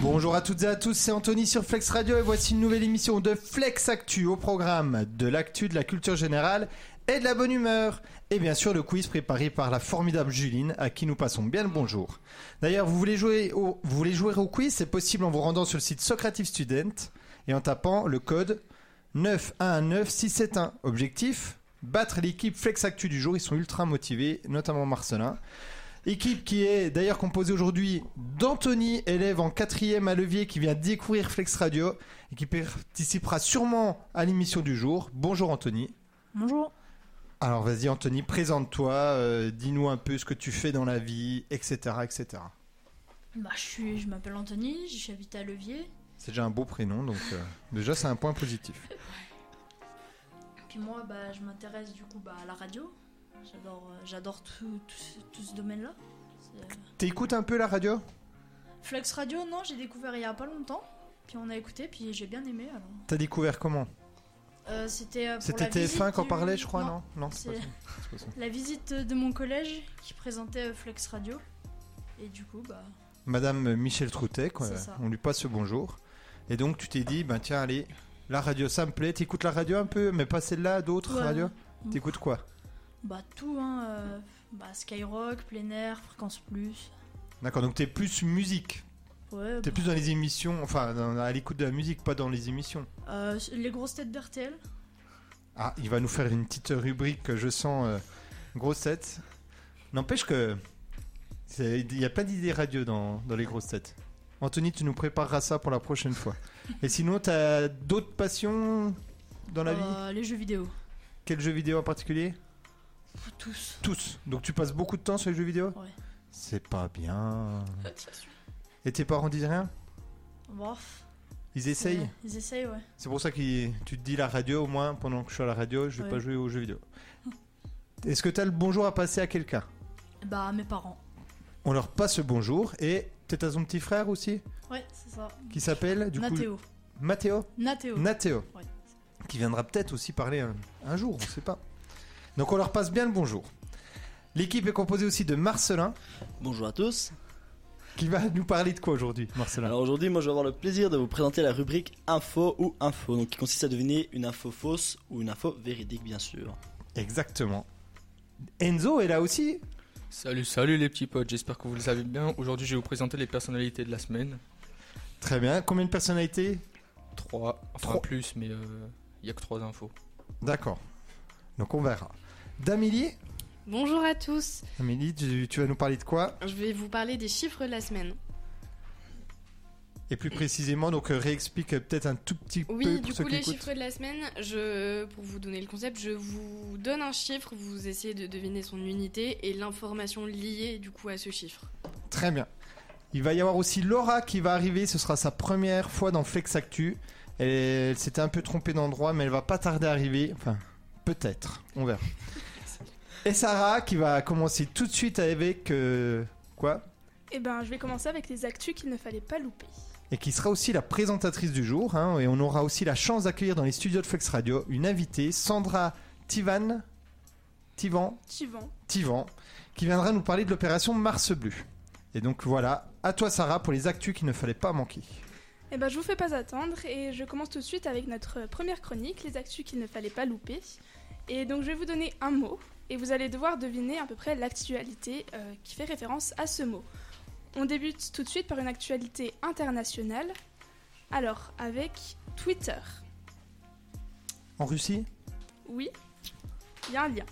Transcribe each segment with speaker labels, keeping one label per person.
Speaker 1: Bonjour à toutes et à tous, c'est Anthony sur Flex Radio et voici une nouvelle émission de Flex Actu au programme de l'actu, de la culture générale et de la bonne humeur. Et bien sûr le quiz préparé par la formidable Juline à qui nous passons bien le bonjour. D'ailleurs, vous voulez jouer au, vous voulez jouer au quiz, c'est possible en vous rendant sur le site Socrative Student et en tapant le code 919671. Objectif Battre l'équipe Flex Actu du jour, ils sont ultra motivés, notamment Marcelin. Équipe qui est d'ailleurs composée aujourd'hui d'Anthony, élève en quatrième à levier qui vient découvrir Flex Radio et qui participera sûrement à l'émission du jour. Bonjour Anthony.
Speaker 2: Bonjour.
Speaker 1: Alors vas-y Anthony, présente-toi, euh, dis-nous un peu ce que tu fais dans la vie, etc. etc.
Speaker 2: Bah, je suis, je m'appelle Anthony, j'habite à Levier.
Speaker 1: C'est déjà un beau prénom, donc euh, déjà c'est un point positif.
Speaker 2: Puis moi, bah, je m'intéresse du coup bah, à la radio. J'adore, euh, j'adore tout, tout ce- tout ce domaine-là. C'est-
Speaker 1: T'écoutes un peu la radio
Speaker 2: Flex Radio, non, j'ai découvert il y a pas longtemps. Puis on a écouté, puis j'ai bien aimé. Alors,
Speaker 1: T'as découvert comment
Speaker 2: Euh, c'était euh, pour
Speaker 1: C'était
Speaker 2: la visite
Speaker 1: TF1 qu'on
Speaker 2: du-
Speaker 1: parlait, je crois,
Speaker 2: non,
Speaker 1: non Non, c'est
Speaker 2: c'est
Speaker 1: pas ça. C'est pas ça.
Speaker 2: la visite de mon collège qui présentait euh, Flex Radio. Et du coup, bah,
Speaker 1: Madame Michel Troutet, quoi.
Speaker 2: C'est ça.
Speaker 1: on lui passe le bonjour. Et donc tu t'es dit, ben tiens, allez, la radio, ça me plaît. T'écoutes la radio un peu, mais pas celle-là, d'autres
Speaker 2: Ouais.
Speaker 1: radios T'écoutes quoi
Speaker 2: bah tout, hein, euh, bah, Skyrock, plein air, fréquence plus.
Speaker 1: D'accord, donc t'es plus musique.
Speaker 2: Ouais, bah,
Speaker 1: T'es plus dans les émissions, enfin dans- à l'écoute de la musique, pas dans les émissions.
Speaker 2: euh, les grosses têtes d'RTL.
Speaker 1: Ah, il va nous faire une petite rubrique que je sens euh, grosse tête. N'empêche que. c'est- Il y a plein d'idées radio dans, dans les grosses têtes. Anthony, tu nous prépareras ça pour la prochaine fois. Et sinon, t'as d'autres passions dans la vie
Speaker 2: Euh, les jeux vidéo.
Speaker 1: Quel jeu vidéo en particulier
Speaker 2: Pour tous.
Speaker 1: Tous. Donc tu passes beaucoup de temps sur les jeux vidéo
Speaker 2: Ouais.
Speaker 1: C'est pas bien. Et tes parents disent rien
Speaker 2: Bon, pff,
Speaker 1: Ils essayent
Speaker 2: ouais, Ils essayent, ouais.
Speaker 1: C'est pour ça que tu te dis la radio, au moins pendant que je suis à la radio, je vais
Speaker 2: Ouais.
Speaker 1: pas jouer aux jeux vidéo. Est-ce que tu as le bonjour à passer à quelqu'un
Speaker 2: Bah, mes parents.
Speaker 1: On leur passe le bonjour et peut-être à son petit frère aussi,
Speaker 2: Ouais, c'est ça.
Speaker 1: qui s'appelle du coup
Speaker 2: Nathéo.
Speaker 1: Mathéo.
Speaker 2: Nathéo.
Speaker 1: Nathéo,
Speaker 2: Ouais.
Speaker 1: qui viendra peut-être aussi parler un, un jour, on sait pas. Donc on leur passe bien le bonjour. L'équipe est composée aussi de Marcelin,
Speaker 3: Bonjour à tous.
Speaker 1: qui va nous parler de quoi aujourd'hui, Marcelin
Speaker 3: Alors aujourd'hui, moi, je vais avoir le plaisir de vous présenter la rubrique info ou info, donc qui consiste à deviner une info fausse ou une info véridique, bien sûr.
Speaker 1: Exactement. Enzo est là aussi
Speaker 4: Salut, salut les petits potes, j'espère que vous les avez bien. Aujourd'hui, je vais vous présenter les personnalités de la semaine.
Speaker 1: Très bien. Combien de personnalités
Speaker 4: 3, enfin
Speaker 1: Trois.
Speaker 4: plus, mais euh, il n'y a que 3 infos.
Speaker 1: D'accord. Donc on verra. D'Amélie
Speaker 5: Bonjour à tous,
Speaker 1: Amélie, tu, tu vas nous parler de quoi
Speaker 5: je vais vous parler des chiffres de la semaine.
Speaker 1: Et plus précisément, donc euh, réexplique euh, peut-être un tout petit peu
Speaker 5: Oui,
Speaker 1: pour
Speaker 5: du
Speaker 1: ceux
Speaker 5: coup
Speaker 1: qui
Speaker 5: les
Speaker 1: écoutent.
Speaker 5: chiffres de la semaine, je, pour vous donner le concept, je vous donne un chiffre, vous essayez de deviner son unité et l'information liée du coup à ce chiffre.
Speaker 1: Très bien. Il va y avoir aussi Laura qui va arriver, ce sera sa première fois dans Flex Actu. Elle, elle s'était un peu trompée d'endroit, mais elle va pas tarder à arriver. Enfin, peut-être, on verra. Et Sarah qui va commencer tout de suite avec euh, quoi
Speaker 6: Eh ben, je vais commencer avec les actus qu'il ne fallait pas louper.
Speaker 1: et qui sera aussi la présentatrice du jour. hein, et on aura aussi la chance d'accueillir dans les studios de Flex Radio une invitée, Sandra Tivan, Tivan,
Speaker 6: Chivan,
Speaker 1: Tivan, qui viendra nous parler de l'opération Mars Bleu. Et donc voilà, à toi Sarah pour les actus qu'il ne fallait pas manquer.
Speaker 6: eh ben, je vous fais pas attendre et je commence tout de suite avec notre première chronique, les actus qu'il ne fallait pas louper. Et donc, je vais vous donner un mot et vous allez devoir deviner à peu près l'actualité euh, qui fait référence à ce mot. On débute tout de suite par une actualité internationale. Alors, avec Twitter.
Speaker 1: En Russie,
Speaker 6: Oui, il y a un lien.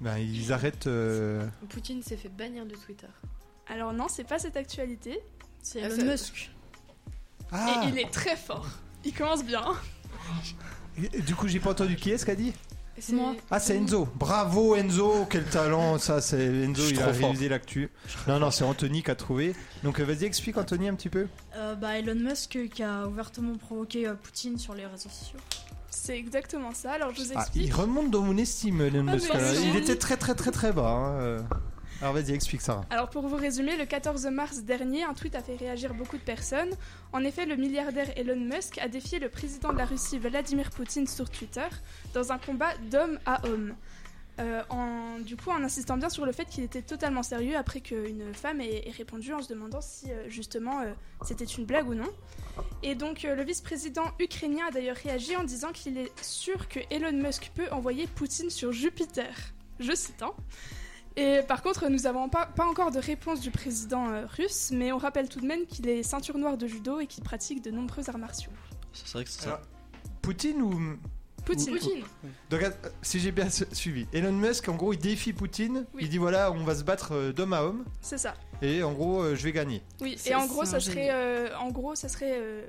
Speaker 1: ben, ils arrêtent. euh,
Speaker 5: Poutine s'est fait bannir de Twitter.
Speaker 6: Alors non, c'est pas cette actualité.
Speaker 2: C'est
Speaker 5: Ah,
Speaker 2: Elon
Speaker 5: ça-
Speaker 2: Musk.
Speaker 1: Ah
Speaker 6: Et il est très fort. Il commence bien.
Speaker 1: Ah, Et- Du coup, j'ai pas entendu qui est ce qu'a dit
Speaker 5: C'est
Speaker 2: Moi.
Speaker 1: Ah, c'est Enzo Bravo Enzo Quel talent Ça, c'est Enzo,
Speaker 3: Je suis
Speaker 1: il a
Speaker 3: trop fort.
Speaker 1: révisé l'actu. Non, non, c'est Anthony qui a trouvé. Donc euh, vas-y, explique Anthony un petit peu.
Speaker 2: Euh, bah, Elon Musk euh, qui a ouvertement provoqué euh, Poutine sur les réseaux sociaux.
Speaker 6: C'est exactement ça. Alors je vous
Speaker 1: Ah,
Speaker 6: explique.
Speaker 1: il remonte dans mon estime, Elon
Speaker 6: Ah,
Speaker 1: Musk.
Speaker 6: mais
Speaker 1: là.
Speaker 6: si.
Speaker 1: Il était très très très très bas. hein, euh. Alors vas-y, explique ça.
Speaker 3: Ah,
Speaker 6: Alors pour vous résumer, le 14 mars dernier, un tweet a fait réagir beaucoup de personnes. En effet, le milliardaire Elon Musk a défié le président de la Russie Vladimir Poutine sur Twitter dans un combat d'homme à homme. euh, en, du coup en insistant bien sur le fait qu'il était totalement sérieux après qu'une femme ait, ait répondu en se demandant si euh, justement euh, c'était une blague ou non. Et donc euh, le vice-président ukrainien a d'ailleurs réagi en disant qu'il est sûr que Elon Musk peut envoyer Poutine sur Jupiter. Je cite. hein. Et par contre, nous n'avons pas, pas encore de réponse du président euh, russe, mais on rappelle tout de même qu'il est ceinture noire de judo et qu'il pratique de nombreux arts martiaux.
Speaker 3: C'est vrai que c'est
Speaker 1: Alors,
Speaker 3: ça.
Speaker 1: Poutine ou.
Speaker 6: Poutine.
Speaker 5: Poutine.
Speaker 1: Donc, euh, si j'ai bien su- suivi, Elon Musk, en gros, il défie Poutine.
Speaker 6: Oui.
Speaker 1: Il dit voilà, on va se battre euh, d'homme à homme.
Speaker 6: C'est ça.
Speaker 1: Et en gros, euh, je vais gagner.
Speaker 6: Oui,
Speaker 5: C'est-
Speaker 6: et en
Speaker 5: c'est
Speaker 6: gros,
Speaker 5: un
Speaker 6: ça
Speaker 5: génie.
Speaker 6: serait, euh, en gros, ça serait euh,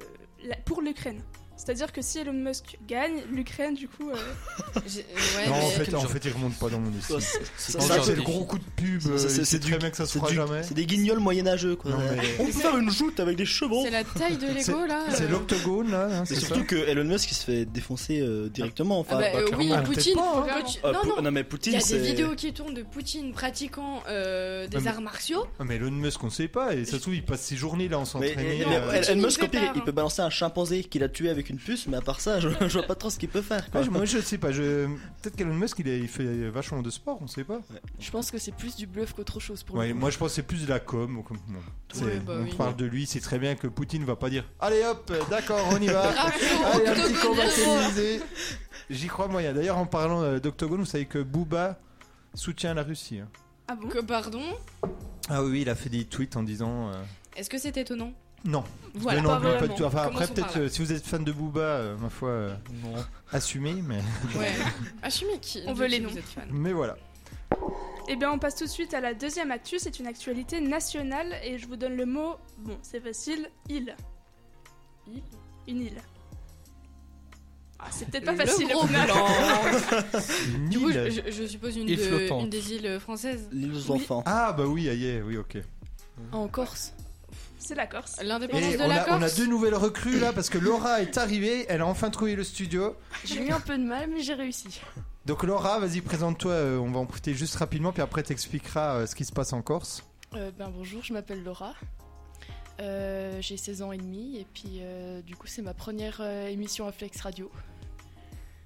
Speaker 6: la- pour l'Ukraine. C'est-à-dire que si Elon Musk gagne, l'Ukraine, du coup, euh,
Speaker 5: J'ai- euh, Ouais,
Speaker 1: non, en
Speaker 5: mais-
Speaker 1: fait,
Speaker 4: quel
Speaker 1: en
Speaker 4: genre-
Speaker 1: fait, il remonte pas dans mon
Speaker 3: Ça,
Speaker 1: esprit.
Speaker 3: c'est-
Speaker 1: Je
Speaker 3: c'est-
Speaker 1: pense
Speaker 3: ça,
Speaker 1: que
Speaker 3: c'est-
Speaker 1: C'est le gros coup de pub.
Speaker 3: Ça,
Speaker 1: euh,
Speaker 3: c'est-
Speaker 1: il
Speaker 3: c'est
Speaker 1: sait
Speaker 3: du-
Speaker 1: très bien que ça se
Speaker 3: c'est
Speaker 1: fera
Speaker 3: du-
Speaker 1: jamais.
Speaker 3: c'est des guignols moyenâgeux quoi.
Speaker 1: Non, mais-
Speaker 3: On peut faire une joute avec des chevaux.
Speaker 5: C'est la taille de
Speaker 1: C'est-
Speaker 5: l'ego là.
Speaker 1: C'est
Speaker 5: euh.
Speaker 1: l'octogone là. hein,
Speaker 3: C'est
Speaker 1: c'est
Speaker 3: surtout
Speaker 1: ça
Speaker 3: que Elon Musk il se fait défoncer euh, directement.
Speaker 5: Ah
Speaker 3: Enfin,
Speaker 5: bah,
Speaker 4: bah,
Speaker 5: euh, oui,
Speaker 4: clairement,
Speaker 6: peut-être
Speaker 5: Poutine.
Speaker 6: pas, hein.
Speaker 5: Poutine-
Speaker 3: euh,
Speaker 5: Non,
Speaker 3: Pou-
Speaker 5: non.
Speaker 3: mais
Speaker 5: Il y
Speaker 3: Poutine
Speaker 5: a des
Speaker 3: c'est.
Speaker 5: vidéos qui tournent de Poutine pratiquant euh,
Speaker 1: Ah,
Speaker 5: des
Speaker 1: mais-
Speaker 5: arts martiaux.
Speaker 1: Ah, Mais Elon Musk, on sait pas. Et ça se trouve, il passe ses journées là en
Speaker 3: Mais, mais-
Speaker 1: s'entraîner.
Speaker 3: mais
Speaker 1: euh,
Speaker 5: ouais.
Speaker 3: Elon Musk, au
Speaker 6: Poutine, il fait
Speaker 3: pire,
Speaker 6: peur,
Speaker 3: il
Speaker 6: hein.
Speaker 3: peut balancer un chimpanzé qu'il a tué avec une puce, mais à part ça, je, je vois pas trop ce qu'il peut faire. Quoi.
Speaker 1: ouais, moi je sais pas, je... peut-être qu'Elon Musk il, est- il fait vachement de sport, on sait pas.
Speaker 7: Je pense que c'est plus du bluff qu'autre chose pour
Speaker 1: Ouais,
Speaker 7: le coup.
Speaker 1: moi je pense que c'est plus de la com. ou comme- non. C'est-
Speaker 5: Ouais, bah
Speaker 1: on
Speaker 5: oui.
Speaker 1: parle de lui, c'est très bien que Poutine va pas dire Allez hop, euh, d'accord, on y va.
Speaker 5: Ah,
Speaker 1: Allez, un petit
Speaker 5: octogone,
Speaker 1: combat
Speaker 5: héros.
Speaker 1: télévisé. J'y crois moyen. D'ailleurs, en parlant euh, d'Octogone, vous savez que Booba soutient la Russie. hein.
Speaker 6: ah bon
Speaker 5: Que pardon
Speaker 1: Ah oui, il a fait des tweets en disant euh,
Speaker 5: Est-ce que c'est étonnant
Speaker 1: Non,
Speaker 5: Voilà.
Speaker 1: Mais non,
Speaker 6: pas
Speaker 1: mais
Speaker 6: vraiment.
Speaker 1: du tout. Enfin,
Speaker 5: Commençons
Speaker 1: après, peut-être
Speaker 5: par là.
Speaker 1: euh, si vous êtes fan de Booba, euh, ma foi, euh,
Speaker 4: Non.
Speaker 1: assumez, mais,
Speaker 5: Ouais. Assumez qui.
Speaker 6: On
Speaker 5: de
Speaker 6: veut
Speaker 5: qui
Speaker 6: les
Speaker 5: vous
Speaker 6: noms.
Speaker 5: êtes fan.
Speaker 1: mais voilà.
Speaker 6: Eh bien, on passe tout de suite à la deuxième actu. C'est une actualité nationale et je vous donne le mot. Bon, c'est facile. Île. Île Une île. Ah, c'est peut-être pas
Speaker 5: Le
Speaker 6: facile.
Speaker 1: Oh,
Speaker 5: gros
Speaker 6: au final.
Speaker 5: Du coup, je,
Speaker 1: Nil.
Speaker 5: je- je suppose une,
Speaker 4: Île
Speaker 5: de-
Speaker 4: flottante.
Speaker 5: une des îles françaises.
Speaker 3: L'île aux enfants.
Speaker 1: Ah bah oui, aïe, aïe, oui, ok.
Speaker 7: En Corse.
Speaker 6: C'est la Corse.
Speaker 5: L'indépendance
Speaker 1: Et
Speaker 5: de
Speaker 1: on
Speaker 5: la
Speaker 1: a, on a
Speaker 5: Corse.
Speaker 1: deux nouvelles recrues là parce que Laura est arrivée, elle a enfin trouvé le studio.
Speaker 7: J'ai eu un peu de mal, mais j'ai réussi.
Speaker 1: Donc Laura, vas-y, présente-toi, euh, on va en profiter juste rapidement, puis après t'expliqueras euh, ce qui se passe en Corse.
Speaker 7: Euh, ben, bonjour, je m'appelle Laura. Euh, j'ai 16 ans et demi et puis euh, du coup c'est ma première euh, émission à Flex Radio.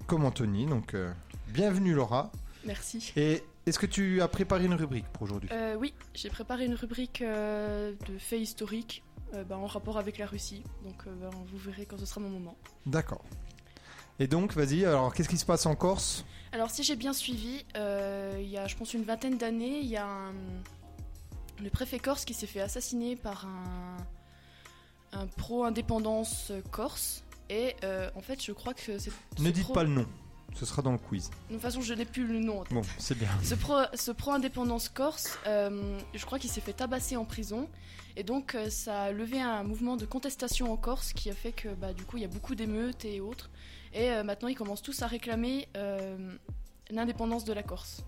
Speaker 1: Comme Anthony, donc euh, bienvenue Laura.
Speaker 7: Merci.
Speaker 1: Et est-ce que tu as préparé une rubrique pour aujourd'hui
Speaker 7: Euh, oui, j'ai préparé une rubrique euh, de faits historiques euh, ben, en rapport avec la Russie. Donc euh, ben, vous verrez quand ce sera mon moment.
Speaker 1: D'accord. Et donc, vas-y, alors qu'est-ce qui se passe en Corse
Speaker 7: Alors si j'ai bien suivi, euh, il y a je pense une vingtaine d'années, il y a un- le préfet corse qui s'est fait assassiner par un, un pro-indépendance corse. Et euh, en fait je crois que c'est...
Speaker 1: Ne
Speaker 7: ce
Speaker 1: dites
Speaker 7: pro-
Speaker 1: pas le nom, ce sera dans le quiz.
Speaker 7: De toute façon je n'ai plus le nom. en tête.
Speaker 1: Bon, c'est bien.
Speaker 7: Ce pro- ce pro-indépendance corse, euh, je crois qu'il s'est fait tabasser en prison. Et donc euh, ça a levé un mouvement de contestation en Corse qui a fait que bah, du coup il y a beaucoup d'émeutes et autres. Et euh, maintenant ils commencent tous à réclamer euh, l'indépendance de la Corse.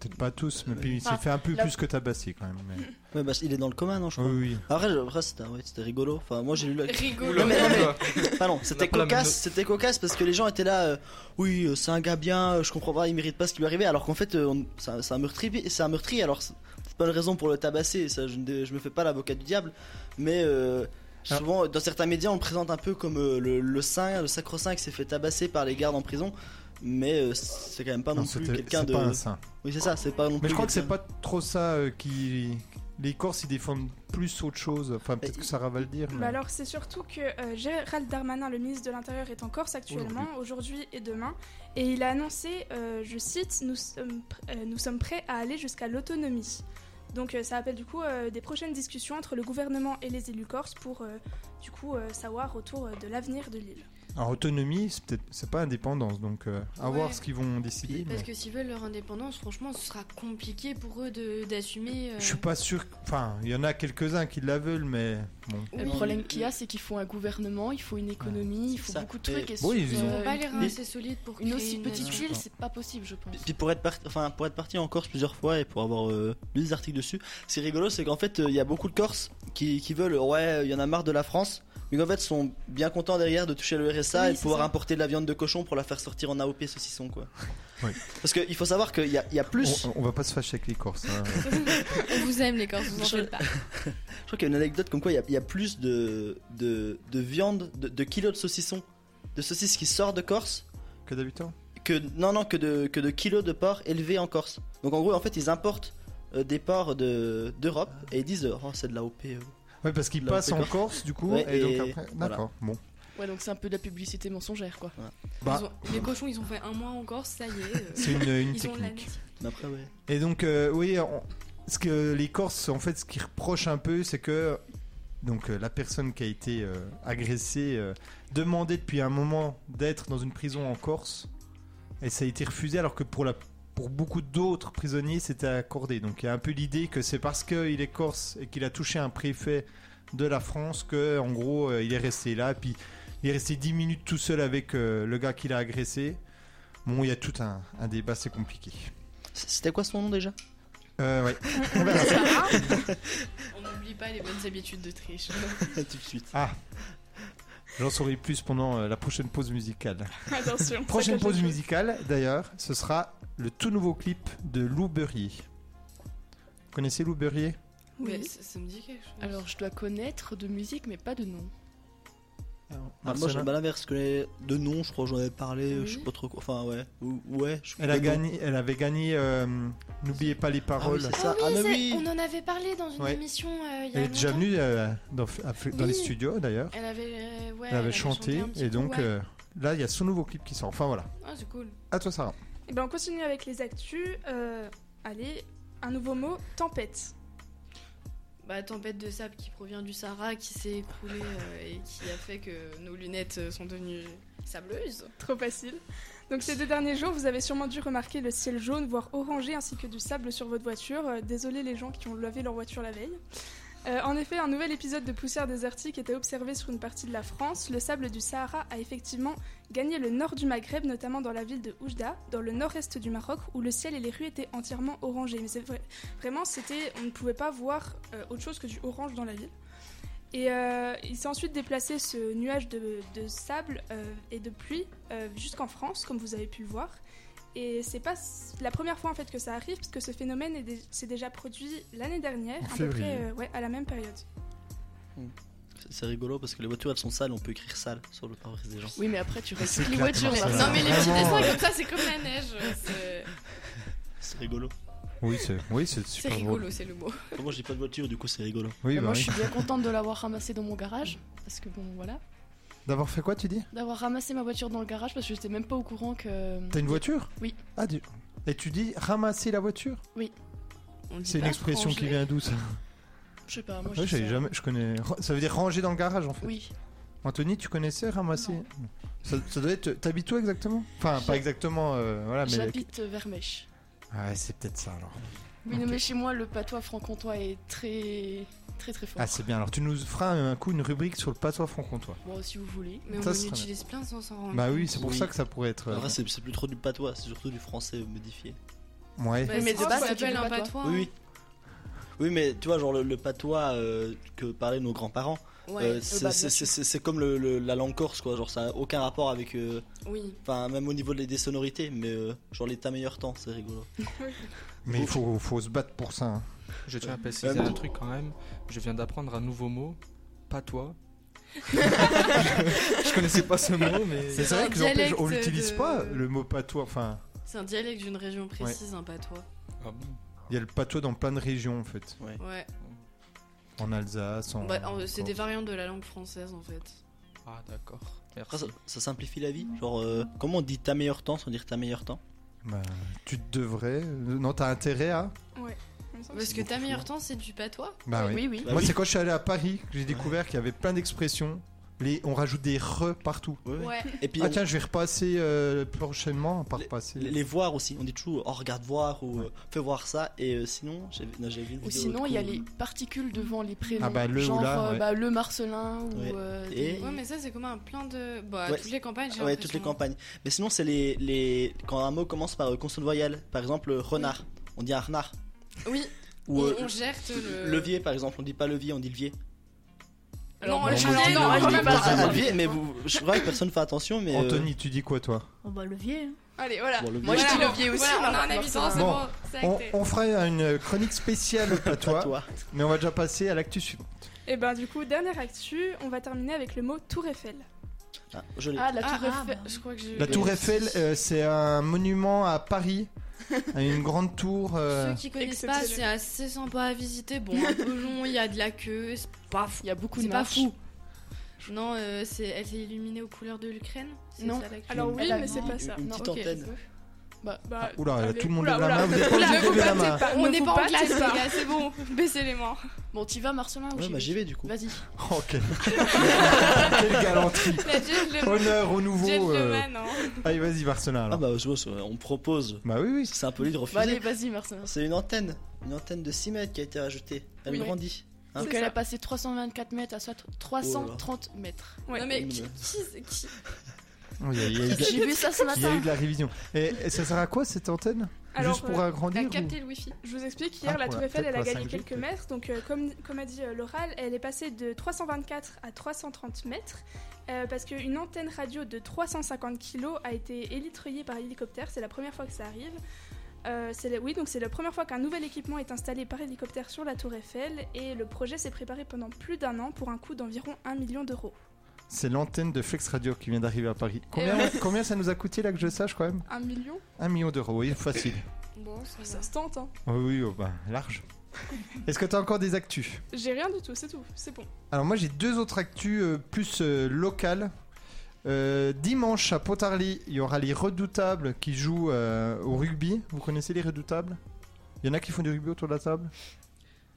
Speaker 1: Peut-être pas tous, mais
Speaker 3: Ouais.
Speaker 1: puis il s'est
Speaker 7: Ah,
Speaker 1: fait un peu
Speaker 7: la-
Speaker 1: plus que tabassé quand même. mais-
Speaker 3: Ouais, bah, il est dans le coma, non, je crois.
Speaker 1: Oui, oui.
Speaker 3: Après, je- après, c'était ouais, c'était rigolo. Enfin, moi j'ai lu la.
Speaker 5: Rigolo.
Speaker 4: Oula,
Speaker 3: mais- non, mais-
Speaker 4: oula.
Speaker 3: Enfin, non, c'était
Speaker 4: pas la même
Speaker 3: cocasse,
Speaker 4: note.
Speaker 3: c'était cocasse parce que les gens étaient là. euh, oui, euh, c'est un gars bien, euh, je comprends pas, il mérite pas ce qui lui est arrivé. Alors qu'en fait, euh, on- c'est un- c'est un meurtrier, c'est un meurtrier. Alors c'est c'est pas une raison pour le tabasser. Ça, je, ne dé- je me fais pas l'avocat du diable, mais. euh,
Speaker 1: Ah.
Speaker 3: Souvent, dans certains médias, on le présente un peu comme euh, le, le saint, le sacro-saint qui s'est fait tabasser par les gardes en prison, mais euh, c'est quand même pas non,
Speaker 1: Non,
Speaker 3: plus
Speaker 1: c'était-
Speaker 3: quelqu'un
Speaker 1: c'est
Speaker 3: de.
Speaker 1: pas un saint.
Speaker 3: Oui, c'est ça, c'est pas non plus.
Speaker 1: Mais je crois que c'est
Speaker 3: quelqu'un-
Speaker 1: pas trop ça euh, qui. Les Corses, ils défendent plus autre chose. Enfin, peut-être
Speaker 3: Et-
Speaker 1: que Sarah va le dire. mais-
Speaker 6: Bah alors, c'est surtout que euh, Gérald Darmanin, le ministre de l'Intérieur, est en Corse actuellement, aujourd'hui et demain, et il a annoncé, euh, je cite, nous sommes, pr- euh, nous sommes prêts à aller jusqu'à l'autonomie. Donc euh, ça appelle du coup euh, des prochaines discussions entre le gouvernement et les élus corses pour euh, du coup euh, savoir autour euh, de l'avenir de l'île.
Speaker 1: Alors, autonomie, c'est peut-être- c'est pas indépendance, donc euh, à
Speaker 5: Ouais.
Speaker 1: voir ce qu'ils vont décider.
Speaker 5: Parce
Speaker 1: mais-
Speaker 5: que s'ils veulent leur indépendance, franchement, ce sera compliqué pour eux de- d'assumer. euh,
Speaker 1: Je suis pas sûr. que- Enfin, il y en a quelques-uns qui la veulent, mais bon.
Speaker 5: oui.
Speaker 7: Le problème qu'il y a, c'est qu'il faut un gouvernement, il faut une économie, il
Speaker 3: C'est
Speaker 7: faut
Speaker 3: ça.
Speaker 7: beaucoup de trucs.
Speaker 3: Et-
Speaker 7: Et
Speaker 1: Oui,
Speaker 7: sur-
Speaker 1: ils
Speaker 5: Ils
Speaker 1: ont
Speaker 5: n'ont
Speaker 7: euh,
Speaker 5: pas les reins
Speaker 3: Mais-
Speaker 5: assez solides pour
Speaker 7: une
Speaker 5: créer
Speaker 7: aussi petite
Speaker 1: je
Speaker 7: ville,
Speaker 1: pense.
Speaker 7: c'est pas possible, je pense.
Speaker 3: Puis pour être, parti, enfin, pour être parti en Corse plusieurs fois et pour avoir euh, lu des articles dessus, ce qui est rigolo, c'est qu'en fait, euh, il y a beaucoup de Corses qui, qui veulent, euh, ouais, il y en a marre de la France, mais en fait, sont bien contents derrière de toucher le RSA
Speaker 5: Oui,
Speaker 3: et de
Speaker 5: c'est
Speaker 3: pouvoir
Speaker 5: ça.
Speaker 3: importer de la viande de cochon pour la faire sortir en AOP saucisson, quoi.
Speaker 1: Oui.
Speaker 3: Parce qu'il faut savoir qu'il y, a- il y a plus.
Speaker 1: On, on va pas se fâcher avec les Corses. hein.
Speaker 5: On vous aime les Corses, vous en
Speaker 3: Je-
Speaker 5: faites pas.
Speaker 3: Je crois qu'il y a une anecdote comme quoi il y a, il y a plus de, de, de viande, de, de kilos de saucisson, de saucisses qui sort de Corse
Speaker 1: que d'habitants
Speaker 3: que que non non que de que de kilos de porc élevés en Corse. Donc en gros en fait ils importent euh, des porcs de d'Europe
Speaker 1: Ah.
Speaker 3: et ils disent euh, oh c'est de la OP. euh.
Speaker 1: Ouais, parce qu'il
Speaker 3: Là,
Speaker 1: passe
Speaker 3: on fait
Speaker 1: en
Speaker 3: comme-
Speaker 1: Corse, du coup,
Speaker 3: Ouais,
Speaker 1: et,
Speaker 3: et
Speaker 1: donc après.
Speaker 3: voilà.
Speaker 1: D'accord, bon.
Speaker 7: Ouais, donc c'est un peu de la publicité mensongère, quoi.
Speaker 1: Bah,
Speaker 5: Ils ont- les cochons, ils ont fait un mois encore, ça y est. euh,
Speaker 1: c'est une, une
Speaker 5: ils ont la
Speaker 1: technique.
Speaker 3: Mais après ouais.
Speaker 1: Et donc, euh, oui, on- ce que les Corses, en fait, ce qu'ils reprochent un peu, c'est que donc euh, la personne qui a été euh, agressée euh, demandait depuis un moment d'être dans une prison en Corse, et ça a été refusé, alors que pour la pour beaucoup d'autres prisonniers, c'était accordé. Donc, il y a un peu l'idée que c'est parce qu'il est corse et qu'il a touché un préfet de la France que, en gros, euh, il est resté là. Puis, il est resté 10 minutes tout seul avec euh, le gars qu'il a agressé. Bon, il y a tout un, un débat, c'est compliqué.
Speaker 3: C- C'était quoi son nom déjà
Speaker 1: Euh, ouais.
Speaker 5: On n'oublie pas les bonnes habitudes de triche.
Speaker 3: Tout de suite.
Speaker 1: Ah, J'en saurai plus pendant euh, la prochaine pause musicale.
Speaker 6: Attention. ça
Speaker 1: Prochaine
Speaker 6: cache
Speaker 1: pause
Speaker 6: un peu.
Speaker 1: musicale, d'ailleurs, ce sera le tout nouveau clip de Lou Berrier. Vous connaissez Lou Berrier
Speaker 5: Mais
Speaker 6: Oui.
Speaker 5: ça, ça me dit quelque chose.
Speaker 7: Alors, je dois connaître de musique, mais pas de nom.
Speaker 3: Ah, moi je
Speaker 1: Marcella
Speaker 3: bah, l'inverse, je connais de nom, je crois que j'en avais parlé,
Speaker 7: Oui.
Speaker 3: je sais pas trop quoi. Enfin ouais. Ou- ouais, je
Speaker 1: elle, a
Speaker 3: de nom.
Speaker 1: gagné, elle avait gagné euh, N'oubliez pas les
Speaker 3: Ah oui,
Speaker 1: paroles.
Speaker 3: c'est ça. Ah, mais oui.
Speaker 5: On en avait parlé dans une
Speaker 1: Ouais.
Speaker 5: émission euh, il y a
Speaker 1: elle est déjà
Speaker 5: longtemps.
Speaker 1: venue euh, dans, à- dans les
Speaker 5: Oui.
Speaker 1: studios, d'ailleurs.
Speaker 5: Elle avait, euh, ouais,
Speaker 1: elle avait
Speaker 5: elle
Speaker 1: chanté,
Speaker 5: un petit
Speaker 1: et
Speaker 5: peu,
Speaker 1: donc
Speaker 5: ouais.
Speaker 1: euh, là, il y a son nouveau clip qui sort. Enfin voilà.
Speaker 5: Ah, c'est cool.
Speaker 1: À toi, Sarah.
Speaker 6: Et ben on continue avec les actus. Euh, allez, un nouveau mot, tempête.
Speaker 5: Bah, tempête de sable qui provient du Sahara, qui s'est écroulée euh, et qui a fait que nos lunettes euh, sont devenues sableuses.
Speaker 6: Trop facile. Donc ces deux derniers jours, vous avez sûrement dû remarquer le ciel jaune, voire orangé, ainsi que du sable sur votre voiture. Euh, désolé les gens qui ont lavé leur voiture la veille. Euh, en effet, un nouvel épisode de poussière désertique était observé sur une partie de la France. Le sable du Sahara a effectivement gagné le nord du Maghreb, notamment dans la ville de Oujda, dans le nord-est du Maroc, où le ciel et les rues étaient entièrement orangés. Mais c'est vrai, vraiment, c'était, on ne pouvait pas voir euh, autre chose que du orange dans la ville. Et euh, il s'est ensuite déplacé ce nuage de, de sable euh, et de pluie euh, jusqu'en France, comme vous avez pu le voir. Et c'est pas s- la première fois en fait que ça arrive, parce que ce phénomène est dé- s'est déjà produit l'année dernière,
Speaker 1: En
Speaker 6: à peu
Speaker 1: février.
Speaker 6: près euh, ouais, à la même période.
Speaker 3: C'est- C'est rigolo parce que les voitures elles sont sales, on peut écrire sale sur le pare-brise des gens.
Speaker 7: Oui, mais après, tu
Speaker 1: c'est
Speaker 7: recycles les
Speaker 1: claquement,
Speaker 7: voitures.
Speaker 1: ça
Speaker 7: Marc.
Speaker 1: va.
Speaker 5: non, mais les petits
Speaker 1: Vraiment,
Speaker 5: dessins
Speaker 1: euh.
Speaker 5: comme ça, c'est comme la neige. c'est-
Speaker 3: C'est rigolo.
Speaker 1: Oui, c'est oui, c'est
Speaker 5: C'est
Speaker 1: super drôle.
Speaker 5: rigolo, c'est le mot.
Speaker 3: Moi j'ai pas de voiture, du coup c'est rigolo.
Speaker 7: Mais
Speaker 1: Oui, bah
Speaker 7: moi,
Speaker 1: oui.
Speaker 7: je suis bien contente de l'avoir ramassé dans mon garage. Parce que bon, voilà.
Speaker 1: D'avoir fait quoi, tu dis
Speaker 7: D'avoir ramassé ma voiture dans le garage parce que j'étais même pas au courant que.
Speaker 1: T'as une voiture
Speaker 7: Oui.
Speaker 1: Ah, du- Et tu dis ramasser la voiture
Speaker 5: On le dit
Speaker 1: C'est une
Speaker 5: pas,
Speaker 1: expression qui
Speaker 5: ranger.
Speaker 1: vient d'où ça
Speaker 7: Je sais pas, moi
Speaker 1: Ouais,
Speaker 7: je
Speaker 1: j'avais
Speaker 7: sais.
Speaker 1: jamais, je connais. Ça veut dire ranger dans le garage en fait.
Speaker 7: Oui,
Speaker 1: Anthony, tu connaissais ramasser
Speaker 7: Non.
Speaker 1: ça, ça doit être. T'habites où exactement Enfin, pas
Speaker 7: J'ha-
Speaker 1: exactement. euh, voilà, mais.
Speaker 7: j'habite vers Mèche.
Speaker 1: Ah, ouais, c'est peut-être ça alors.
Speaker 7: Oui, non, mais chez moi, le patois franc-comtois est très, très, très fort.
Speaker 1: Ah, c'est bien. Alors, tu nous feras un coup une rubrique sur le patois franc-comtois.
Speaker 7: Bon, si vous voulez.
Speaker 5: Mais on
Speaker 1: Ça,
Speaker 5: en
Speaker 1: ce serait
Speaker 5: utilise plein sans s'en rendre
Speaker 1: Bah oui,
Speaker 5: compte.
Speaker 1: c'est pour
Speaker 3: Oui.
Speaker 1: ça que ça pourrait être. euh,
Speaker 3: Après c'est c'est plus trop du patois, c'est surtout du français modifié.
Speaker 1: Ouais.
Speaker 5: Bah,
Speaker 7: Oui, mais
Speaker 5: c'est
Speaker 7: de
Speaker 5: ce qu'on
Speaker 7: base, c'est
Speaker 5: appelle
Speaker 7: du
Speaker 5: un
Speaker 7: patois.
Speaker 5: patois.
Speaker 3: Oui, oui. Oui, mais tu vois, genre le, le patois euh, que parlaient nos grands-parents,
Speaker 5: hein. Ouais,
Speaker 3: euh,
Speaker 5: euh,
Speaker 3: c'est
Speaker 5: bah,
Speaker 3: c'est- c'est- c'est- c'est comme le- le- la langue corse, quoi. Genre, ça a aucun rapport avec. euh,
Speaker 5: Oui.
Speaker 3: Enfin, même au niveau des, des sonorités, mais euh, genre les ta meilleur temps, c'est rigolo.
Speaker 1: Mais il faut, faut se battre pour ça. hein.
Speaker 4: Je tiens à préciser
Speaker 3: Euh,
Speaker 4: un truc quand même. Je viens d'apprendre un nouveau mot. Patois. je connaissais pas ce mot, mais.
Speaker 1: C'est vrai
Speaker 5: un
Speaker 1: que n'empêche, on
Speaker 5: dialecte
Speaker 1: l'utilise
Speaker 5: de-
Speaker 1: pas le mot patois. Enfin,
Speaker 5: C'est un dialecte d'une région précise, un patois.
Speaker 4: Ah bon
Speaker 1: il y a le patois dans plein de régions en fait.
Speaker 5: Ouais.
Speaker 1: En Alsace, en.
Speaker 5: Bah, en- c'est
Speaker 1: en-
Speaker 5: des variantes de la langue française en fait.
Speaker 4: Ah d'accord.
Speaker 3: Après,
Speaker 4: Merci.
Speaker 3: ça, ça simplifie la vie. Genre, euh, comment on dit ta meilleur temps sans dire ta meilleur temps
Speaker 1: Bah, tu devrais. Non, t'as intérêt à.
Speaker 6: Il me semble que
Speaker 5: Parce que ta
Speaker 3: beaucoup.
Speaker 5: meilleure temps, c'est du patois
Speaker 1: Bah oui.
Speaker 7: oui, oui.
Speaker 3: Bah
Speaker 1: Moi,
Speaker 3: oui.
Speaker 1: c'est quand je suis allé à Paris que j'ai découvert qu'il y avait plein d'expressions. Les, on rajoute des re partout.
Speaker 3: Ouais, ouais.
Speaker 5: Ouais.
Speaker 3: Et puis,
Speaker 1: Ah
Speaker 3: on-
Speaker 1: tiens, je vais repasser euh, prochainement, par repasser.
Speaker 3: les, les voir aussi, on dit toujours, oh, regarde voir ou euh, fais voir ça, et euh, sinon, j'ai non, j'ai vu une
Speaker 7: Ou
Speaker 3: vidéo,
Speaker 7: sinon,
Speaker 3: du
Speaker 7: il y a
Speaker 3: coup,
Speaker 7: les particules devant les prénoms.
Speaker 1: Ah bah, le ou
Speaker 7: genre
Speaker 1: la,
Speaker 7: euh,
Speaker 1: ouais.
Speaker 7: bah, le marcelin ou.
Speaker 3: Ouais.
Speaker 7: euh,
Speaker 3: Et-
Speaker 7: des-
Speaker 5: Ouais, mais ça, c'est commun à plein de. Bah, à
Speaker 3: Ouais.
Speaker 5: toutes les campagnes, j'ai
Speaker 3: Ouais, toutes les
Speaker 5: l'impression.
Speaker 3: campagnes. Mais sinon, c'est les, les. Quand un mot commence par euh, consonne voyelle, par exemple, euh, renard, on dit un renard.
Speaker 5: Oui,
Speaker 3: Ou euh,
Speaker 5: on, on gerte le.
Speaker 3: levier, par exemple, on dit pas levier, on dit levier.
Speaker 5: Non,
Speaker 7: moi,
Speaker 5: le
Speaker 7: je
Speaker 5: chien,
Speaker 7: dis-
Speaker 5: non,
Speaker 7: moi,
Speaker 5: on
Speaker 7: je
Speaker 5: dit
Speaker 7: dis
Speaker 5: pas
Speaker 7: pas
Speaker 3: Ah,
Speaker 7: ça.
Speaker 3: levier, mais vous, je crois que personne fait attention, mais. euh,
Speaker 1: Anthony, tu dis quoi, toi
Speaker 2: Oh bah, levier. hein.
Speaker 5: Allez, voilà.
Speaker 3: Bon, levier.
Speaker 7: Moi, je
Speaker 5: Voilà,
Speaker 7: dis levier aussi.
Speaker 5: Voilà, on a
Speaker 7: alors,
Speaker 5: un avis,
Speaker 7: marcelin.
Speaker 5: c'est
Speaker 1: Bon.
Speaker 5: bon, c'est
Speaker 1: on,
Speaker 5: acté.
Speaker 1: on fera une chronique spéciale
Speaker 3: pas
Speaker 1: patois,
Speaker 3: toi.
Speaker 1: mais on va déjà passer à l'actu suivante.
Speaker 6: Et ben du coup, dernière actu, on va terminer avec le mot Tour Eiffel.
Speaker 3: Ah, je l'ai.
Speaker 7: Ah, la
Speaker 5: Ah,
Speaker 7: tour
Speaker 2: ah,
Speaker 7: Eiffel.
Speaker 2: bah.
Speaker 7: Je crois que j'ai-
Speaker 1: La tour Eiffel, euh, c'est un monument à Paris, à une grande tour. euh,
Speaker 5: Ceux qui connaissent pas, c'est
Speaker 6: Exceptionnel.
Speaker 5: assez sympa à visiter. Bon, un peu long, il y a de la queue, c'est pas fou.
Speaker 7: Il y a beaucoup de
Speaker 5: C'est pas
Speaker 7: marches.
Speaker 5: fou. Non, euh, c'est- elle s'est illuminée aux couleurs de l'Ukraine c'est
Speaker 7: Non.
Speaker 5: ça, la queue
Speaker 6: Alors oui,
Speaker 7: Elle a
Speaker 6: mais c'est
Speaker 7: mis
Speaker 6: pas ça.
Speaker 3: Une
Speaker 7: Non,
Speaker 3: petite
Speaker 7: ok.
Speaker 3: antenne.
Speaker 6: Bah,
Speaker 1: Oula,
Speaker 6: allez.
Speaker 1: tout le monde
Speaker 6: Oula,
Speaker 1: lève la
Speaker 6: oula.
Speaker 1: main. Vous êtes pas
Speaker 6: Oula,
Speaker 1: obligé de
Speaker 6: vous
Speaker 1: lever la
Speaker 6: battez
Speaker 1: main.
Speaker 6: pas,
Speaker 5: On
Speaker 6: ne
Speaker 5: n'est
Speaker 6: vous
Speaker 5: pas en
Speaker 6: battez
Speaker 5: classe, les
Speaker 6: pas.
Speaker 5: gars, c'est bon, baissez les mains.
Speaker 7: Bon, t'y vas, Marcelin ou
Speaker 3: Ouais,
Speaker 7: j'y
Speaker 3: bah
Speaker 7: vais
Speaker 3: j'y vais du coup.
Speaker 7: Vas-y.
Speaker 1: Oh, quelle, quelle galanterie.
Speaker 6: La gentleman-
Speaker 1: Honneur au nouveau. euh,
Speaker 6: gentleman, hein.
Speaker 1: Allez, vas-y, Barcelone.
Speaker 3: Ah
Speaker 1: alors.
Speaker 3: bah je vois, ça, on propose.
Speaker 1: Bah oui, oui.
Speaker 3: C'est un peu libre de refuser.
Speaker 7: Bah, allez, vas-y, Marcelin.
Speaker 3: C'est une antenne. Une antenne de 6 mètres qui a été rajoutée. Elle
Speaker 7: Oui.
Speaker 3: grandit. Hein
Speaker 7: Donc
Speaker 6: C'est
Speaker 7: elle
Speaker 6: ça.
Speaker 7: a passé 324 mètres à soit 330 mètres.
Speaker 6: Ouais.
Speaker 5: Oh Non mais
Speaker 3: Mmh.
Speaker 5: qui, qui- qui-
Speaker 1: Oh, Il y a- il y a eu de la-
Speaker 7: J'ai vu ça ce
Speaker 1: il y a eu
Speaker 7: matin.
Speaker 1: de la révision. Et, et ça sert à quoi cette antenne
Speaker 6: Alors,
Speaker 1: Juste pour
Speaker 6: euh,
Speaker 5: a
Speaker 1: agrandir ou-
Speaker 5: capté le wifi
Speaker 6: je vous explique, hier,
Speaker 1: Ah,
Speaker 6: la
Speaker 1: pour
Speaker 6: Tour
Speaker 1: la-
Speaker 6: Eiffel, elle a
Speaker 1: peut-être pour la
Speaker 6: gagné
Speaker 1: 5G,
Speaker 6: quelques mètres. Donc, euh, comme, comme a dit euh, l'oral, elle est passée de 324 à 330 mètres. euh, parce qu'une antenne radio de 350 kg a été élitreuillée par hélicoptère. C'est la première fois que ça arrive. Euh, c'est la- oui, donc c'est la première fois qu'un nouvel équipement est installé par hélicoptère sur la Tour Eiffel. Et le projet s'est préparé pendant plus d'un an pour un coût d'environ 1 million d'euros.
Speaker 1: C'est l'antenne de Flex Radio qui vient d'arriver à Paris.
Speaker 5: Eh
Speaker 1: Combien, combien ça nous a coûté là que je sache quand même
Speaker 6: 1 million
Speaker 1: Un million d'euros, oui, facile.
Speaker 5: Bon, ça
Speaker 6: Ça se tente, hein.
Speaker 1: Oui, oui, oh, bah, large. Est-ce que tu as encore des actus
Speaker 6: J'ai rien du tout, c'est tout. C'est bon.
Speaker 1: Alors moi j'ai deux autres actus euh, plus euh, locales. Euh, dimanche à Potarly, il y aura les Redoutables qui jouent euh, au rugby. Vous connaissez les Redoutables Il y en a qui font du rugby autour de la table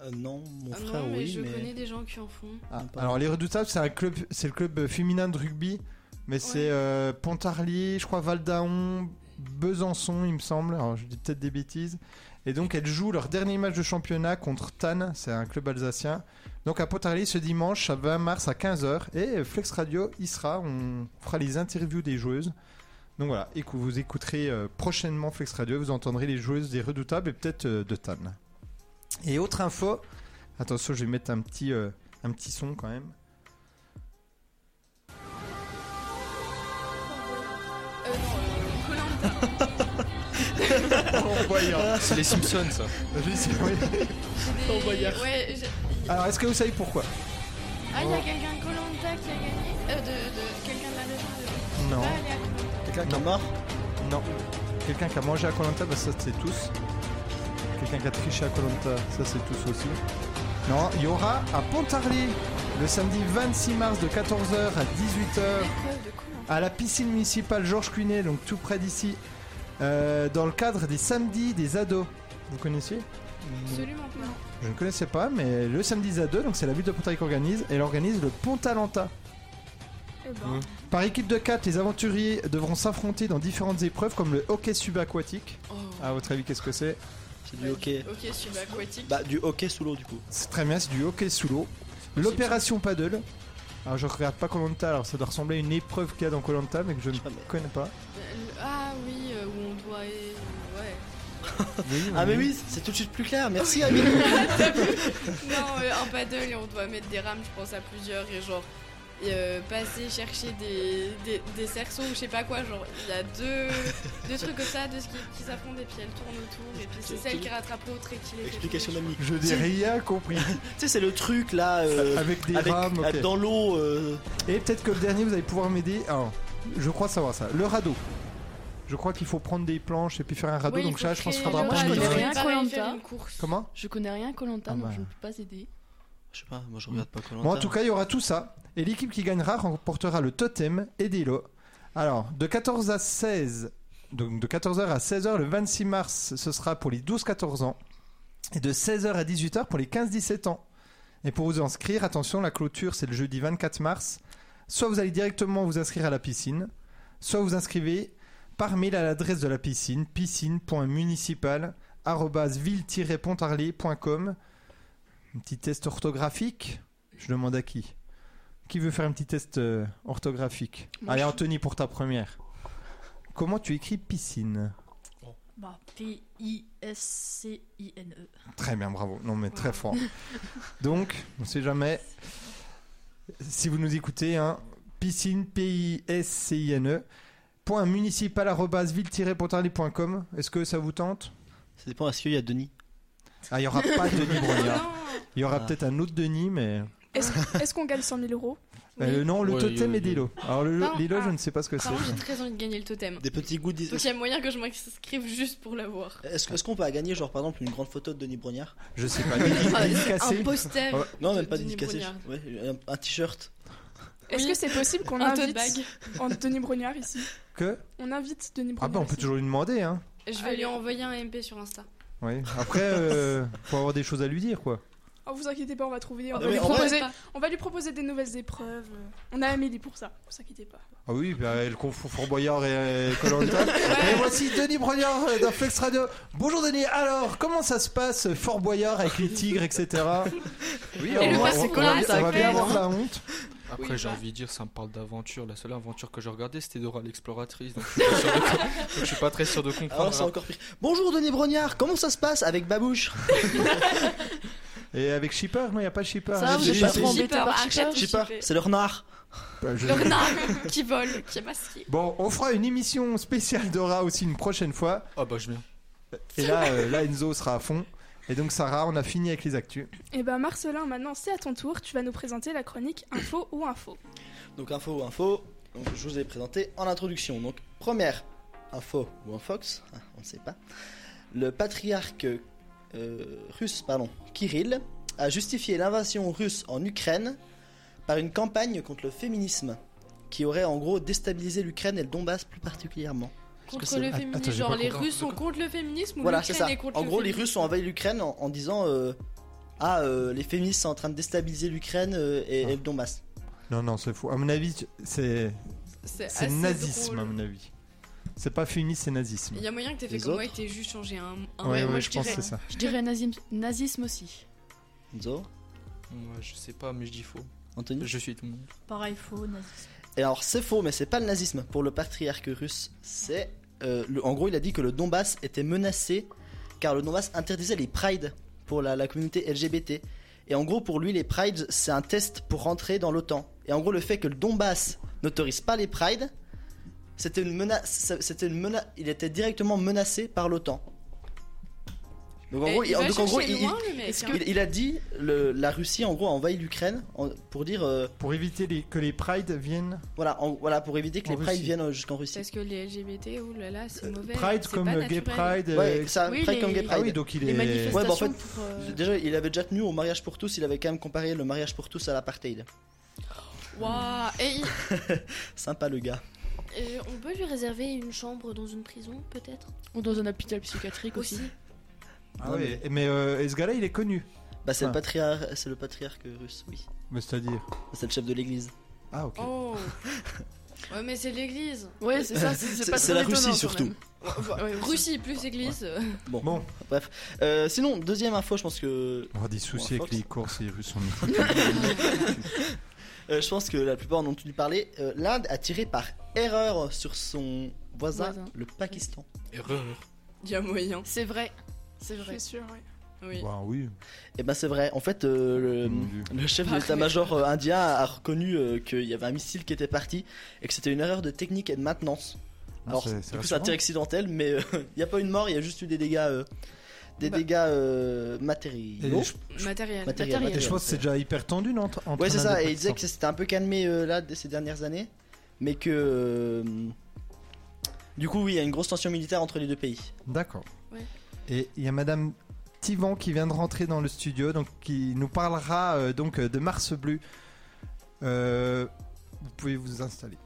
Speaker 3: Euh, non, mon
Speaker 5: Ah
Speaker 3: frère,
Speaker 5: non, mais
Speaker 3: oui,
Speaker 5: je
Speaker 3: mais.
Speaker 5: connais des gens qui en font.
Speaker 1: Ah,
Speaker 3: Sympa.
Speaker 1: Alors les Redoutables, c'est un club, c'est le club euh, féminin de rugby, mais c'est euh, Pontarlier, je crois Valdaon, Besançon, il me semble. Alors je dis peut-être des bêtises. Et donc elles jouent leur dernier match de championnat contre Tannes, c'est un club alsacien. Donc à Pontarlier ce dimanche, à 20 mars à 15h et euh, Flex Radio y sera. On fera les interviews des joueuses. Donc voilà, et que vous écouterez euh, prochainement Flex Radio, vous entendrez les joueuses des Redoutables et peut-être euh, de Tannes. Et autre info, attention, je vais mettre un petit. euh, un petit son quand même.
Speaker 4: C'est les Simpsons, ça.
Speaker 5: Des- Ouais, je-
Speaker 1: Alors, est-ce que vous savez pourquoi
Speaker 5: Ah, il
Speaker 1: Oh.
Speaker 5: y a quelqu'un de Colanta qui a gagné Euh, de, de- quelqu'un de la région de...
Speaker 1: Non.
Speaker 5: Ah, elle est à Koh-Lanta.
Speaker 3: Quelqu'un qui est mort
Speaker 1: Non. Quelqu'un qui a mangé à Colanta, bah ça c'est tous. Quelqu'un qui a triché à Colanta, ça c'est tous aussi. Non, il y aura à Pontarlier le samedi 26 mars de 14h à
Speaker 7: École de
Speaker 1: 18h
Speaker 7: cool, hein.
Speaker 1: à la piscine municipale Georges Cunet, donc tout près d'ici, euh, dans le cadre des samedis des ados. Vous connaissiez
Speaker 6: Absolument pas.
Speaker 1: Je ne connaissais pas, mais le samedi des ados, donc c'est la ville de Pontarlier qui organise, elle organise le Pontalanta.
Speaker 6: Eh ben,
Speaker 3: Mmh.
Speaker 1: Mm. Par équipe de 4, les aventuriers devront s'affronter dans différentes épreuves comme le hockey subaquatique.
Speaker 5: Oh.
Speaker 1: À votre avis, qu'est-ce que c'est
Speaker 3: C'est du hockey.
Speaker 5: Ok, subaquatique.
Speaker 3: Bah, du hockey sous l'eau du coup.
Speaker 1: C'est très bien, c'est du hockey sous l'eau. L'opération paddle. Alors je regarde pas Colanta, alors ça doit ressembler à une épreuve qu'il y a dans Colanta, mais que je ne
Speaker 3: Ah, mais-
Speaker 1: connais pas.
Speaker 5: Euh, le- Ah oui, euh, où on doit... euh, Ouais.
Speaker 3: Ah, mais oui, c'est tout de suite plus clair. Merci, Amine.
Speaker 5: Non, euh, en paddle, et on doit mettre des rames, je pense, à plusieurs, et genre, et, euh, passer, chercher des, des, des cerceaux ou je sais pas quoi. Genre, il y a deux, deux trucs comme ça, deux qui, qui s'affrontent, et puis elles tournent autour, et puis c'est celle qui rattrape l'autre et qui les fait
Speaker 3: Explication
Speaker 5: tomber.
Speaker 3: d'Amine.
Speaker 1: Je n'ai rien compris.
Speaker 3: Tu sais, c'est le truc là. euh,
Speaker 1: Avec des
Speaker 3: avec-
Speaker 1: rames, ok.
Speaker 3: avec- dans l'eau. euh,
Speaker 1: Et peut-être que le dernier, vous allez pouvoir m'aider. Alors, je crois savoir ça. Le radeau. Je crois qu'il faut prendre des planches et puis faire un radeau,
Speaker 5: Oui, il
Speaker 1: donc
Speaker 5: faut
Speaker 1: ça, je pense qu'il
Speaker 5: créer
Speaker 1: faudra
Speaker 5: le
Speaker 7: Moi, je
Speaker 1: prendre
Speaker 5: radeau.
Speaker 1: des
Speaker 7: connais
Speaker 1: rames.
Speaker 7: rien.
Speaker 5: Pareil,
Speaker 7: Koh-Lanta.
Speaker 5: faire une course.
Speaker 1: Comment
Speaker 7: Je connais rien à Colanta,
Speaker 1: Ah
Speaker 7: donc
Speaker 1: bah.
Speaker 7: je ne peux pas aider.
Speaker 3: Je sais pas, moi je regarde pas comment.
Speaker 1: Bon, en tout cas, il y aura tout ça. Et l'équipe qui gagnera remportera le totem et des lots. Alors, de 14 à 16, donc de 14h à 16h le 26 mars, ce sera pour les 12-14 ans. Et de 16h à 18h pour les 15-17 ans. Et pour vous inscrire, attention, la clôture, c'est le jeudi 24 mars. Soit vous allez directement vous inscrire à la piscine, soit vous inscrivez par mail à l'adresse de la piscine, piscine.municipal.ville-pontarlier.com. Un petit test orthographique. Je demande à qui Qui veut faire un petit test euh, orthographique
Speaker 7: Moi,
Speaker 1: Allez,
Speaker 7: je-
Speaker 1: Anthony, pour ta première. Comment tu écris piscine
Speaker 2: Bah, P-I-S-C-I-N-E.
Speaker 1: Très bien, bravo. Non, mais très fort. Donc, on sait jamais. Si vous nous écoutez, hein, piscine, P-I-S-C-I-N-E, E, point municipal arrobase ville-pontarlier.com. Est-ce que ça vous tente
Speaker 3: Ça dépend, est-ce qu'il y a Denis
Speaker 1: Ah, il n'y aura pas de Denis Brognard. Il y aura
Speaker 3: Ah.
Speaker 1: peut-être un autre Denis, mais
Speaker 6: Est-ce est-ce qu'on gagne 100 000 euros
Speaker 1: Euh, non, le
Speaker 4: Ouais,
Speaker 1: totem
Speaker 4: euh,
Speaker 1: et des lots. Alors, le,
Speaker 5: Non,
Speaker 1: les lots,
Speaker 5: ah.
Speaker 1: je ne sais pas ce que c'est.
Speaker 5: Par contre, j'ai très envie de gagner le totem.
Speaker 3: Des petits goûts. dis-
Speaker 5: Donc il y a moyen que je m'inscrive juste pour l'avoir.
Speaker 3: Est-ce est-ce qu'on peut gagner, genre par exemple, une grande photo de Denis Brognard
Speaker 1: Je sais pas.
Speaker 5: Ah, Un
Speaker 1: Dédicacé.
Speaker 5: poster,
Speaker 1: Ouais.
Speaker 3: Non,
Speaker 5: De-
Speaker 3: même pas
Speaker 5: Denis
Speaker 3: dédicacé.
Speaker 5: Brognard.
Speaker 3: Ouais, un- un t-shirt.
Speaker 6: Est-ce
Speaker 5: Oui.
Speaker 6: que c'est possible qu'on
Speaker 5: un tote
Speaker 6: invite
Speaker 5: bag.
Speaker 6: en Denis Brognard ici
Speaker 1: Que
Speaker 6: On invite Denis
Speaker 1: Ah
Speaker 6: Brognard.
Speaker 1: bah on peut
Speaker 6: ici.
Speaker 1: toujours lui demander. Hein.
Speaker 5: Je vais
Speaker 7: Allez.
Speaker 5: lui envoyer un MP sur Insta.
Speaker 1: Oui. Après, euh, faut avoir des choses à lui dire quoi.
Speaker 6: Oh, vous inquiétez pas, on va trouver. bah On,
Speaker 3: Ah,
Speaker 6: va
Speaker 3: mais
Speaker 6: lui
Speaker 3: en vrai-
Speaker 6: proposer,
Speaker 5: pas.
Speaker 6: on va lui proposer des nouvelles épreuves. euh, On a Amélie pour ça, vous inquiétez pas.
Speaker 1: Ah oui, bah, elle confond Fort Boyard et euh, Colanta. Et voici Denis Brognard euh, dans Flex Radio. Bonjour Denis. Alors, comment ça se passe euh, Fort Boyard avec les tigres, etc. Oui,
Speaker 5: Et le
Speaker 1: on,
Speaker 5: passe,
Speaker 1: on-
Speaker 5: c'est
Speaker 1: on
Speaker 5: quoi,
Speaker 1: va bien-
Speaker 5: ça
Speaker 1: on va
Speaker 5: fait,
Speaker 1: bien
Speaker 5: hein.
Speaker 1: avoir la honte.
Speaker 4: Après,
Speaker 5: Oui,
Speaker 4: j'ai
Speaker 5: bah.
Speaker 4: envie de dire, ça me parle d'aventure. La seule aventure que je regardais, c'était Dora l'exploratrice. Donc, je suis pas sûr de- donc, je suis pas très sûr
Speaker 1: Ah
Speaker 4: de comprendre.
Speaker 3: Alors c'est encore pire. Bonjour Denis Brognard, comment ça se passe avec Babouche
Speaker 1: Et avec Shipper, non, il n'y a pas Shipper.
Speaker 7: Ça,
Speaker 1: Avec
Speaker 7: vous êtes
Speaker 1: des-
Speaker 7: pas
Speaker 1: des-
Speaker 7: trop embêté
Speaker 5: Shipper,
Speaker 7: par
Speaker 5: arrête
Speaker 7: Shipper
Speaker 5: de
Speaker 3: Je sais pas, c'est leur nard.
Speaker 1: Bah, je-
Speaker 5: Le renard qui vole, qui est masqué.
Speaker 1: Bon, on fera une émission spéciale Dora aussi une prochaine fois.
Speaker 4: Ah bah, je viens.
Speaker 1: Et là, euh, là, Enzo sera à fond. Et donc, Sarah, on a fini avec les actus.
Speaker 6: Et ben Marcelin, maintenant c'est à ton tour, tu vas nous présenter la chronique info ou info.
Speaker 3: Donc info ou info, donc, je vous ai présenté en introduction. Donc première info ou infox, hein, on ne sait pas. Le patriarche euh, russe, pardon, Kirill, a justifié l'invasion russe en Ukraine par une campagne contre le féminisme qui aurait en gros déstabilisé l'Ukraine et le Donbass plus particulièrement.
Speaker 5: Contre
Speaker 3: c'est-
Speaker 5: le
Speaker 1: Attends,
Speaker 5: féminisme.
Speaker 1: j'ai pas
Speaker 5: genre les
Speaker 4: compris.
Speaker 5: Russes sont contre le féminisme ou
Speaker 3: Voilà, c'est ça.
Speaker 5: l'Ukraine est contre
Speaker 3: En
Speaker 5: le
Speaker 3: gros, les
Speaker 5: féminisme
Speaker 3: Russes ont envahi l'Ukraine en, en disant euh, Ah, euh, les féministes sont en train de déstabiliser l'Ukraine euh, et,
Speaker 1: Ah.
Speaker 3: et le Donbass.
Speaker 1: Non, non, c'est fou. À mon avis, tu- c'est
Speaker 5: C'est
Speaker 1: c'est
Speaker 5: assez
Speaker 1: nazisme,
Speaker 5: drôle.
Speaker 1: à mon avis. C'est pas féministe, c'est nazisme.
Speaker 5: Il y a moyen que t'aies fait
Speaker 3: Les
Speaker 5: comme moi et
Speaker 3: autres
Speaker 5: que t'aies juste changé un. un-
Speaker 1: Ouais, ouais,
Speaker 5: moi,
Speaker 1: je, pense que
Speaker 5: dirais-
Speaker 1: c'est ça.
Speaker 7: Je dirais nazisme, nazisme aussi.
Speaker 3: Enzo,
Speaker 4: Moi, je sais pas, mais je dis faux.
Speaker 3: Anthony
Speaker 4: Je suis tout le monde.
Speaker 2: Pareil, faux, nazisme.
Speaker 3: Et alors c'est faux, mais c'est pas le nazisme. Pour le patriarche russe, c'est... euh, le- en gros, il a dit que le Donbass était menacé car le Donbass interdisait les prides pour la, la communauté LGBT. Et en gros, pour lui, les prides, c'est un test pour rentrer dans l'OTAN. Et en gros, le fait que le Donbass n'autorise pas les prides, c'était une menace. ça- C'était une menace. Il était directement menacé par l'OTAN. Donc en
Speaker 5: Eh,
Speaker 3: gros,
Speaker 5: il va
Speaker 3: donc, en gros,
Speaker 5: chercher
Speaker 3: il-
Speaker 5: loin, le mec, hein.
Speaker 3: il- il a dit le- la Russie en gros a envahi l'Ukraine en- pour dire euh,
Speaker 1: Pour éviter les- que les prides viennent.
Speaker 3: voilà, en- voilà, pour éviter que
Speaker 1: En
Speaker 3: les prides
Speaker 1: Russie.
Speaker 3: viennent euh, jusqu'en Russie.
Speaker 5: Parce que les LGBT, oh là là, c'est mauvais.
Speaker 1: Pride
Speaker 5: c'est
Speaker 1: comme
Speaker 5: pas
Speaker 1: euh, gay
Speaker 5: naturel.
Speaker 1: pride. euh,
Speaker 3: Ouais, ça,
Speaker 7: Oui,
Speaker 3: Pride
Speaker 7: les-
Speaker 3: comme Gay Pride.
Speaker 1: Ah oui, donc il
Speaker 7: Les
Speaker 1: est.
Speaker 7: manifestations
Speaker 3: Ouais, bah, en fait,
Speaker 7: pour, euh,
Speaker 3: Déjà, il avait déjà tenu au mariage pour tous, il avait quand même comparé le mariage pour tous à l'apartheid.
Speaker 5: Waouh Et il-
Speaker 3: Sympa le gars.
Speaker 8: Euh, on peut lui réserver une chambre dans une prison, peut-être
Speaker 7: ou dans un hôpital psychiatrique aussi.
Speaker 8: Aussi.
Speaker 1: Ah ouais, mais euh, et ce gars-là, il est connu.
Speaker 3: Bah, c'est
Speaker 1: Ah.
Speaker 3: le patriarche, c'est le patriarche russe, oui.
Speaker 1: Mais c'est-à-dire.
Speaker 3: C'est le chef de l'église.
Speaker 1: Ah ok.
Speaker 5: Oh Ouais, mais c'est l'église.
Speaker 7: Ouais, c'est ça, c'est-
Speaker 3: C'est-
Speaker 7: c'est pas
Speaker 3: c'est
Speaker 7: très
Speaker 3: la Russie,
Speaker 7: étonnant, quand
Speaker 3: surtout.
Speaker 7: même. Ouais, ouais, Russie.
Speaker 5: Russie plus église.
Speaker 3: Bon.
Speaker 1: Bon.
Speaker 3: Bref. Euh, sinon, deuxième info, je pense que
Speaker 1: On aura des soucis
Speaker 3: Ouais,
Speaker 1: avec
Speaker 3: Fox.
Speaker 1: les courses et les Russes.
Speaker 3: euh, je pense que la plupart en ont entendu parler. Euh, L'Inde a tiré par erreur sur son voisin,
Speaker 7: Voisin.
Speaker 3: le Pakistan.
Speaker 4: Erreur.
Speaker 5: Il y a moyen.
Speaker 7: C'est vrai, c'est
Speaker 6: Je
Speaker 7: vrai.
Speaker 6: suis sûre, ouais.
Speaker 5: Oui.
Speaker 1: Bah oui.
Speaker 3: Et ben c'est vrai. En fait, euh, le,
Speaker 1: Mon Dieu.
Speaker 3: le chef de
Speaker 5: Ah,
Speaker 3: l'état-major euh, indien a reconnu euh, qu'il y avait un missile qui était parti et que c'était une erreur de technique et de maintenance.
Speaker 1: Ah,
Speaker 3: Alors,
Speaker 1: c'est- c'est
Speaker 3: du coup, c'est un tir
Speaker 1: rassurant.
Speaker 3: accidentel, mais euh, il n'y a pas une mort, il y a juste eu des dégâts, euh, des
Speaker 5: Bah.
Speaker 3: dégâts euh,
Speaker 1: Et
Speaker 3: matériels.
Speaker 1: je,
Speaker 5: Matériel.
Speaker 3: Matériel,
Speaker 1: et je
Speaker 3: matériel,
Speaker 1: pense que c'est déjà hyper tendu, non entre- entre
Speaker 3: Ouais, c'est
Speaker 1: l'Inde
Speaker 3: ça,
Speaker 1: le
Speaker 3: et il disait que
Speaker 1: Pakistan.
Speaker 3: ça s'était un peu calmé euh, là de ces dernières années, mais que. euh, du coup, oui, il y a une grosse tension militaire entre les deux pays.
Speaker 1: D'accord.
Speaker 5: Ouais.
Speaker 1: Et il y a Madame Tivan qui vient de rentrer dans le studio, donc qui nous parlera euh, donc euh, de Mars Bleu. Euh, vous pouvez vous installer.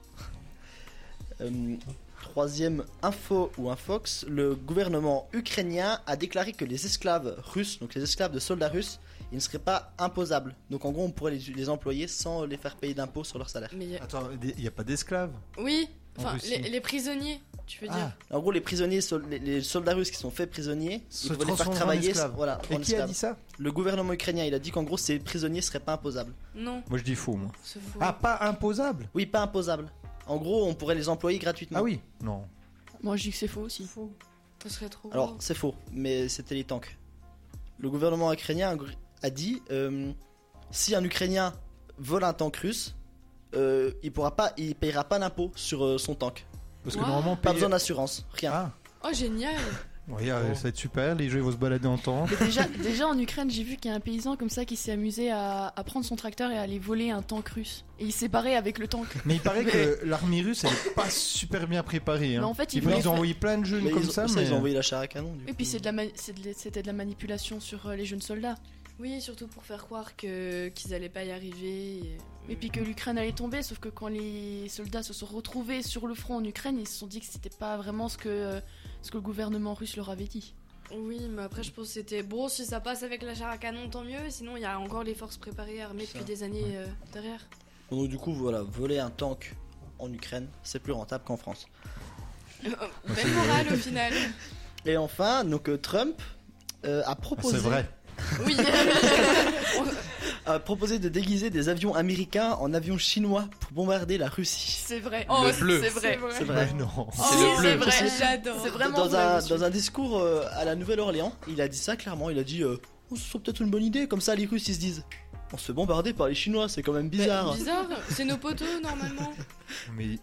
Speaker 3: Euh, troisième info ou infox, le gouvernement ukrainien a déclaré que les esclaves russes, donc les esclaves de soldats russes, ils ne seraient pas imposables. Donc en gros, on pourrait les, les employer sans les faire payer d'impôts sur leur salaire.
Speaker 5: Mais il y a-
Speaker 1: Attends, il n'y a pas d'esclaves
Speaker 5: Oui,
Speaker 1: En
Speaker 5: enfin,
Speaker 1: Russie.
Speaker 5: les, les prisonniers, tu veux
Speaker 1: Ah,
Speaker 5: dire.
Speaker 3: En gros, les prisonniers, sol- les, les soldats russes qui sont faits prisonniers,
Speaker 1: Se
Speaker 3: il faut les faire
Speaker 1: transforment en
Speaker 3: travailler.
Speaker 1: esclaves.
Speaker 3: Voilà,
Speaker 1: Et
Speaker 3: en
Speaker 1: qui a
Speaker 3: esclaves.
Speaker 1: dit ça
Speaker 3: Le gouvernement ukrainien, il a dit qu'en gros, ces prisonniers seraient pas imposables.
Speaker 5: Non,
Speaker 1: Moi je dis faux, moi.
Speaker 5: c'est faux.
Speaker 1: Ah, pas imposable
Speaker 3: Oui, pas imposables. En gros, on pourrait les employer gratuitement.
Speaker 1: Ah oui Non.
Speaker 7: Moi je dis que c'est faux aussi.
Speaker 5: Ça serait trop.
Speaker 3: Alors,
Speaker 5: beau.
Speaker 3: c'est faux, mais c'était les tanks. Le gouvernement ukrainien a dit euh, si un Ukrainien vole un tank russe, euh, il pourra pas, il payera pas d'impôt sur euh, son tank.
Speaker 1: Parce que
Speaker 5: Wow.
Speaker 1: normalement,
Speaker 3: Pas
Speaker 1: payer-
Speaker 3: besoin d'assurance, rien.
Speaker 1: Ah,
Speaker 5: Oh, génial
Speaker 1: Oui, euh, ça va être super, les jeux ils vont se balader en temps.
Speaker 7: Mais déjà, déjà en Ukraine, j'ai vu qu'il y a un paysan comme ça qui s'est amusé à, à prendre son tracteur et à aller voler un tank russe. Et il s'est barré avec le tank.
Speaker 1: Mais il paraît que l'armée russe elle est pas super bien préparée. hein.
Speaker 7: Mais en fait, ils
Speaker 1: ils, nous
Speaker 7: voulaient
Speaker 1: ont envoyé plein de jeunes
Speaker 3: Mais
Speaker 1: comme
Speaker 3: ils,
Speaker 1: ça,
Speaker 3: ça,
Speaker 1: mais. euh,
Speaker 3: ils ont envoyé la chair à canon. Du
Speaker 7: Et
Speaker 3: coup.
Speaker 7: puis c'est de la
Speaker 5: euh.
Speaker 7: ma- c'est de la- c'était de la manipulation sur euh, les jeunes soldats.
Speaker 5: Oui, surtout pour faire croire que qu'ils allaient pas y arriver. euh. et-
Speaker 7: Et puis que l'Ukraine allait tomber, sauf que quand les soldats se sont retrouvés sur le front en Ukraine, ils se sont dit que c'était pas vraiment ce que, euh, ce que le gouvernement russe leur avait dit.
Speaker 5: Oui, mais après je pense que c'était bon si ça passe avec la char à canon, tant mieux. Sinon, il y a encore les forces préparées armées
Speaker 3: Ça,
Speaker 5: depuis des années euh, derrière.
Speaker 3: Donc du coup, voilà, voler un tank en Ukraine, c'est plus rentable qu'en France.
Speaker 5: Belle Euh, morale au final.
Speaker 3: Et enfin, donc euh, Trump euh, a
Speaker 1: Ah,
Speaker 3: proposé,
Speaker 1: c'est vrai.
Speaker 5: Oui.
Speaker 3: a proposé de déguiser des avions américains en avions chinois pour bombarder la Russie.
Speaker 7: C'est vrai.
Speaker 5: Oh,
Speaker 4: Le bleu.
Speaker 5: c'est vrai.
Speaker 3: C'est
Speaker 1: Mais
Speaker 3: vrai.
Speaker 1: non.
Speaker 5: Oh,
Speaker 4: C'est le
Speaker 5: c'est
Speaker 4: bleu.
Speaker 5: vrai, j'adore.
Speaker 7: C'est vraiment
Speaker 3: dans,
Speaker 7: vrai,
Speaker 3: un,
Speaker 7: monsieur.
Speaker 3: dans un discours euh, à la Nouvelle-Orléans, il a dit ça clairement. Il a dit euh, Oh, ce serait peut-être une bonne idée, comme ça les Russes ils se disent On se fait bombarder par les Chinois, c'est quand même bizarre.
Speaker 5: Bah, Bizarre, c'est nos poteaux normalement.
Speaker 1: Mais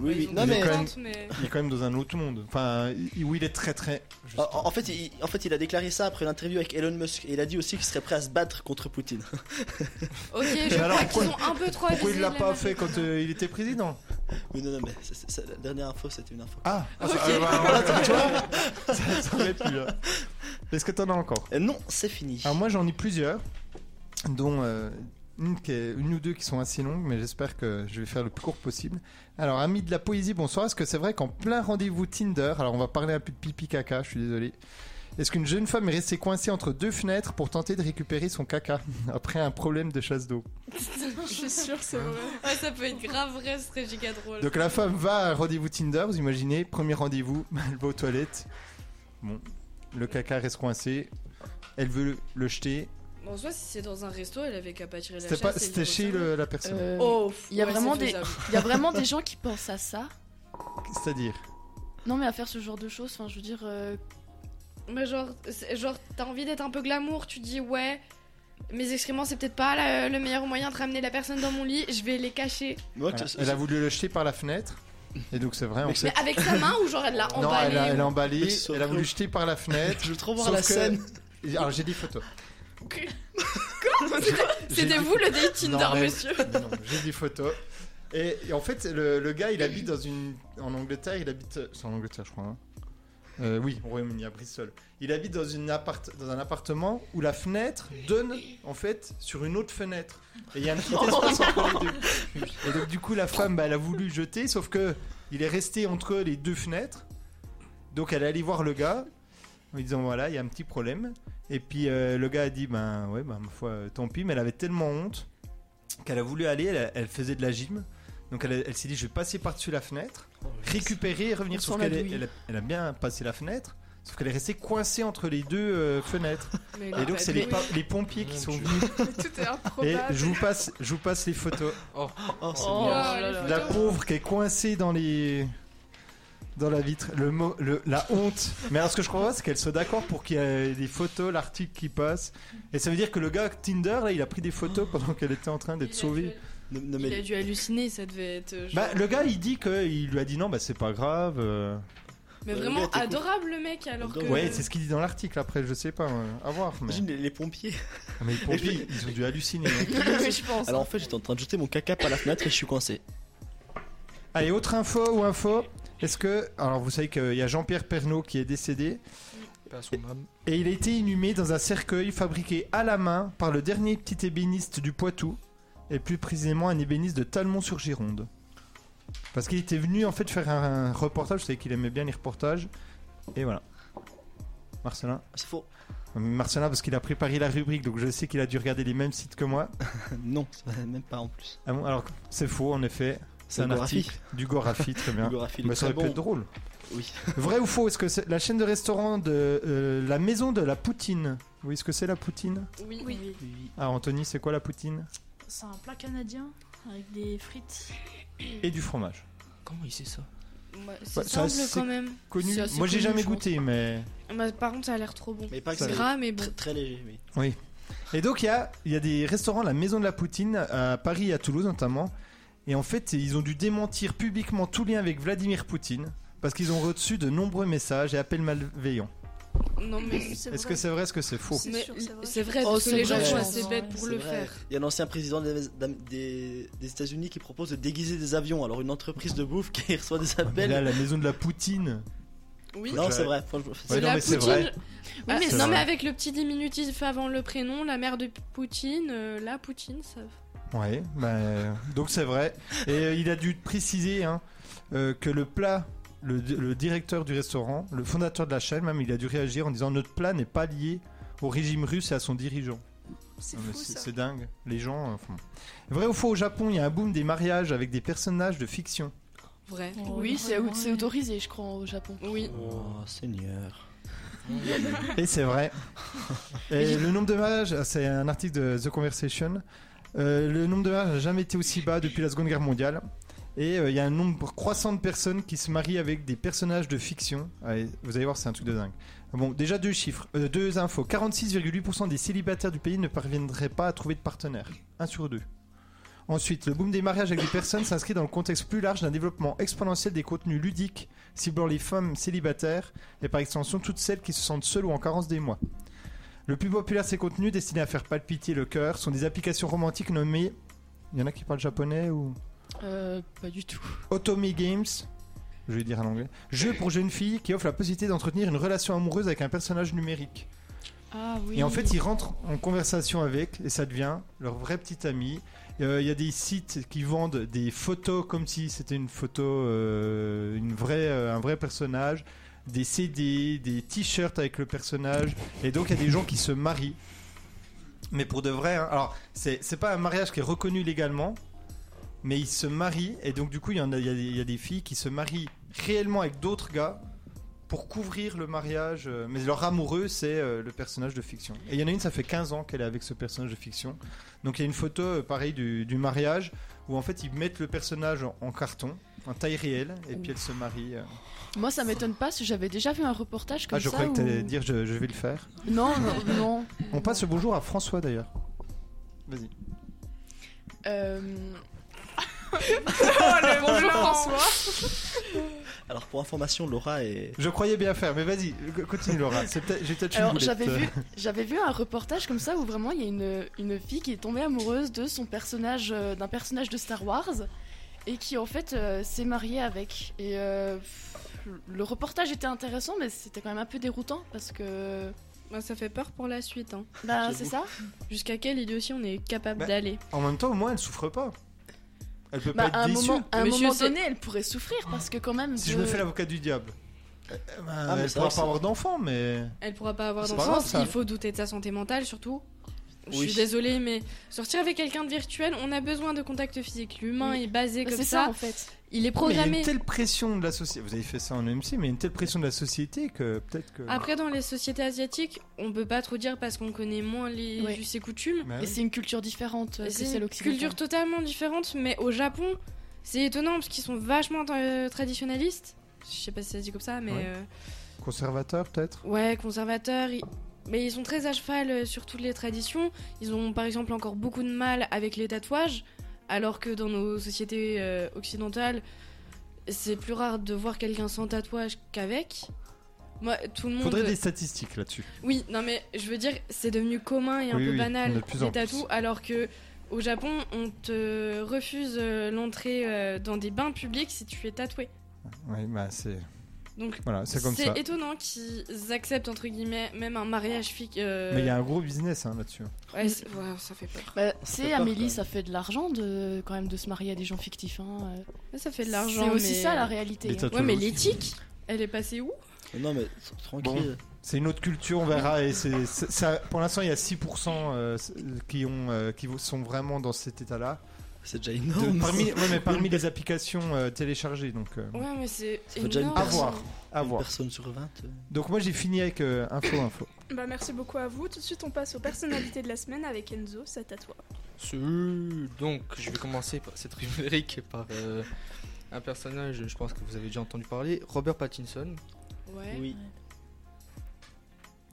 Speaker 3: oui, oui,
Speaker 5: Ils ont des
Speaker 3: non mais.
Speaker 1: quand même-
Speaker 5: attentes, mais-
Speaker 1: il est quand même dans un autre monde. Enfin, il- oui, il est très très. je sais
Speaker 3: En,
Speaker 1: pas.
Speaker 3: en- en fait, il, en fait, il a déclaré ça après l'interview avec Elon Musk et il a dit aussi qu'il serait prêt à se battre contre Poutine.
Speaker 5: Ok, je
Speaker 1: Mais alors,
Speaker 5: crois qu'ils
Speaker 1: pourquoi-
Speaker 5: sont un peu trop
Speaker 1: Pourquoi il
Speaker 5: abusés,
Speaker 1: l'a
Speaker 5: la
Speaker 1: pas
Speaker 5: meuf.
Speaker 1: fait quand euh, il était président
Speaker 3: Mais non, non, mais c'est- c'est- c'est- la dernière info, c'était une info.
Speaker 1: Ah, ah, ça- ah, bah, voilà, tu vois, ça, ça aurait pu. hein. Est-ce que t'en as encore
Speaker 3: Euh, non, c'est fini.
Speaker 1: Alors moi j'en ai plusieurs, dont euh, une, qui est- une ou deux qui sont assez longues, mais j'espère que je vais faire le plus court possible. Alors ami de la poésie, bonsoir. Est-ce que c'est vrai qu'en plein rendez-vous Tinder, alors on va parler un peu de pipi caca, je suis désolé. Est-ce qu'une jeune femme est restée coincée entre deux fenêtres pour tenter de récupérer son caca après un problème de chasse d'eau
Speaker 6: Je suis sûre, c'est vrai.
Speaker 5: Ouais, ça peut être grave vrai, ce serait giga drôle.
Speaker 1: Donc la femme va à un rendez-vous Tinder, vous imaginez, premier rendez-vous, elle va aux toilettes. Bon, le caca reste coincé, elle veut le, le jeter.
Speaker 5: Bon, soit si c'est dans un resto, elle avait qu'à pas tirer la
Speaker 1: C'était pas,
Speaker 5: chasse, elle
Speaker 1: c'était
Speaker 5: dit
Speaker 1: chez
Speaker 5: comme ça.
Speaker 1: le- la personne.
Speaker 7: Euh,
Speaker 5: Oh,
Speaker 7: Il y a
Speaker 5: ouais,
Speaker 7: vraiment
Speaker 5: c'est
Speaker 7: des-
Speaker 5: faisable.
Speaker 7: Il y a vraiment des gens qui pensent à ça.
Speaker 1: C'est-à-dire.
Speaker 7: Non, mais à faire ce genre de choses, enfin, je veux dire, euh,
Speaker 5: Mais genre, c'est- genre t'as envie d'être un peu glamour, tu dis ouais, mes excréments c'est peut-être pas la- le meilleur moyen de ramener la personne dans mon lit, je vais les cacher.
Speaker 3: Moi,
Speaker 1: Voilà.
Speaker 3: tu-
Speaker 1: Elle a voulu le jeter par la fenêtre. Et donc c'est vrai, en fait.
Speaker 5: Mais avec sa main ou genre elle l'a
Speaker 1: Non,
Speaker 5: emballé
Speaker 1: elle a, elle a
Speaker 5: ou-
Speaker 1: emballé,
Speaker 3: Mais c'est
Speaker 1: elle a voulu
Speaker 3: horrible.
Speaker 1: le jeter par la fenêtre.
Speaker 3: Je veux trop voir
Speaker 1: Sauf
Speaker 3: la
Speaker 1: que-
Speaker 3: scène.
Speaker 1: Alors j'ai des photos. J'ai
Speaker 5: C'était
Speaker 1: dit-
Speaker 5: vous le date
Speaker 1: Non,
Speaker 5: Tinder,
Speaker 1: mais-
Speaker 5: monsieur
Speaker 1: Non, j'ai des photos. Et, et en fait, le, le gars, il habite dans une. En Angleterre, il habite. C'est en Angleterre, je crois. hein. Euh, oui, au Royaume-Uni, à Bristol. Il habite dans, une appart... dans un appartement où la fenêtre donne, en fait, sur une autre fenêtre. Et il y a un petit espace entre les deux. Et donc, du coup, la femme, bah, elle a voulu jeter, sauf que il est resté entre les deux fenêtres. Donc, elle est allée voir le gars en lui disant voilà, il y a un petit problème. Et puis, euh, le gars a dit ben, ouais, ben, ma foi, euh, tant pis, mais elle avait tellement honte qu'elle a voulu aller, elle, elle faisait de la gym. Donc elle, elle s'est dit, je vais passer par-dessus la fenêtre, récupérer et revenir.
Speaker 7: On
Speaker 1: Sauf
Speaker 7: sent la
Speaker 1: qu'elle est-
Speaker 7: douille.
Speaker 1: elle a, elle a bien passé la fenêtre, sauf qu'elle est restée coincée entre les deux euh, fenêtres. Et donc c'est les, pa- les pompiers qui
Speaker 4: Mon
Speaker 1: sont
Speaker 4: Dieu.
Speaker 1: venus.
Speaker 6: Mais tout est
Speaker 1: Et
Speaker 6: improbable.
Speaker 1: je vous passe, je vous passe les photos.
Speaker 3: Oh, c'est
Speaker 5: Oh,
Speaker 3: bien.
Speaker 5: là là.
Speaker 1: La pauvre qui est coincée dans les... Dans la vitre, le mot, le- la honte. Mais alors, ce que je crois, c'est qu'elle soit d'accord pour qu'il y ait des photos, l'article qui passe. Et ça veut dire que le gars Tinder, là, il a pris des photos pendant qu'elle était en train d'être sauvée.
Speaker 3: Non, non,
Speaker 5: Il a
Speaker 3: mais
Speaker 5: dû halluciner, ça devait être. euh, genre-
Speaker 1: Bah, le gars il dit qu'il lui a dit non, bah c'est pas grave. euh.
Speaker 5: mais
Speaker 3: le
Speaker 5: vraiment
Speaker 3: gars était cool.
Speaker 5: adorable le mec alors que.
Speaker 3: Euh,
Speaker 1: Ouais, c'est ce qu'il dit dans l'article après, je sais pas, euh, à voir. Mais,
Speaker 3: imagine les, les pompiers.
Speaker 1: Ah, mais les pompiers, ils ont dû halluciner. hein.
Speaker 7: je pense.
Speaker 3: Alors en fait, j'étais en train de jeter mon caca par la fenêtre et je suis coincé.
Speaker 1: Allez, autre info ou info Est-ce que. Alors vous savez qu'il y a Jean-Pierre Pernaud qui est décédé
Speaker 4: Pas à son âme.
Speaker 1: et il a été inhumé dans un cercueil fabriqué à la main par le dernier petit ébéniste du Poitou et plus précisément un ébéniste de Talmont-sur-Gironde. Parce qu'il était venu en fait faire un, un reportage, je savais qu'il aimait bien les reportages. Et voilà. Marcelin
Speaker 3: Ah, C'est faux.
Speaker 1: Marcelin parce qu'il a préparé la rubrique, donc je sais qu'il a dû regarder les mêmes sites que moi.
Speaker 3: Non, c'est pas- même pas en plus.
Speaker 1: Ah bon, alors c'est faux en effet. C'est un
Speaker 3: Hugo Raffi.
Speaker 1: article du Gorafi, très bien.
Speaker 3: Hugo Raffi, le
Speaker 1: Mais ça
Speaker 3: très
Speaker 1: aurait pu
Speaker 3: bon.
Speaker 1: être drôle.
Speaker 3: Oui.
Speaker 1: Vrai ou faux Est-ce que c'est la chaîne de restaurant de euh, la maison de la poutine Vous voyez ce que c'est la poutine
Speaker 5: Oui,
Speaker 2: Oui.
Speaker 1: Ah Anthony, c'est quoi la poutine
Speaker 2: C'est un plat canadien avec des frites.
Speaker 1: Et du fromage.
Speaker 4: Comment il sait ça
Speaker 5: Ouais, c'est
Speaker 1: Bah, ça,
Speaker 5: simple
Speaker 1: c'est-
Speaker 5: quand même.
Speaker 1: Connu.
Speaker 5: C'est assez
Speaker 1: Moi j'ai
Speaker 5: connu,
Speaker 1: jamais
Speaker 5: je pense.
Speaker 1: goûté, mais
Speaker 5: Bah, par contre, ça a l'air trop bon.
Speaker 3: Mais pas que
Speaker 1: Ça
Speaker 5: C'est
Speaker 3: c'est
Speaker 5: gras, mais bon.
Speaker 3: très, très léger. Mais...
Speaker 5: Oh,
Speaker 1: oui. Et donc il y a, il y a des restaurants, la maison de la poutine à Paris et à Toulouse notamment. Et en fait, ils ont dû démentir publiquement tout lien avec Vladimir Poutine parce qu'ils ont reçu de nombreux messages et appels malveillants.
Speaker 5: Non, mais
Speaker 1: Est-ce que c'est vrai, est-ce que c'est faux Oh,
Speaker 6: C'est
Speaker 5: Mais
Speaker 6: sûr, c'est vrai.
Speaker 5: c'est vrai,
Speaker 3: Oh,
Speaker 5: parce que
Speaker 3: c'est
Speaker 5: les gens
Speaker 3: vrai.
Speaker 5: sont assez
Speaker 2: Ouais.
Speaker 5: bêtes pour
Speaker 3: C'est
Speaker 5: le
Speaker 3: vrai.
Speaker 5: faire.
Speaker 3: Il y a l'ancien président des, des, des États-Unis qui propose de déguiser des avions. Alors une entreprise de bouffe qui reçoit des
Speaker 1: Ah, Mais
Speaker 3: appels.
Speaker 1: Là, la maison de la Poutine.
Speaker 5: Oui.
Speaker 3: Non,
Speaker 1: Ouais.
Speaker 3: c'est vrai. franchement,
Speaker 1: Ouais,
Speaker 3: c'est-
Speaker 1: non,
Speaker 5: la
Speaker 1: mais c'est
Speaker 5: poutine.
Speaker 1: vrai.
Speaker 5: Oui,
Speaker 7: Ah,
Speaker 5: mais
Speaker 1: c'est
Speaker 5: non,
Speaker 1: vrai.
Speaker 5: mais avec le petit diminutif avant le prénom, la mère de Poutine, euh, la Poutine, ça.
Speaker 1: Ouais, bah, donc c'est vrai. Et euh, il a dû préciser hein, euh, que le plat, le, le directeur du restaurant, le fondateur de la chaîne, même, il a dû réagir en disant notre plat n'est pas lié au régime russe et à son dirigeant.
Speaker 6: C'est
Speaker 1: Non, mais
Speaker 6: fou
Speaker 1: c'est-
Speaker 6: ça.
Speaker 1: c'est dingue. Les gens. euh, font- Vrai ou faux, au Japon, il y a un boom des mariages avec des personnages de fiction.
Speaker 5: Vrai.
Speaker 7: Oui, c'est c'est autorisé, je crois, au Japon.
Speaker 5: Oui.
Speaker 3: Oh, Seigneur.
Speaker 1: Et c'est vrai. Et le nombre de mariages, c'est un article de The Conversation. euh, le nombre de mariages n'a jamais été aussi bas depuis la Seconde Guerre mondiale. Et euh, il y a un nombre croissant de personnes qui se marient avec des personnages de fiction. Allez, vous allez voir, c'est un truc de dingue. Bon, déjà deux chiffres, euh, deux infos. 46,8% des célibataires du pays ne parviendraient pas à trouver de partenaire. Un sur deux. Ensuite, le boom des mariages avec des personnes s'inscrit dans le contexte plus large d'un développement exponentiel des contenus ludiques ciblant les femmes célibataires et par extension toutes celles qui se sentent seules ou en carence des mois. Le plus populaire de ces contenus, destinés à faire palpiter le cœur, sont des applications romantiques nommées. Il y en a qui parlent japonais ou.
Speaker 7: Euh, pas du tout.
Speaker 1: Otome Games, je vais dire en anglais. Jeux pour jeunes filles qui offrent la possibilité d'entretenir une relation amoureuse avec un personnage numérique.
Speaker 7: Ah oui.
Speaker 1: Et en fait, ils rentrent en conversation avec et ça devient leur vrai petit ami. Euh, Il y a des sites qui vendent des photos comme si c'était une photo, euh, une vraie, euh, un vrai personnage, des CD, des t-shirts avec le personnage. Et donc, il y a des gens qui se marient. Mais pour de vrai, hein. alors c'est c'est pas un mariage qui est reconnu légalement, mais ils se marient. Et donc, du coup, il y, en a, il y a des- il y a des filles qui se marient réellement avec d'autres gars pour couvrir le mariage, euh, mais leur amoureux, c'est euh, le personnage de fiction. Et il y en a une, ça fait 15 ans qu'elle est avec ce personnage de fiction. Donc il y a une photo, euh, pareil, du, du mariage, où en fait ils mettent le personnage en, en carton, en taille réelle, et puis elle se marie. euh.
Speaker 7: Moi, ça m'étonne pas, parce que j'avais déjà vu un reportage comme
Speaker 1: Ah, je
Speaker 7: ça.
Speaker 1: croyais que
Speaker 7: où-
Speaker 1: t'allais dire, je, je vais le faire.
Speaker 7: Non, non, non.
Speaker 1: On passe le bonjour à François d'ailleurs. Vas-y.
Speaker 7: Euh,
Speaker 5: Bonjour François.
Speaker 3: Alors pour information, Laura est.
Speaker 1: Je croyais bien faire, mais vas-y, c- continue Laura. C'est peut-être- J'ai peut-être une
Speaker 7: Alors
Speaker 1: boulette.
Speaker 7: j'avais vu, j'avais vu un reportage comme ça où vraiment il y a une, une fille qui est tombée amoureuse de son personnage, euh, d'un personnage de Star Wars, et qui en fait euh, s'est mariée avec. Et euh, pff, le reportage était intéressant, mais c'était quand même un peu déroutant parce que,
Speaker 5: Bah, ça fait peur pour la suite. Hein.
Speaker 7: bah
Speaker 3: J'avoue.
Speaker 7: c'est ça.
Speaker 5: Jusqu'à quelle idiotie on est capable
Speaker 1: Bah,
Speaker 5: d'aller
Speaker 1: En même temps, au moins elle souffre pas. Elle peut
Speaker 7: Bah,
Speaker 1: pas
Speaker 7: à
Speaker 1: être
Speaker 7: un
Speaker 1: déçue.
Speaker 7: moment, à un
Speaker 5: Monsieur,
Speaker 7: moment
Speaker 5: c'est-
Speaker 7: donné, elle pourrait souffrir parce que quand même.
Speaker 1: Si
Speaker 7: de-
Speaker 1: je me fais l'avocat du diable, euh, bah,
Speaker 3: mais
Speaker 1: elle
Speaker 3: c'est
Speaker 1: pourra
Speaker 3: vrai que
Speaker 1: pas avoir d'enfant, mais.
Speaker 5: Elle pourra pas avoir
Speaker 1: C'est pas
Speaker 5: d'enfant.
Speaker 1: grave, ça.
Speaker 5: Il faut douter de sa santé mentale surtout. Je
Speaker 3: Oui.
Speaker 5: suis désolée, mais sortir avec quelqu'un de virtuel, on a besoin de contact physique. L'humain
Speaker 7: Oui. Bah,
Speaker 5: est basé comme
Speaker 7: c'est
Speaker 5: ça.
Speaker 7: ça en fait.
Speaker 5: Il est
Speaker 1: Mais il y a
Speaker 5: programmé.
Speaker 1: une telle pression de la société. Vous avez fait ça en EMC, mais il y a une telle pression de la société que peut-être que.
Speaker 5: Après, dans les sociétés asiatiques, on peut pas trop dire parce qu'on connaît moins les
Speaker 7: Ouais.
Speaker 5: us et coutumes.
Speaker 1: Mais
Speaker 7: Et
Speaker 1: Bah oui.
Speaker 7: c'est une culture différente euh, que
Speaker 5: C'est
Speaker 7: celle
Speaker 5: une
Speaker 7: occidentale.
Speaker 5: culture totalement différente, mais au Japon, c'est étonnant parce qu'ils sont vachement euh, traditionnalistes. Je sais pas si ça se dit comme ça, mais
Speaker 1: Ouais.
Speaker 5: euh,
Speaker 1: Conservateur, peut-être
Speaker 5: Ouais, conservateurs. ils- Mais ils sont très à cheval euh, sur toutes les traditions. Ils ont par exemple encore beaucoup de mal avec les tatouages, alors que dans nos sociétés euh, occidentales, c'est plus rare de voir quelqu'un sans tatouage qu'avec. Moi, tout le monde.
Speaker 1: Faudrait des statistiques là-dessus.
Speaker 5: Oui, non mais je veux dire, c'est devenu commun et un
Speaker 1: Oui,
Speaker 5: peu
Speaker 1: oui,
Speaker 5: banal
Speaker 1: de plus en
Speaker 5: les
Speaker 1: plus.
Speaker 5: tatous, alors que au Japon, on te refuse euh, l'entrée euh, dans des bains publics si tu es tatoué.
Speaker 1: Oui, bah c'est.
Speaker 5: Donc
Speaker 1: Voilà, c'est comme
Speaker 5: c'est
Speaker 1: ça.
Speaker 5: étonnant qu'ils acceptent entre guillemets même un mariage fic. euh,
Speaker 1: Mais il y a un gros business hein, là-dessus.
Speaker 5: Ouais, c'est- ouais, ça fait peur.
Speaker 7: Bah,
Speaker 3: Ça fait
Speaker 7: c'est
Speaker 3: peur, quand
Speaker 7: Amélie,
Speaker 3: même.
Speaker 7: ça fait de l'argent de quand même de se marier à des gens fictifs. hein, euh.
Speaker 5: Ça fait de l'argent.
Speaker 7: C'est aussi
Speaker 5: mais-
Speaker 7: ça la réalité.
Speaker 1: Les
Speaker 7: hein.
Speaker 5: Ouais,
Speaker 1: tatouages
Speaker 5: mais
Speaker 1: aussi.
Speaker 5: l'éthique, elle est passée où
Speaker 3: Non mais t- tranquille.
Speaker 1: C'est une autre culture, on verra. Et c'est, c'est- ça, pour l'instant, il y a 6% euh, c- qui, ont, euh, qui sont vraiment dans cet état-là.
Speaker 3: C'est déjà
Speaker 1: De-
Speaker 3: énorme.
Speaker 1: parmi, ouais, mais parmi les applications euh, téléchargées, donc euh,
Speaker 5: Ouais, mais c'est
Speaker 3: Ça fait déjà une
Speaker 5: énorme.
Speaker 1: à voir. À
Speaker 3: Une
Speaker 1: voir.
Speaker 3: personne sur 20. euh,
Speaker 1: Donc moi j'ai fini avec euh, info info.
Speaker 6: Bah, merci beaucoup à vous. Tout de suite, on passe aux personnalités de la semaine avec Enzo. C'est à toi.
Speaker 4: Ce- Donc, je vais commencer par cette rubrique par euh, un personnage, je pense que vous avez déjà entendu parler, Robert Pattinson.
Speaker 5: Ouais.
Speaker 3: Oui.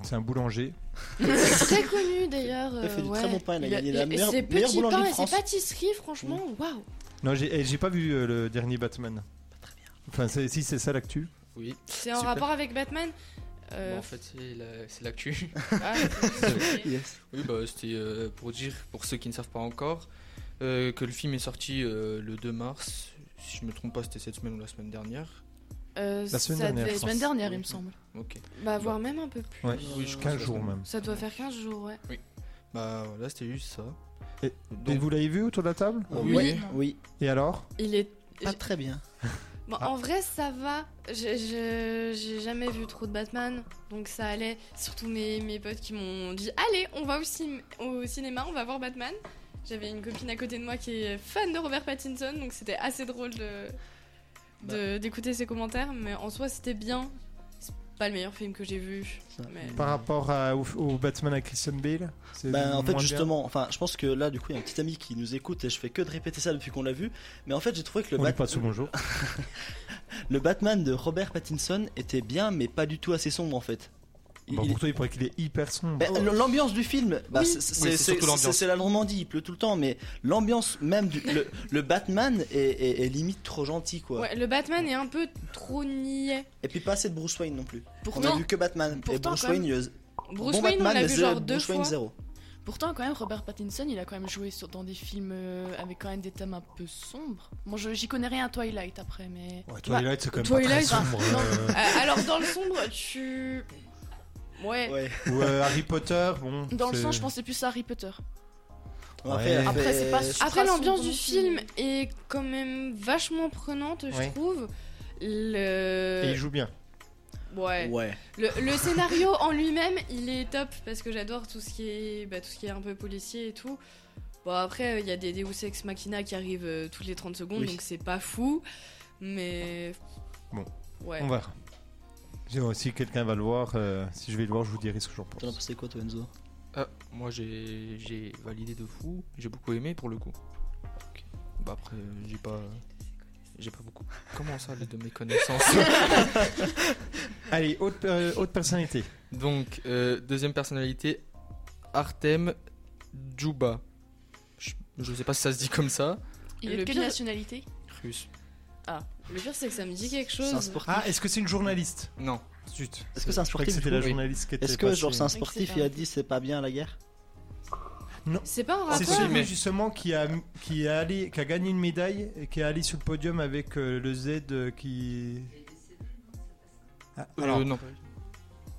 Speaker 1: C'est un boulanger.
Speaker 8: Très connu d'ailleurs.
Speaker 3: Il a fait
Speaker 8: euh,
Speaker 3: du
Speaker 8: ouais.
Speaker 3: très bon pain, il a
Speaker 5: Il a-
Speaker 3: gagné la
Speaker 5: et- et
Speaker 3: meilleure,
Speaker 5: ses
Speaker 3: meilleure
Speaker 5: petits pains
Speaker 3: boulangerie de
Speaker 5: et ses
Speaker 3: France.
Speaker 5: pâtisseries, franchement, waouh.
Speaker 1: Non, j'ai, eh, j'ai pas vu euh, le dernier Batman. Pas très bien. Enfin, c'est- si c'est ça l'actu.
Speaker 4: Oui.
Speaker 5: C'est en
Speaker 4: Super.
Speaker 5: rapport avec Batman. Euh,
Speaker 4: Bon, en fait, c'est la- c'est l'actu.
Speaker 5: ah, c'est-
Speaker 3: Yes.
Speaker 4: Oui, bah, c'était euh, pour dire, pour ceux qui ne savent pas encore, euh, que le film est sorti euh, le 2 mars. Si je me trompe pas, c'était cette semaine ou la semaine dernière.
Speaker 7: Euh,
Speaker 1: La semaine
Speaker 7: ça
Speaker 1: dernière,
Speaker 7: devait-
Speaker 1: je
Speaker 7: semaine
Speaker 1: pense.
Speaker 7: dernière,
Speaker 4: Oui.
Speaker 7: il me semble.
Speaker 4: Ok.
Speaker 5: bah, voire même un peu plus.
Speaker 1: Ouais.
Speaker 4: Oui, je crois
Speaker 1: 15
Speaker 4: que c'est la
Speaker 1: jours
Speaker 4: semaine.
Speaker 1: même.
Speaker 5: Ça doit faire 15 jours, ouais.
Speaker 4: Bah voilà, c'était juste ça.
Speaker 1: Et,
Speaker 4: Donc-
Speaker 1: et vous l'avez vu autour de la table
Speaker 4: Oui.
Speaker 3: Oui.
Speaker 1: Et alors
Speaker 5: Il est.
Speaker 3: Pas très bien.
Speaker 5: Bon,
Speaker 1: Ah.
Speaker 5: En vrai, ça va. J'ai- J'ai j'ai jamais vu trop de Batman, donc ça allait. Surtout mes, mes potes qui m'ont dit Allez, on va au, cin- au cinéma, on va voir Batman. J'avais une copine à côté de moi qui est fan de Robert Pattinson, donc c'était assez drôle de de- d'écouter ses commentaires. Mais en soi, c'était bien. C'est pas le meilleur film que j'ai vu.
Speaker 3: Ça.
Speaker 5: Mais...
Speaker 1: Par rapport à- au, au Batman à Christian Bale c'est
Speaker 3: Bah, en
Speaker 1: moins bien
Speaker 3: fait, justement, enfin, je pense que là, du coup, il y a un petit ami qui nous écoute et je fais que de répéter ça depuis qu'on l'a vu. Mais en fait, j'ai trouvé que le,
Speaker 1: On lui
Speaker 3: Bat-
Speaker 1: passe le bonjour.
Speaker 3: le Batman de Robert Pattinson était bien, mais pas du tout assez sombre en fait. Il-
Speaker 1: Bon,
Speaker 3: il-
Speaker 1: pour toi, Bah, il paraît qu'il est hyper sombre.
Speaker 3: Bah, l- L'ambiance du film, bah,
Speaker 5: Oui.
Speaker 3: c'est- c'est-
Speaker 4: c'est
Speaker 3: c'est
Speaker 4: surtout l'ambiance.
Speaker 3: c'est- c'est la Normandie, il pleut tout le temps, mais l'ambiance même du le, le Batman est, est- est limite trop gentil quoi.
Speaker 5: Ouais, le Batman est un peu trop niais.
Speaker 3: Et puis pas assez de Bruce Wayne non plus. On
Speaker 7: Pourtant,
Speaker 3: a vu que Batman et
Speaker 7: pourtant,
Speaker 3: Bruce
Speaker 7: quand même.
Speaker 3: Wayne, il y a-
Speaker 5: Bruce
Speaker 3: bon
Speaker 5: Wayne,
Speaker 3: Batman,
Speaker 5: on l'a
Speaker 3: mais
Speaker 5: vu
Speaker 3: zéro-
Speaker 5: genre deux
Speaker 3: Bruce Wayne
Speaker 5: fois.
Speaker 3: zéro.
Speaker 7: pourtant, quand même, Robert Pattinson, il a quand même joué sur- dans des films euh, avec quand même des thèmes un peu sombres. Moi, je- j'y connais rien à Twilight après, mais.
Speaker 1: Ouais, Twilight, c'est quand même
Speaker 5: Twilight,
Speaker 1: pas
Speaker 5: bah,
Speaker 1: très sombre.
Speaker 7: non.
Speaker 1: euh.
Speaker 5: Euh, alors, dans le sombre, tu. Ouais.
Speaker 3: Ouais.
Speaker 1: Ou euh, Harry Potter, bon.
Speaker 7: Dans le
Speaker 1: c'est-
Speaker 7: sens, je pensais plus à Harry Potter.
Speaker 1: Ouais.
Speaker 3: elle
Speaker 7: Après,
Speaker 3: fait-
Speaker 7: c'est pas- Traçons
Speaker 5: Après, l'ambiance
Speaker 7: dans
Speaker 5: du
Speaker 7: le film.
Speaker 5: film
Speaker 1: euh,
Speaker 5: est quand même vachement prenante, je
Speaker 1: Oui.
Speaker 5: trouve.
Speaker 1: Et il
Speaker 5: Le...
Speaker 1: joue bien.
Speaker 5: Euh, Ouais.
Speaker 3: Ouais.
Speaker 5: Le, le scénario en lui-même, il est top parce que j'adore tout ce qui est bah, tout ce qui est un peu policier et tout. Bon après, il y a des Deus Ex Machina qui arrivent euh, toutes les 30 secondes,
Speaker 3: Oui.
Speaker 5: donc c'est pas fou. Mais
Speaker 1: Bon.
Speaker 5: ouais.
Speaker 1: On verra. J'ai- Si quelqu'un va le voir, euh, si je vais le voir, je vous dirai ce que j'en
Speaker 3: T'en as
Speaker 1: pense.
Speaker 3: pensé quoi toi Enzo
Speaker 4: Ah, moi j'ai j'ai validé de fou, j'ai beaucoup aimé pour le coup. Bah après, euh, j'ai pas. J'ai pas beaucoup. Comment ça, les de mes connaissances
Speaker 1: Allez, haute, euh, haute personnalité.
Speaker 4: Donc, euh, deuxième personnalité, Artem Djouba. Je, je sais pas si ça se dit comme ça.
Speaker 7: Il
Speaker 5: Le
Speaker 7: est de quelle
Speaker 5: pire- Ah,
Speaker 7: nationalité
Speaker 4: Russe.
Speaker 5: Le pire c'est que ça me dit quelque
Speaker 3: C'est un
Speaker 5: chose.
Speaker 3: sportif.
Speaker 1: Ah, est-ce que c'est une journaliste
Speaker 4: Non.
Speaker 1: Zut.
Speaker 3: Est-ce que c'est un
Speaker 1: Je croyais
Speaker 3: sportif
Speaker 1: que
Speaker 3: du
Speaker 1: C'était
Speaker 3: coup
Speaker 1: la
Speaker 4: Oui.
Speaker 1: journaliste qui était.
Speaker 3: Est-ce que
Speaker 1: passée.
Speaker 3: genre c'est un
Speaker 7: Je crois que c'est
Speaker 3: sportif
Speaker 7: pas
Speaker 3: il a
Speaker 7: un-
Speaker 3: dit c'est pas bien la guerre
Speaker 5: C'est pas un
Speaker 1: C'est
Speaker 5: rapport.
Speaker 4: si,
Speaker 1: celui
Speaker 4: mais-
Speaker 1: justement qui a, qui, a allé, qui a gagné une médaille et qui est allé sur le podium avec euh, le Z euh, qui. Ah,
Speaker 4: Euh,
Speaker 1: alors,
Speaker 4: non.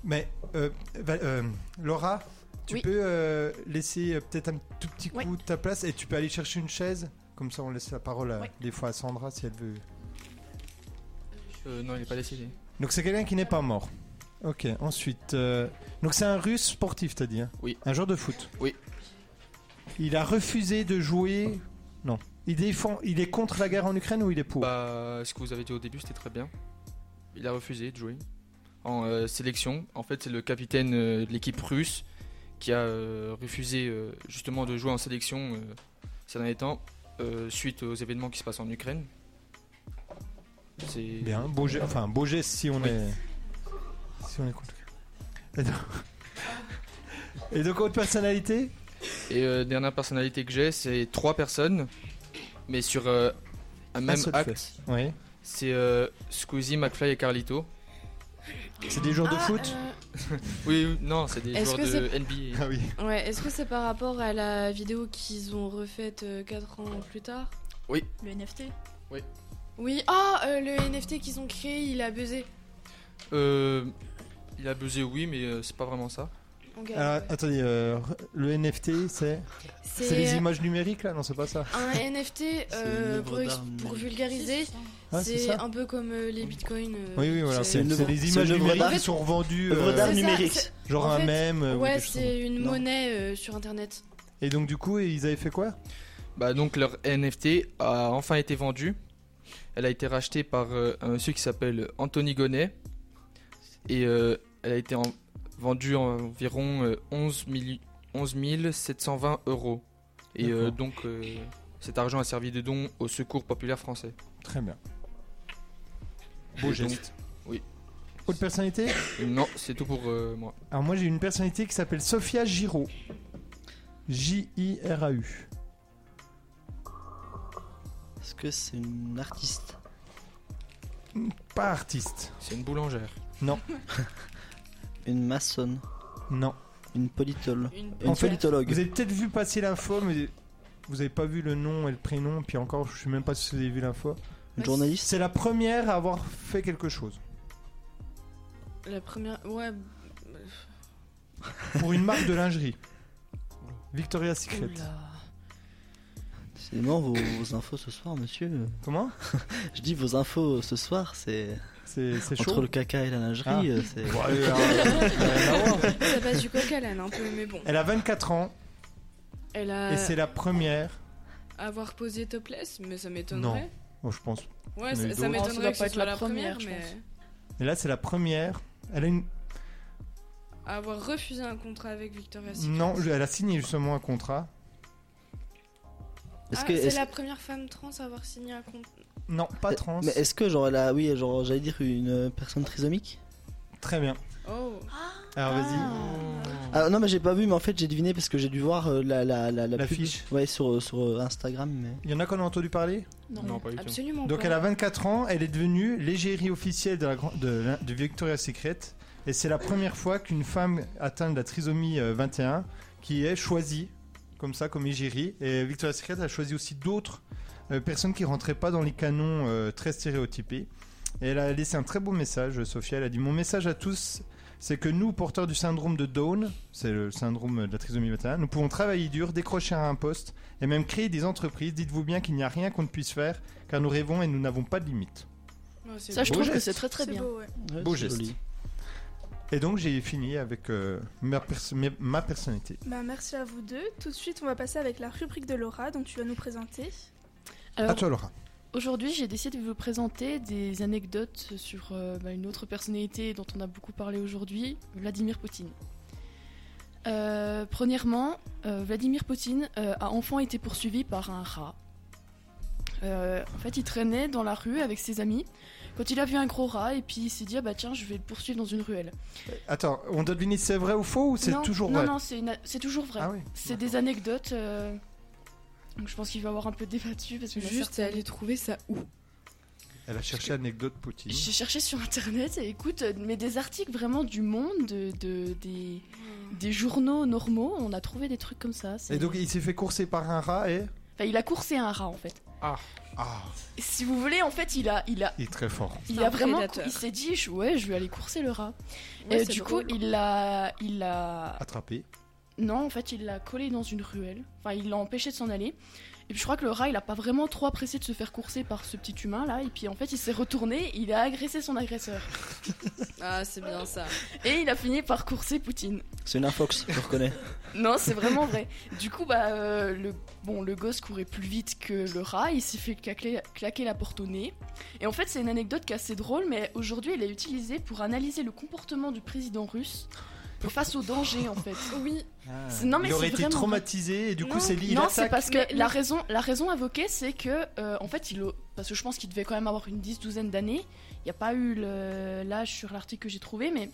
Speaker 1: mais euh, va- euh, Laura, tu
Speaker 7: Oui.
Speaker 1: peux euh, laisser euh, peut-être un tout petit coup
Speaker 7: Oui.
Speaker 1: de ta place et tu peux aller chercher une chaise. Comme ça, on laisse la parole à-
Speaker 7: Oui.
Speaker 1: des fois à Sandra si elle veut.
Speaker 4: Euh, non, il est pas décédé.
Speaker 1: Donc c'est quelqu'un qui n'est pas mort. Ok, ensuite. euh, Donc c'est un russe sportif, t'as dit hein
Speaker 4: Oui.
Speaker 1: Un joueur de foot
Speaker 4: Oui.
Speaker 1: Il a refusé de jouer. Non. Il, défend... il est contre la guerre en Ukraine ou il est pour
Speaker 4: Bah, ce que vous avez dit au début, c'était très bien. Il a refusé de jouer en euh, sélection. En fait, c'est le capitaine euh, de l'équipe russe qui a euh, refusé euh, justement de jouer en sélection euh, ces derniers temps, euh, suite aux événements qui se passent en Ukraine. C'est
Speaker 1: Bien, beau geste, enfin beau geste si on
Speaker 4: Oui.
Speaker 1: est. Si on est contre. Et donc, et donc, autre personnalité
Speaker 4: Et euh, dernière personnalité que j'ai, c'est trois personnes, mais sur euh, un même
Speaker 1: seul
Speaker 4: acte.
Speaker 1: Oui.
Speaker 4: C'est euh, Squeezie, McFly et Carlito.
Speaker 1: C'est des joueurs de
Speaker 7: Ah,
Speaker 1: foot
Speaker 7: euh,
Speaker 4: Oui, oui, non, c'est des
Speaker 5: Est-ce
Speaker 4: joueurs
Speaker 5: que
Speaker 4: de NBA.
Speaker 1: Ah oui.
Speaker 5: Ouais, est-ce que c'est par rapport à la vidéo qu'ils ont refaite 4 ans plus tard
Speaker 2: Le NFT
Speaker 5: Oui, ah euh, le NFT qu'ils ont créé, il a buzzé.
Speaker 4: Euh, il a buzzé, oui, mais euh, c'est pas vraiment ça.
Speaker 5: Ok.
Speaker 1: Alors, attendez, euh, le NFT, c'est. C'est les images numériques là Non, c'est pas ça.
Speaker 5: Un NFT,
Speaker 3: une
Speaker 5: euh,
Speaker 3: œuvre
Speaker 5: pour, ex-
Speaker 3: d'art,
Speaker 5: pour
Speaker 3: mais-
Speaker 5: vulgariser,
Speaker 1: Ah, c'est
Speaker 5: c'est
Speaker 1: ça
Speaker 5: un peu comme euh, les bitcoins. euh,
Speaker 1: Oui, oui, voilà.
Speaker 5: c'est-
Speaker 1: C'est
Speaker 3: une
Speaker 1: c'est
Speaker 3: œuvre-
Speaker 1: des
Speaker 3: c'est
Speaker 1: images
Speaker 3: une œuvre
Speaker 1: numériques
Speaker 3: d'art.
Speaker 1: qui sont revendues.
Speaker 3: Œuvre
Speaker 1: euh,
Speaker 3: d'art
Speaker 5: c'est ça,
Speaker 3: numérique.
Speaker 5: c'est-
Speaker 1: genre
Speaker 5: en
Speaker 1: un
Speaker 5: fait,
Speaker 1: mème. euh, ou
Speaker 5: ouais,
Speaker 1: quelque chose comme ça.
Speaker 5: c'est une
Speaker 3: Non.
Speaker 5: monnaie euh, sur internet.
Speaker 1: Et donc, du coup, ils avaient fait quoi
Speaker 4: Bah donc leur NFT a enfin été vendu. Elle a été rachetée par euh, un monsieur qui s'appelle Anthony Gonnet. Et euh, elle a été en- vendue en environ euh, 11, 000 11 720 euros. Et euh,
Speaker 1: D'accord.
Speaker 4: donc euh, cet argent a servi de don au Secours Populaire Français.
Speaker 1: Très bien. Beau
Speaker 4: Et donc-
Speaker 1: geste.
Speaker 4: oui.
Speaker 1: Autre personnalité
Speaker 4: Non, c'est tout pour euh, moi.
Speaker 1: Alors moi j'ai une personnalité qui s'appelle Sophia Giraud. J-I-R-A-U.
Speaker 3: Est-ce que c'est une artiste
Speaker 1: Pas artiste.
Speaker 4: C'est une boulangère.
Speaker 3: Une maçonne.
Speaker 1: Non.
Speaker 3: Une politole.
Speaker 5: Une
Speaker 3: Une
Speaker 1: En fait,
Speaker 3: politologue.
Speaker 1: Vous avez peut-être vu passer l'info, mais vous avez pas vu le nom et le prénom. Puis encore, je suis même pas sûr si vous avez vu l'info.
Speaker 3: Une journaliste.
Speaker 1: C'est la première à avoir fait quelque chose
Speaker 5: La première. Ouais.
Speaker 1: pour une marque de lingerie. Victoria's Secret.
Speaker 5: Oula.
Speaker 3: C'est mort vos, vos infos ce soir, monsieur.
Speaker 1: Comment
Speaker 3: Je dis vos infos ce soir, c'est
Speaker 1: C'est c'est
Speaker 3: entre
Speaker 1: chaud.
Speaker 3: le caca et la lingerie. euh, c'est-
Speaker 1: Ouais, euh, euh, euh,
Speaker 7: Ça passe du coq à l'âne un peu, mais bon.
Speaker 1: Elle a 24 ans
Speaker 5: Elle
Speaker 1: et
Speaker 5: a.
Speaker 1: c'est la première.
Speaker 5: Avoir posé topless, mais ça m'étonnerait.
Speaker 1: Bon, je pense.
Speaker 5: Ouais,
Speaker 1: Il y en a eu
Speaker 5: ça,
Speaker 7: Non, ça
Speaker 5: ça
Speaker 1: d'autres.
Speaker 7: doit
Speaker 5: m'étonnerait que
Speaker 7: pas
Speaker 5: ce
Speaker 7: être
Speaker 5: soit
Speaker 7: la
Speaker 5: la première,
Speaker 7: première, je
Speaker 5: mais.
Speaker 1: Et là, c'est la première. Elle a une...
Speaker 5: Avoir refusé un contrat avec Victoria's Secret.
Speaker 1: Non, elle a signé justement un contrat.
Speaker 3: Est-ce
Speaker 5: Ah,
Speaker 3: que
Speaker 5: c'est
Speaker 3: est-ce-
Speaker 5: la première femme trans à avoir signé un contrat.
Speaker 1: Non, pas trans.
Speaker 3: Euh, mais est-ce que genre elle a oui genre j'allais dire une euh, personne trisomique
Speaker 1: Très bien.
Speaker 5: Oh,
Speaker 1: Alors vas-y.
Speaker 3: Ah non mais j'ai pas vu mais en fait j'ai deviné parce que j'ai dû voir euh, la la la, la pub.
Speaker 1: L'affiche.
Speaker 3: Ouais sur euh, sur euh, Instagram mais
Speaker 1: Il y en a qu'on a entendu parler
Speaker 4: Non, pas du tout.
Speaker 5: absolument
Speaker 1: Donc
Speaker 5: pas.
Speaker 1: elle a 24 ans, elle est devenue l'égérie officielle de, la, grand- de, la- de Victoria's Secret. Et c'est la première fois qu'une femme atteinte de la trisomie euh, 21 qui est choisie comme ça, comme égérie. Et Victoria's Secret a choisi aussi d'autres euh, personnes qui rentraient pas dans les canons euh, très stéréotypés. Et elle a laissé un très beau message, Sophia. Elle a dit Mon message à tous, c'est que nous, porteurs du syndrome de Down, c'est le syndrome de la trisomie 21, nous pouvons travailler dur, décrocher un poste et même créer des entreprises. Dites-vous bien qu'il n'y a rien qu'on ne puisse faire car nous rêvons et nous n'avons pas de limite.
Speaker 5: Ouais, c'est
Speaker 7: Ça, je
Speaker 1: Beau
Speaker 7: trouve que
Speaker 1: geste.
Speaker 7: c'est très très
Speaker 2: C'est
Speaker 7: bien.
Speaker 2: beau, ouais.
Speaker 3: Ouais,
Speaker 1: Beau
Speaker 3: c'est
Speaker 1: geste.
Speaker 3: joli.
Speaker 1: Et donc j'ai fini avec euh, ma, pers- mes- ma personnalité.
Speaker 6: Bah, merci à vous deux. Tout de suite, on va passer avec la rubrique de Laura, donc tu vas nous présenter.
Speaker 1: À
Speaker 7: Alors,
Speaker 1: toi Laura.
Speaker 7: Aujourd'hui, j'ai décidé de vous présenter des anecdotes sur euh, bah, une autre personnalité dont on a beaucoup parlé aujourd'hui, Vladimir Poutine. Euh, premièrement, euh, Vladimir Poutine euh, a enfant été poursuivi par un rat. Euh, en fait, il traînait dans la rue avec ses amis quand il a vu un gros rat et puis il s'est dit ah bah tiens, je vais le poursuivre dans une ruelle.
Speaker 1: Attends, on doit deviner si c'est vrai ou faux ou c'est
Speaker 7: Non,
Speaker 1: toujours
Speaker 7: non,
Speaker 1: vrai
Speaker 7: non, c'est une- c'est toujours vrai.
Speaker 1: Ah oui.
Speaker 7: c'est des anecdotes. euh, Donc je pense qu'il va y avoir un peu de débat dessus parce que
Speaker 5: Juste à aller trouver ça où
Speaker 1: Elle a cherché anecdote Poutine.
Speaker 7: J'ai cherché sur internet et écoute, euh, mais des articles vraiment du monde, de, de- des, des journaux normaux, on a trouvé des trucs comme ça. c'est-
Speaker 1: Et donc il s'est fait courser par un rat et
Speaker 7: Enfin, il a coursé un rat en fait.
Speaker 1: ah,
Speaker 7: Et si vous voulez, en fait, il a, il a,
Speaker 1: il est très fort.
Speaker 7: il
Speaker 5: un
Speaker 7: a vraiment,
Speaker 5: prédateur.
Speaker 7: il s'est dit, je- ouais, je vais aller courser le rat.
Speaker 5: Ouais,
Speaker 7: et
Speaker 5: c'est
Speaker 7: du
Speaker 5: drôle.
Speaker 7: coup, il l'a, il l'a,
Speaker 1: Attrapé.
Speaker 7: non, en fait, il l'a collé dans une ruelle. Enfin, il l'a empêché de s'en aller. Et puis je crois que le rat, il a pas vraiment trop apprécié de se faire courser par ce petit humain là. Et puis en fait, il s'est retourné, il a agressé son agresseur.
Speaker 5: Ah, c'est bien ça.
Speaker 7: Et il a fini par courser Poutine.
Speaker 3: C'est une infox, je reconnais.
Speaker 7: Non, c'est vraiment vrai. Du coup, bah, euh, le, bon, le gosse courait plus vite que le rat, il s'est fait claquer, claquer la porte au nez. Et en fait, c'est une anecdote qui est assez drôle, mais aujourd'hui, elle est utilisée pour analyser le comportement du président russe face au danger, en fait.
Speaker 5: Oui,
Speaker 7: C'est- non, mais
Speaker 1: Ah. il aurait
Speaker 7: c'est
Speaker 1: été
Speaker 7: vraiment-
Speaker 1: traumatisé et du
Speaker 5: Non,
Speaker 1: coup c'est lié. il
Speaker 7: non, c'est
Speaker 1: attaque.
Speaker 7: parce que
Speaker 5: Mais-
Speaker 7: la raison, la raison invoquée, c'est que, euh, en fait, il, a- parce que je pense qu'il devait quand même avoir une dix-douzaine d'années. Il n'y a pas eu le- l'âge sur l'article que j'ai trouvé, mais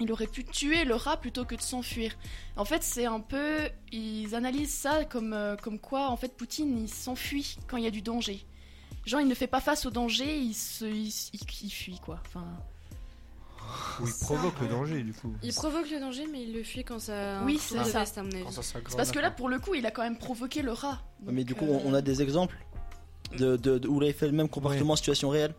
Speaker 7: il aurait pu tuer le rat plutôt que de s'enfuir. En fait, c'est un peu, ils analysent ça comme, euh, comme quoi, en fait, Poutine, il s'enfuit quand il y a du danger. Genre, il ne fait pas face au danger, il se, il, il- il fuit quoi. Enfin,
Speaker 1: Ou il provoque le danger du coup.
Speaker 5: il provoque le danger, mais il le fuit quand ça.
Speaker 7: Oui, c'est
Speaker 5: tourne de
Speaker 7: ça.
Speaker 5: veste, à mon avis.
Speaker 4: Quand ça s'aggrave,
Speaker 7: c'est parce que là,
Speaker 4: quoi.
Speaker 7: pour le coup, il a quand même provoqué le rat. Donc,
Speaker 3: mais du coup,
Speaker 7: euh,
Speaker 3: on on a des exemples de, de, de- où il avait fait le même comportement en situation réelle.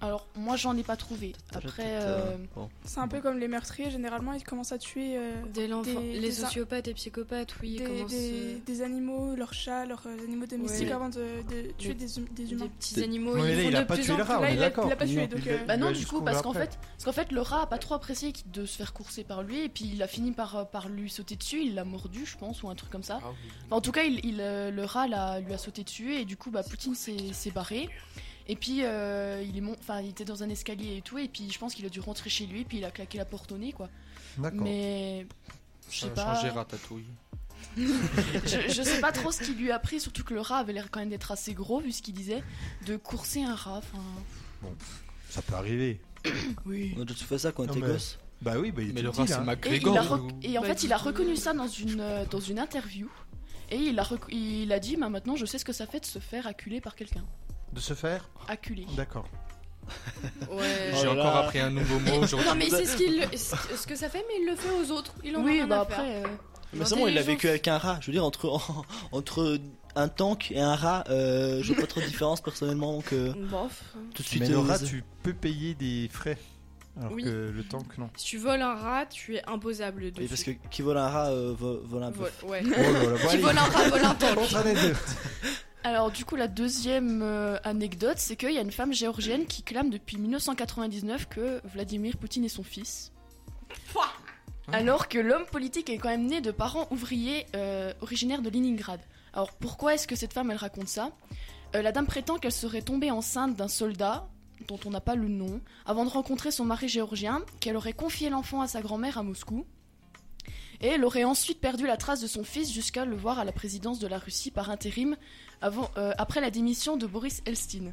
Speaker 7: Alors, moi, j'en ai pas trouvé. Après.
Speaker 3: Peut-être, euh,
Speaker 7: euh,
Speaker 3: bon.
Speaker 6: C'est un peu comme les meurtriers, généralement, ils commencent à tuer euh,
Speaker 5: Dès l'enfant,
Speaker 6: Des-
Speaker 5: les
Speaker 6: des-
Speaker 5: sociopathes et psychopathes, oui,
Speaker 6: des,
Speaker 5: commencent
Speaker 6: des- des animaux, leurs chats, leurs euh, animaux domestiques
Speaker 5: Ouais.
Speaker 6: avant de, de tuer
Speaker 5: Mais-
Speaker 6: des, hum- des
Speaker 5: euh, des
Speaker 6: humains.
Speaker 5: petits
Speaker 3: Des-
Speaker 5: animaux.
Speaker 1: Ouais, mais
Speaker 5: ils font
Speaker 1: là, il a
Speaker 5: de
Speaker 1: pas
Speaker 5: plus
Speaker 1: tué
Speaker 5: en
Speaker 1: le
Speaker 5: plus-
Speaker 1: rat, on
Speaker 6: Là,
Speaker 1: est
Speaker 6: il l'a-
Speaker 1: d'accord.
Speaker 6: il l'a pas tué,
Speaker 1: Non.
Speaker 6: donc,
Speaker 1: Il l'a-
Speaker 6: euh,
Speaker 7: Bah
Speaker 1: Il va
Speaker 7: non, du
Speaker 1: juste
Speaker 7: coup,
Speaker 1: courir
Speaker 7: parce qu'en
Speaker 1: après.
Speaker 7: fait, parce qu'en fait, le rat a pas trop apprécié qu'il- de se faire courser par lui, et puis il a fini par, euh, par lui sauter dessus, il l'a mordu, je pense, ou un truc comme ça.
Speaker 4: Ah oui.
Speaker 7: Enfin, en tout cas, il, il, euh, le rat l'a- lui a sauté dessus, et du coup, bah, Poutine s'est s'est barré. Et puis, euh, il, est mon... enfin, il était dans un escalier et tout, et puis je pense qu'il a dû rentrer chez lui, puis il a claqué la porte au nez, quoi.
Speaker 1: D'accord.
Speaker 7: Mais. Je sais
Speaker 4: Ça a
Speaker 7: pas.
Speaker 4: changé ratatouille.
Speaker 7: Je, je sais pas trop ce qui lui a pris, surtout que le rat avait l'air quand même d'être assez gros, vu ce qu'il disait, de courser un rat. Enfin,
Speaker 1: Ça peut arriver.
Speaker 7: oui.
Speaker 3: On a tous fait ça quand on
Speaker 1: Non,
Speaker 3: était
Speaker 1: mais-
Speaker 3: gosse.
Speaker 1: Bah oui, bah
Speaker 4: Mais
Speaker 1: il était
Speaker 4: le
Speaker 1: petit,
Speaker 4: rat, c'est
Speaker 1: là.
Speaker 7: Et, il a
Speaker 4: McGregor.
Speaker 7: rec- et en
Speaker 5: Bah,
Speaker 7: fait,
Speaker 5: du
Speaker 7: il a
Speaker 5: coup-
Speaker 7: reconnu ça dans une, euh, dans une interview. Et il a, rec- il a dit, bah, maintenant je sais ce que ça fait de se faire acculer par quelqu'un.
Speaker 1: De se faire
Speaker 7: Acculer.
Speaker 1: D'accord.
Speaker 5: Ouais.
Speaker 4: J'ai
Speaker 3: Oh là
Speaker 4: encore
Speaker 3: là.
Speaker 4: appris un nouveau mot aujourd'hui.
Speaker 5: Non mais c'est ce qu'il
Speaker 3: Bah,
Speaker 5: ce ce que ça fait mais il le fait aux autres. Il en a
Speaker 7: Oui,
Speaker 5: rien
Speaker 7: bah
Speaker 5: à faire.
Speaker 7: après. euh,
Speaker 3: Mais c'est bon, il l'a vécu avec un rat. Je veux dire, entre, entre un tank et un rat, euh, je vois pas trop de différence personnellement. Donc, euh,
Speaker 5: Bof.
Speaker 3: tout de suite,
Speaker 1: Mais le
Speaker 3: euh,
Speaker 1: rat,
Speaker 3: les-
Speaker 1: tu peux payer des frais. Alors
Speaker 5: Oui.
Speaker 1: que le tank, non.
Speaker 5: Si tu voles un rat, tu es imposable dessus.
Speaker 3: Oui, parce que qui vole un rat euh, vo- vole un peu.
Speaker 5: Vol- ouais.
Speaker 1: Oh là là, bon,
Speaker 5: Qui
Speaker 1: allez.
Speaker 5: vole un rat, vole un tank.
Speaker 1: Autre anecdote.
Speaker 7: Alors du coup la deuxième euh, anecdote c'est qu'il y a une femme géorgienne qui clame depuis 1999 que Vladimir Poutine est son fils.
Speaker 5: Pouah
Speaker 3: Hein
Speaker 7: Alors que l'homme politique est quand même né de parents ouvriers euh, originaires de Leningrad. Alors pourquoi est-ce que cette femme elle raconte ça Euh, La dame prétend qu'elle serait tombée enceinte d'un soldat dont on n'a pas le nom avant de rencontrer son mari géorgien, qu'elle aurait confié l'enfant à sa grand-mère à Moscou. Et elle aurait ensuite perdu la trace de son fils jusqu'à le voir à la présidence de la Russie par intérim avant, euh, après la démission de Boris Elstine.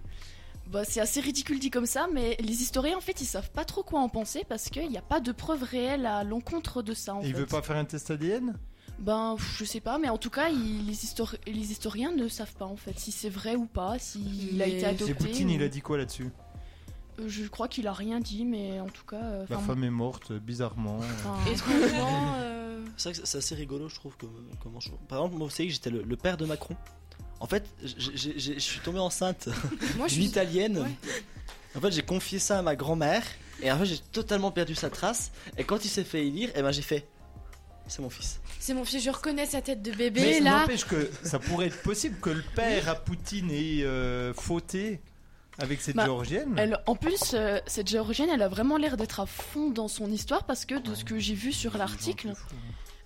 Speaker 7: Bah, c'est assez ridicule dit comme ça, mais les historiens en fait ils savent pas trop quoi en penser parce qu'il n'y a pas de preuves réelles à l'encontre de ça. En
Speaker 1: Et il
Speaker 7: fait.
Speaker 1: veut pas faire un test ADN
Speaker 7: Ben pff, je sais pas, mais en tout cas ils- les, histori- les historiens ne savent pas en fait si c'est vrai ou pas, s'il a
Speaker 5: Mais-
Speaker 7: été
Speaker 5: Et
Speaker 7: adopté.
Speaker 1: Et Poutine,
Speaker 7: ou-
Speaker 1: il a dit quoi là-dessus
Speaker 7: Euh, Je crois qu'il a rien dit, mais en tout cas. euh,
Speaker 1: La
Speaker 7: enfin,
Speaker 1: femme est morte, euh, bizarrement. euh.
Speaker 7: enfin,
Speaker 5: Étrangement, euh,
Speaker 3: C'est vrai que c'est assez rigolo, je trouve. Comme, comment je- Par exemple, moi, vous savez que j'étais le, le père de Macron. En fait, j'ai- j'ai- j'ai- je suis tombé enceinte
Speaker 5: moi je
Speaker 3: d'une
Speaker 5: suis
Speaker 3: italienne.
Speaker 5: Ouais.
Speaker 3: En fait, j'ai confié ça à ma grand-mère. Et en fait, j'ai totalement perdu sa trace. Et quand il s'est fait élire, eh ben, j'ai fait. C'est mon fils.
Speaker 5: C'est mon fils, je reconnais sa tête de bébé
Speaker 1: Mais
Speaker 5: là.
Speaker 1: n'empêche que ça pourrait être possible que le père à Poutine ait euh, fauté avec cette
Speaker 7: Bah,
Speaker 1: géorgienne.
Speaker 7: elle- en plus, euh, cette géorgienne, elle a vraiment l'air d'être à fond dans son histoire parce que de ce que j'ai vu sur l'article,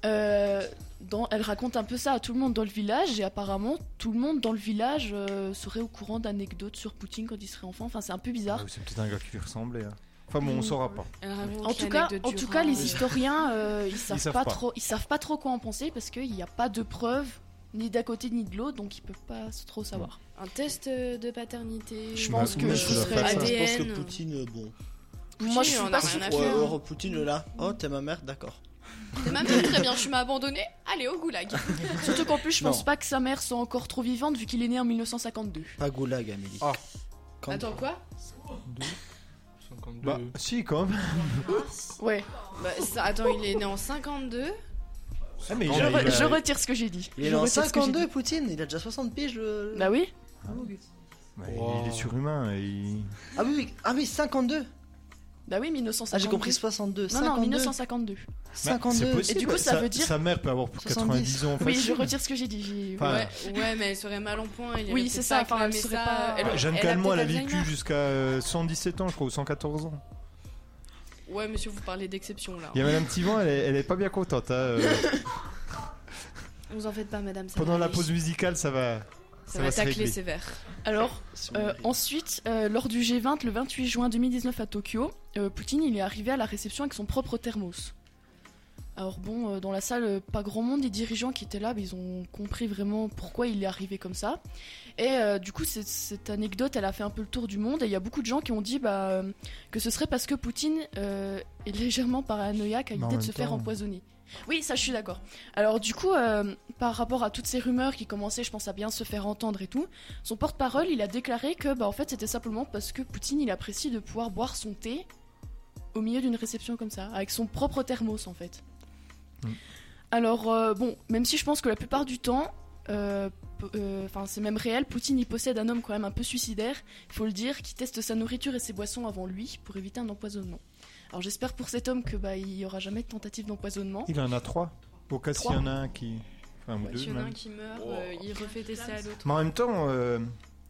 Speaker 7: euh, dans- elle raconte un peu ça à tout le monde dans le village et apparemment tout le monde dans le village euh, serait au courant d'anecdotes sur Poutine quand il serait enfant. Enfin, c'est un peu
Speaker 1: Ah,
Speaker 7: bizarre.
Speaker 1: c'est peut-être un gars qui lui ressemblait. hein. Enfin bon,
Speaker 7: Mm.
Speaker 1: on saura pas.
Speaker 5: Elle raconte
Speaker 7: En tout, cas,
Speaker 5: l'anecdote
Speaker 7: en
Speaker 5: du
Speaker 7: tout
Speaker 5: rat.
Speaker 7: cas, les historiens, euh, ils savent,
Speaker 1: savent
Speaker 7: pas,
Speaker 1: pas.
Speaker 7: trop, ils savent pas trop quoi en penser parce qu'il n'y a pas de preuves ni d'un côté ni de l'autre, donc ils peuvent pas trop savoir.
Speaker 8: Un test euh, de paternité.
Speaker 1: Je
Speaker 7: pense
Speaker 1: m'avoue,
Speaker 7: que
Speaker 1: je
Speaker 7: ce
Speaker 1: dois
Speaker 7: serait
Speaker 1: faire ça.
Speaker 5: ADN.
Speaker 3: Je pense que Poutine, euh, bon.
Speaker 7: Moi, je
Speaker 5: on
Speaker 7: suis
Speaker 5: a
Speaker 7: pas
Speaker 5: rien
Speaker 7: sûre.
Speaker 5: à
Speaker 3: Ou
Speaker 5: faire, hein.
Speaker 3: alors, euh, Poutine, là. Oh, t'es ma mère, d'accord.
Speaker 5: C'est ma mère, très bien, je m'as abandonné. Allez, au goulag.
Speaker 7: Surtout qu'en plus, je pense
Speaker 3: Non.
Speaker 7: pas que sa mère soit encore trop vivante vu qu'il est né en 1952.
Speaker 3: Pas goulag, Amélie.
Speaker 4: Ah.
Speaker 3: Quand-
Speaker 5: Attends, quoi
Speaker 4: 52.
Speaker 1: Bah, si, quand même.
Speaker 7: Ouais,
Speaker 5: Bah, ça- Attends, il est né en 52.
Speaker 1: Ah, mais
Speaker 4: Je
Speaker 1: il
Speaker 7: je,
Speaker 1: a-
Speaker 7: re-
Speaker 1: il a-
Speaker 7: je retire ce que j'ai dit.
Speaker 3: Il est
Speaker 7: Je
Speaker 3: en
Speaker 7: retire ce que j'ai
Speaker 3: 52,
Speaker 7: dit.
Speaker 3: Poutine. Il a déjà 60 piges. le-
Speaker 7: Bah oui.
Speaker 1: Ouais,
Speaker 4: Wow.
Speaker 1: Il est surhumain. et il-
Speaker 3: Ah oui, oui, ah oui, 52.
Speaker 7: Bah oui, 1952.
Speaker 3: Ah, j'ai compris 62.
Speaker 7: Non,
Speaker 3: 52.
Speaker 7: non, 1952.
Speaker 1: Bah,
Speaker 3: 52.
Speaker 1: c'est possible.
Speaker 7: Et du coup, ça
Speaker 1: Sa-
Speaker 7: veut dire-
Speaker 1: Sa mère peut avoir plus de 90 ans.
Speaker 7: Oui, je
Speaker 1: facile.
Speaker 7: retire ce que j'ai dit. j'ai-
Speaker 1: Enfin,
Speaker 7: ouais.
Speaker 5: Ouais, ouais, mais elle serait mal en point. Il
Speaker 7: Oui,
Speaker 5: irait
Speaker 7: c'est
Speaker 5: peut-être
Speaker 7: ça,
Speaker 5: pas
Speaker 7: enfin, elle
Speaker 5: clamer
Speaker 7: serait
Speaker 5: ça.
Speaker 7: pas-
Speaker 5: Elle-
Speaker 1: Ah, Jeanne
Speaker 5: elle a
Speaker 1: Calment, elle a
Speaker 5: peut-être
Speaker 1: vécu
Speaker 5: Alzheimer.
Speaker 1: jusqu'à euh, 117 ans, je crois, ou 114 ans.
Speaker 5: Ouais, monsieur, vous parlez d'exception là.
Speaker 1: Il y a Madame Tivant, elle, est- elle est pas bien contente. hein, euh,
Speaker 8: Vous en faites pas, madame. ça
Speaker 1: pendant
Speaker 8: va
Speaker 1: la
Speaker 8: aller.
Speaker 1: pause musicale, ça va.
Speaker 5: Ça, va
Speaker 1: se
Speaker 5: tacler
Speaker 1: régler.
Speaker 5: sévère.
Speaker 7: Alors,
Speaker 3: Si
Speaker 7: euh,
Speaker 3: on-
Speaker 7: ensuite, euh, lors du G20 le 28 juin 2019 à Tokyo, euh, Poutine il est arrivé à la réception avec son propre thermos. Alors bon, euh, dans la salle, euh, pas grand monde, les dirigeants qui étaient là, mais ils ont compris vraiment pourquoi il est arrivé comme ça. Et euh, du coup, cette, cette anecdote, elle a fait un peu le tour du monde, et il y a beaucoup de gens qui ont dit bah, euh, que ce serait parce que Poutine euh, est légèrement paranoïaque à
Speaker 1: Mais en
Speaker 7: l'idée de
Speaker 1: même
Speaker 7: se faire
Speaker 1: temps-
Speaker 7: empoisonner. Oui, ça je suis d'accord. Alors du coup, euh, par rapport à toutes ces rumeurs qui commençaient, je pense, à bien se faire entendre et tout, son porte-parole, il a déclaré que bah, en fait, c'était simplement parce que Poutine, il apprécie de pouvoir boire son thé au milieu d'une réception comme ça, avec son propre thermos en fait.
Speaker 1: Mm.
Speaker 7: Alors, euh, bon, même si je pense que la plupart du temps, euh, p- euh, 'fin, c'est même réel, Poutine, il possède un homme quand même un peu suicidaire, il faut le dire, qui teste sa nourriture et ses boissons avant lui pour éviter un empoisonnement. Alors j'espère pour cet homme que bah, il y aura jamais de tentative d'empoisonnement.
Speaker 1: Il en a trois. Au cas s'il y
Speaker 7: Trois.
Speaker 1: en a un qui. Enfin, ou
Speaker 5: Ouais,
Speaker 1: deux
Speaker 5: S'il y en a un
Speaker 1: même.
Speaker 5: qui meurt, euh, il refait tester à l'autre.
Speaker 1: Mais en même temps, euh,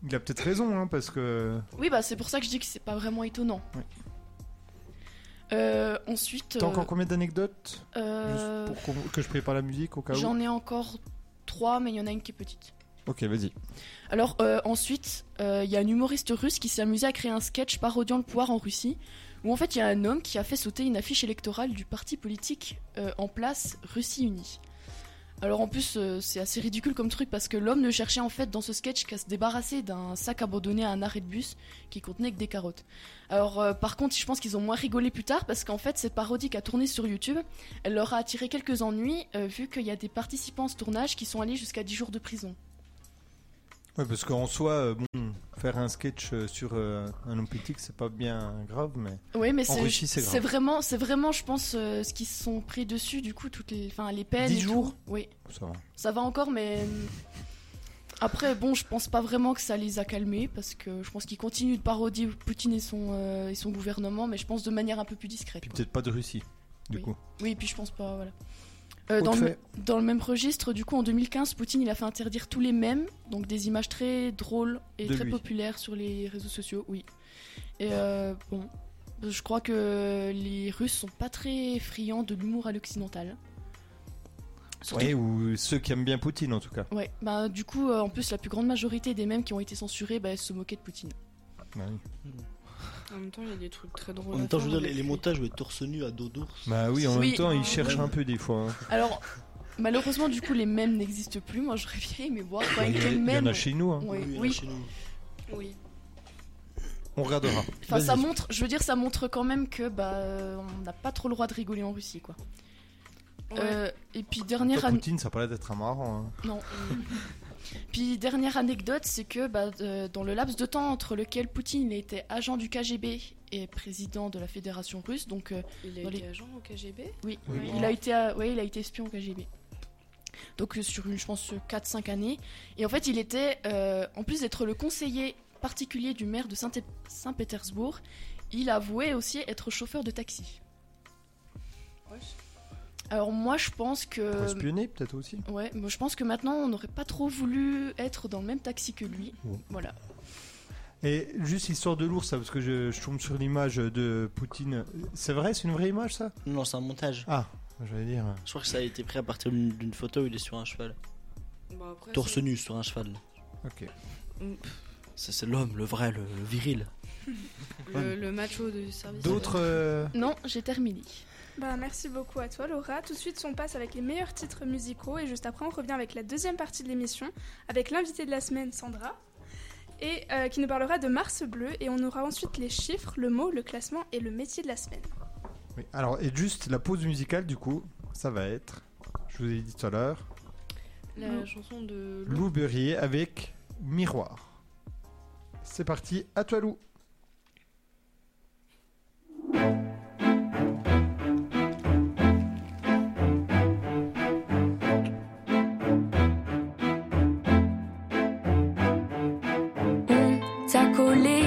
Speaker 1: il a peut-être raison, hein, parce que.
Speaker 7: Oui, bah c'est pour ça que je dis que c'est pas vraiment étonnant.
Speaker 1: Oui.
Speaker 7: Euh, ensuite,
Speaker 1: T'as
Speaker 7: euh,
Speaker 1: encore combien d'anecdotes
Speaker 7: euh,
Speaker 1: Juste pour qu'on- que je prépare la musique au cas où.
Speaker 7: j'en ai encore trois, mais il y en a une qui est petite.
Speaker 1: Ok, vas-y.
Speaker 7: Alors euh, ensuite, euh, il y a un humoriste russe qui s'est amusé à créer un sketch parodiant le pouvoir en Russie, où en fait il y a un homme qui a fait sauter une affiche électorale du parti politique euh, en place Russie Unie. Alors en plus euh, c'est assez ridicule comme truc parce que l'homme ne cherchait en fait dans ce sketch qu'à se débarrasser d'un sac abandonné à un arrêt de bus qui contenait que des carottes. Alors euh, par contre je pense qu'ils ont moins rigolé plus tard parce qu'en fait cette parodie qui a tourné sur YouTube, elle leur a attiré quelques ennuis euh, vu qu'il y a des participants à ce tournage qui sont allés jusqu'à 10 jours de prison.
Speaker 1: Ouais, parce qu'en soi, euh, bon, Faire un sketch euh, sur euh, un homme politique, c'est pas bien grave, mais.
Speaker 7: Oui, mais c'est
Speaker 1: Enrichi, c'est grave.
Speaker 7: c'est vraiment, c'est vraiment, je pense, euh, ce qu'ils se sont pris dessus, du coup, toutes les, enfin, les peines.
Speaker 1: Dix
Speaker 7: et tout.
Speaker 1: jours
Speaker 7: Oui,
Speaker 1: Ça va.
Speaker 7: ça va encore, mais euh, après, bon, je pense pas vraiment que ça les a calmés, parce que je pense qu'ils continuent de parodier Poutine et son, euh, et son gouvernement, mais je pense de manière un peu plus discrète.
Speaker 1: Puis
Speaker 7: quoi.
Speaker 1: peut-être pas de Russie, du
Speaker 7: Oui.
Speaker 1: coup.
Speaker 7: Oui, et puis je pense pas, voilà. Euh,
Speaker 1: Autre
Speaker 7: dans, le,
Speaker 1: fait.
Speaker 7: dans le même registre, du coup, en 2015, Poutine il a fait interdire tous les mèmes, donc des images très drôles et
Speaker 1: De
Speaker 7: très
Speaker 1: lui.
Speaker 7: populaires sur les réseaux sociaux, oui. Et euh, bon, je crois que les Russes sont pas très friands de l'humour à l'occidental. Surtout-
Speaker 1: Ouais, ou ceux qui aiment bien Poutine, en tout cas.
Speaker 7: Ouais, bah du coup, euh, en plus, la plus grande majorité des mèmes qui ont été censurés bah, se moquaient de Poutine.
Speaker 1: Bah oui.
Speaker 5: En même temps, il y a des trucs très drôles.
Speaker 3: En même temps, je veux dire, les, les montages où est torse nu à dos d'ours.
Speaker 1: Bah oui, en
Speaker 7: Oui.
Speaker 1: même temps, ils cherchent un peu des fois. hein.
Speaker 7: Alors, malheureusement, du coup, les mèmes n'existent plus. Moi, j'aurais bien aimé voir quand Bah, même
Speaker 1: Il y,
Speaker 7: quel
Speaker 1: il y en
Speaker 7: mème.
Speaker 1: a chez nous, hein.
Speaker 7: Ouais,
Speaker 3: il y en a
Speaker 7: oui.
Speaker 3: chez nous.
Speaker 5: Oui.
Speaker 1: on regardera.
Speaker 7: Enfin, ça
Speaker 1: Vas-y.
Speaker 7: montre, je veux dire, ça montre quand même que bah euh, on n'a pas trop le droit de rigoler en Russie, quoi. Euh, et puis dernière,
Speaker 1: Toi,
Speaker 7: an-
Speaker 1: Poutine, ça a pas l'air d'être un marrant. hein.
Speaker 7: non. puis dernière anecdote, c'est que bah, de- dans le laps de temps entre lequel Poutine était agent du KGB et président de la Fédération russe, donc euh,
Speaker 5: Il a
Speaker 7: Dans
Speaker 5: été
Speaker 7: les-
Speaker 5: agent au KGB
Speaker 7: oui,
Speaker 1: Oui,
Speaker 7: il
Speaker 1: bon.
Speaker 7: a été, euh, ouais, il a été espion au KGB. Donc euh, sur une, je pense, 4-5 années. Et en fait, il était, euh, en plus d'être le conseiller particulier du maire de Saint- Saint-Pétersbourg, il avouait aussi être chauffeur de taxi. Alors moi je pense
Speaker 1: Pour
Speaker 7: que
Speaker 1: espionner, peut-être aussi.
Speaker 7: ouais, moi je pense que maintenant on n'aurait pas trop voulu être dans le même taxi que lui.
Speaker 1: Ouais.
Speaker 7: Voilà.
Speaker 1: Et juste l'histoire de l'ours, ça, parce que je, je tombe sur l'image de Poutine. C'est vrai, c'est une vraie image, ça
Speaker 3: Non, c'est un montage.
Speaker 1: Ah, j'allais dire.
Speaker 3: Je crois que ça a été pris à partir d'une d'une photo où il est sur un cheval.
Speaker 5: Bon, Bah, après,
Speaker 3: Torse
Speaker 5: c'est-
Speaker 3: nu sur un cheval.
Speaker 1: Ok.
Speaker 3: Ça, c'est l'homme, le vrai, le, le viril.
Speaker 5: Le, le macho de service.
Speaker 1: D'autres. euh,
Speaker 7: Non, j'ai terminé.
Speaker 6: Bah, merci beaucoup à toi Laura. Tout de suite on passe avec les meilleurs titres musicaux et juste après on revient avec la deuxième partie de l'émission avec l'invitée de la semaine Sandra et euh, qui nous parlera de Mars bleu et on aura ensuite les chiffres, le mot, le classement et le métier de la semaine.
Speaker 1: oui. Alors, et juste la pause musicale, du coup, ça va être. Je vous ai dit tout à l'heure.
Speaker 5: La
Speaker 6: Non.
Speaker 5: chanson de Lou.
Speaker 1: Lou Berrier avec Miroir. C'est parti, à toi Lou.
Speaker 9: On t'a collé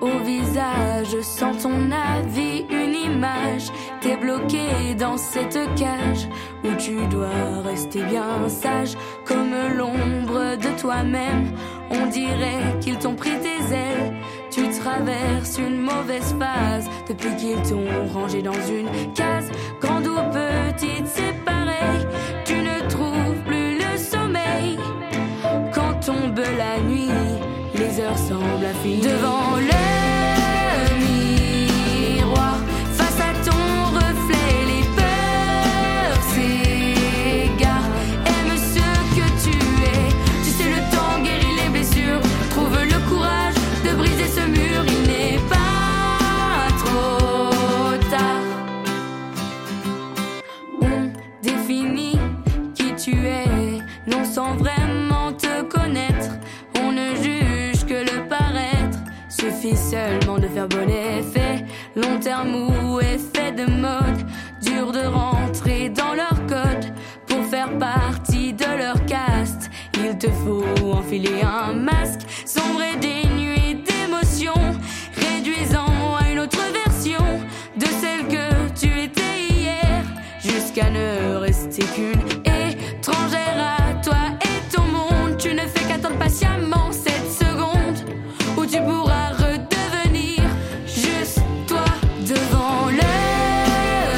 Speaker 9: au visage, sans ton avis, une image. T'es bloqué dans cette cage où tu dois rester bien sage, comme l'ombre de toi-même. On dirait qu'ils t'ont pris tes ailes. Tu traverses une mauvaise phase depuis qu'ils t'ont rangé dans une case. Grande ou petite, c'est pareil. Tu ne trouves plus le sommeil. Quand tombe la nuit, les heures semblent infinies. Devant le miroir, face à ton reflet, les peurs s'égarent. Aime ce que tu es. Tu sais, le temps guérit les blessures. Trouve le courage de briser ce mur. Il n'est pas trop tard. On définit qui tu es, non sans vraiment te connaître. On ne juge que le paraître, suffit seulement de faire bon effet. Long terme ou effet de mode, dur de rentrer dans leur code. Pour faire partie de leur caste, il te faut enfiler un masque, sombrer dénué d'émotions, réduisant à une autre version de celle que tu étais hier jusqu'à ne rester qu'une étrangère à toi et ton monde. Tu ne fais qu'attendre patiemment cette seconde où tu pourras redevenir juste toi devant le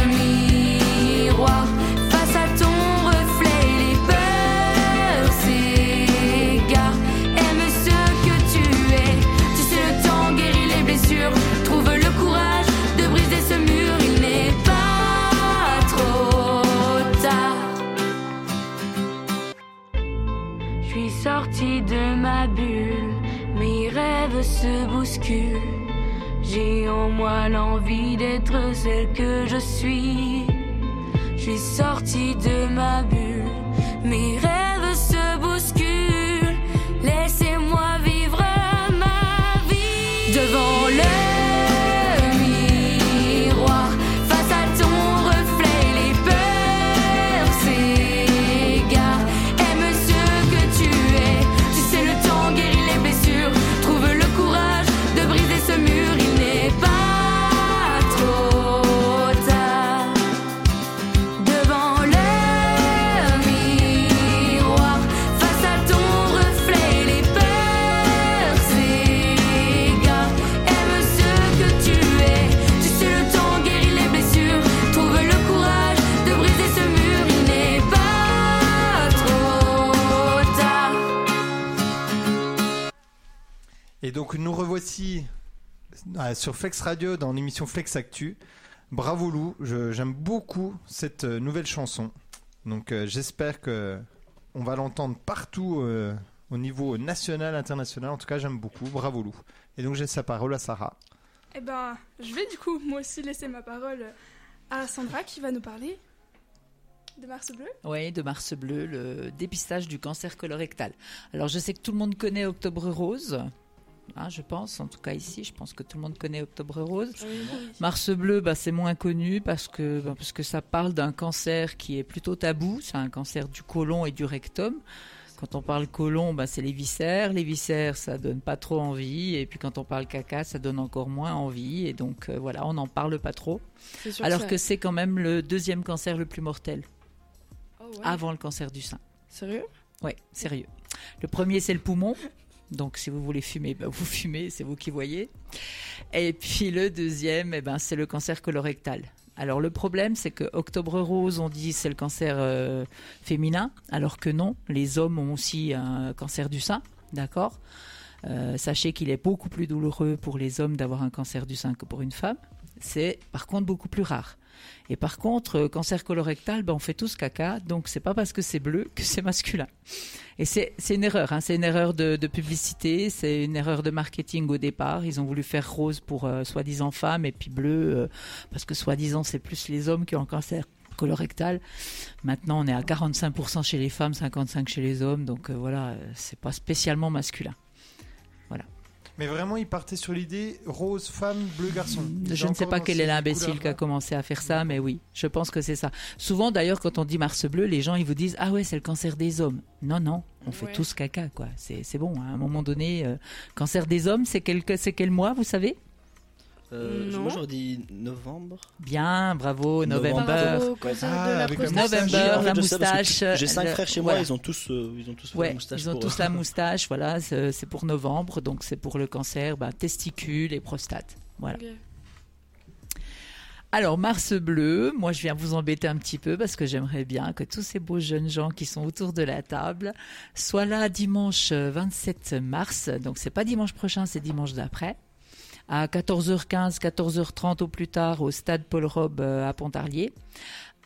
Speaker 9: miroir. Face à ton reflet, les peurs s'égarent. Aime ce que tu es. Tu sais, le temps guérit les blessures. Trouve le courage de briser ce mur. Il n'est pas trop tard. Je suis sortie de ma bulle, mes rêves se bousculent. J'ai en moi l'envie d'être celle que je suis. Je suis sortie de ma bulle, mes rêves se bousculent. Laissez-moi vivre ma devant le miroir, face à ton reflet, les peurs s'égarent. Aime ce que tu es, tu sais le temps guérit les blessures. Trouve le courage de briser ce mur, il n'est pas trop tard. Devant le miroir, face à ton reflet, les peurs s'égarent. Aime ce que tu es, tu sais le temps guérit les blessures. Trouve le courage de briser ce mur, il n'est pas trop tard.
Speaker 1: Et donc nous revoici euh, sur Flex Radio dans l'émission Flex Actu. Bravo Lou, je- j'aime beaucoup cette euh, nouvelle chanson. Donc euh, j'espère que on va l'entendre partout euh, au niveau national, international. En tout cas, j'aime beaucoup. Bravo Lou. Et donc j'ai sa parole à Sarah.
Speaker 6: Eh ben, je vais du coup, moi aussi, laisser ma parole à Sandra qui va nous parler de Mars Bleu.
Speaker 10: Oui, de Mars Bleu, le dépistage du cancer colorectal. Alors, je sais que tout le monde connaît Octobre Rose. hein, je pense, en tout cas ici, je pense que tout le monde connaît Octobre Rose. Mars Bleu, bah, c'est moins connu parce que, bah, parce que ça parle d'un cancer qui est plutôt tabou. C'est un cancer du côlon et du rectum. Quand on parle côlon, bah, c'est les viscères. Les viscères, ça donne pas trop envie. Et puis quand on parle caca, ça donne encore moins envie. Et donc euh, voilà, on n'en parle pas trop.
Speaker 5: C'est sûr que
Speaker 10: Alors
Speaker 5: ça-
Speaker 10: que c'est quand même le deuxième cancer le plus mortel
Speaker 5: Oh ouais.
Speaker 10: avant le cancer du sein.
Speaker 5: Sérieux
Speaker 10: Ouais, sérieux. Le premier, c'est le poumon. Donc, si vous voulez fumer, bah, vous fumez, c'est vous qui voyez. Et puis le deuxième, eh ben, c'est le cancer colorectal. Alors le problème, c'est que Octobre Rose, on dit c'est le cancer euh, féminin, alors que non, les hommes ont aussi un cancer du sein, d'accord Euh, Sachez qu'il est beaucoup plus douloureux pour les hommes d'avoir un cancer du sein que pour une femme. C'est par contre beaucoup plus rare. Et par contre, euh, cancer colorectal, ben, on fait tous caca, donc c'est pas parce que c'est bleu que c'est masculin. Et c'est c'est une erreur, hein, c'est une erreur de, de publicité, c'est une erreur de marketing au départ. Ils ont voulu faire rose pour euh, soi-disant femmes et puis bleu euh, parce que soi-disant c'est plus les hommes qui ont le cancer colorectal. Maintenant on est à 45% chez les femmes, 55% chez les hommes, donc euh, voilà, euh, c'est pas spécialement masculin. Voilà.
Speaker 1: Mais vraiment, il partait sur l'idée rose, femme, bleu, garçon. Il
Speaker 10: Je
Speaker 1: a
Speaker 10: ne sais
Speaker 1: encore
Speaker 10: pas
Speaker 1: dans
Speaker 10: quel
Speaker 1: ces
Speaker 10: est l'imbécile
Speaker 1: couleurs-là.
Speaker 10: qui a commencé à faire ça, mais oui, je pense que c'est ça. Souvent, d'ailleurs, quand on dit Mars bleu, les gens ils vous disent ah ouais c'est le cancer des hommes. Non non, on fait
Speaker 5: Ouais.
Speaker 10: tous caca quoi. C'est c'est bon. hein. À un moment donné, euh, cancer des hommes, c'est quel que- c'est quel mois vous savez
Speaker 3: Euh,
Speaker 5: Non.
Speaker 3: Moi j'aurais dit novembre.
Speaker 10: Bien, bravo, November.
Speaker 5: Bravo, cancer
Speaker 1: Ah,
Speaker 5: de la
Speaker 1: avec la
Speaker 5: prostate.
Speaker 10: November,
Speaker 3: J'ai- en fait,
Speaker 10: la
Speaker 3: je sais parce que
Speaker 10: moustache. euh,
Speaker 3: J'ai cinq
Speaker 10: le-
Speaker 3: frères chez
Speaker 10: voilà.
Speaker 3: moi, ils ont tous, euh, ils ont tous la
Speaker 10: Ouais,
Speaker 3: moustache.
Speaker 10: ils ont
Speaker 3: pour-
Speaker 10: tous la moustache, voilà, c'est c'est pour novembre, donc c'est pour le cancer, bah, testicules et prostate. Voilà.
Speaker 5: Ok.
Speaker 10: Alors, Mars Bleu, moi je viens vous embêter un petit peu parce que j'aimerais bien que tous ces beaux jeunes gens qui sont autour de la table soient là dimanche euh, 27 mars. Donc, c'est pas dimanche prochain, c'est dimanche d'après. À 14h15, 14h30 au plus tard au stade Paul Robe euh, à Pontarlier.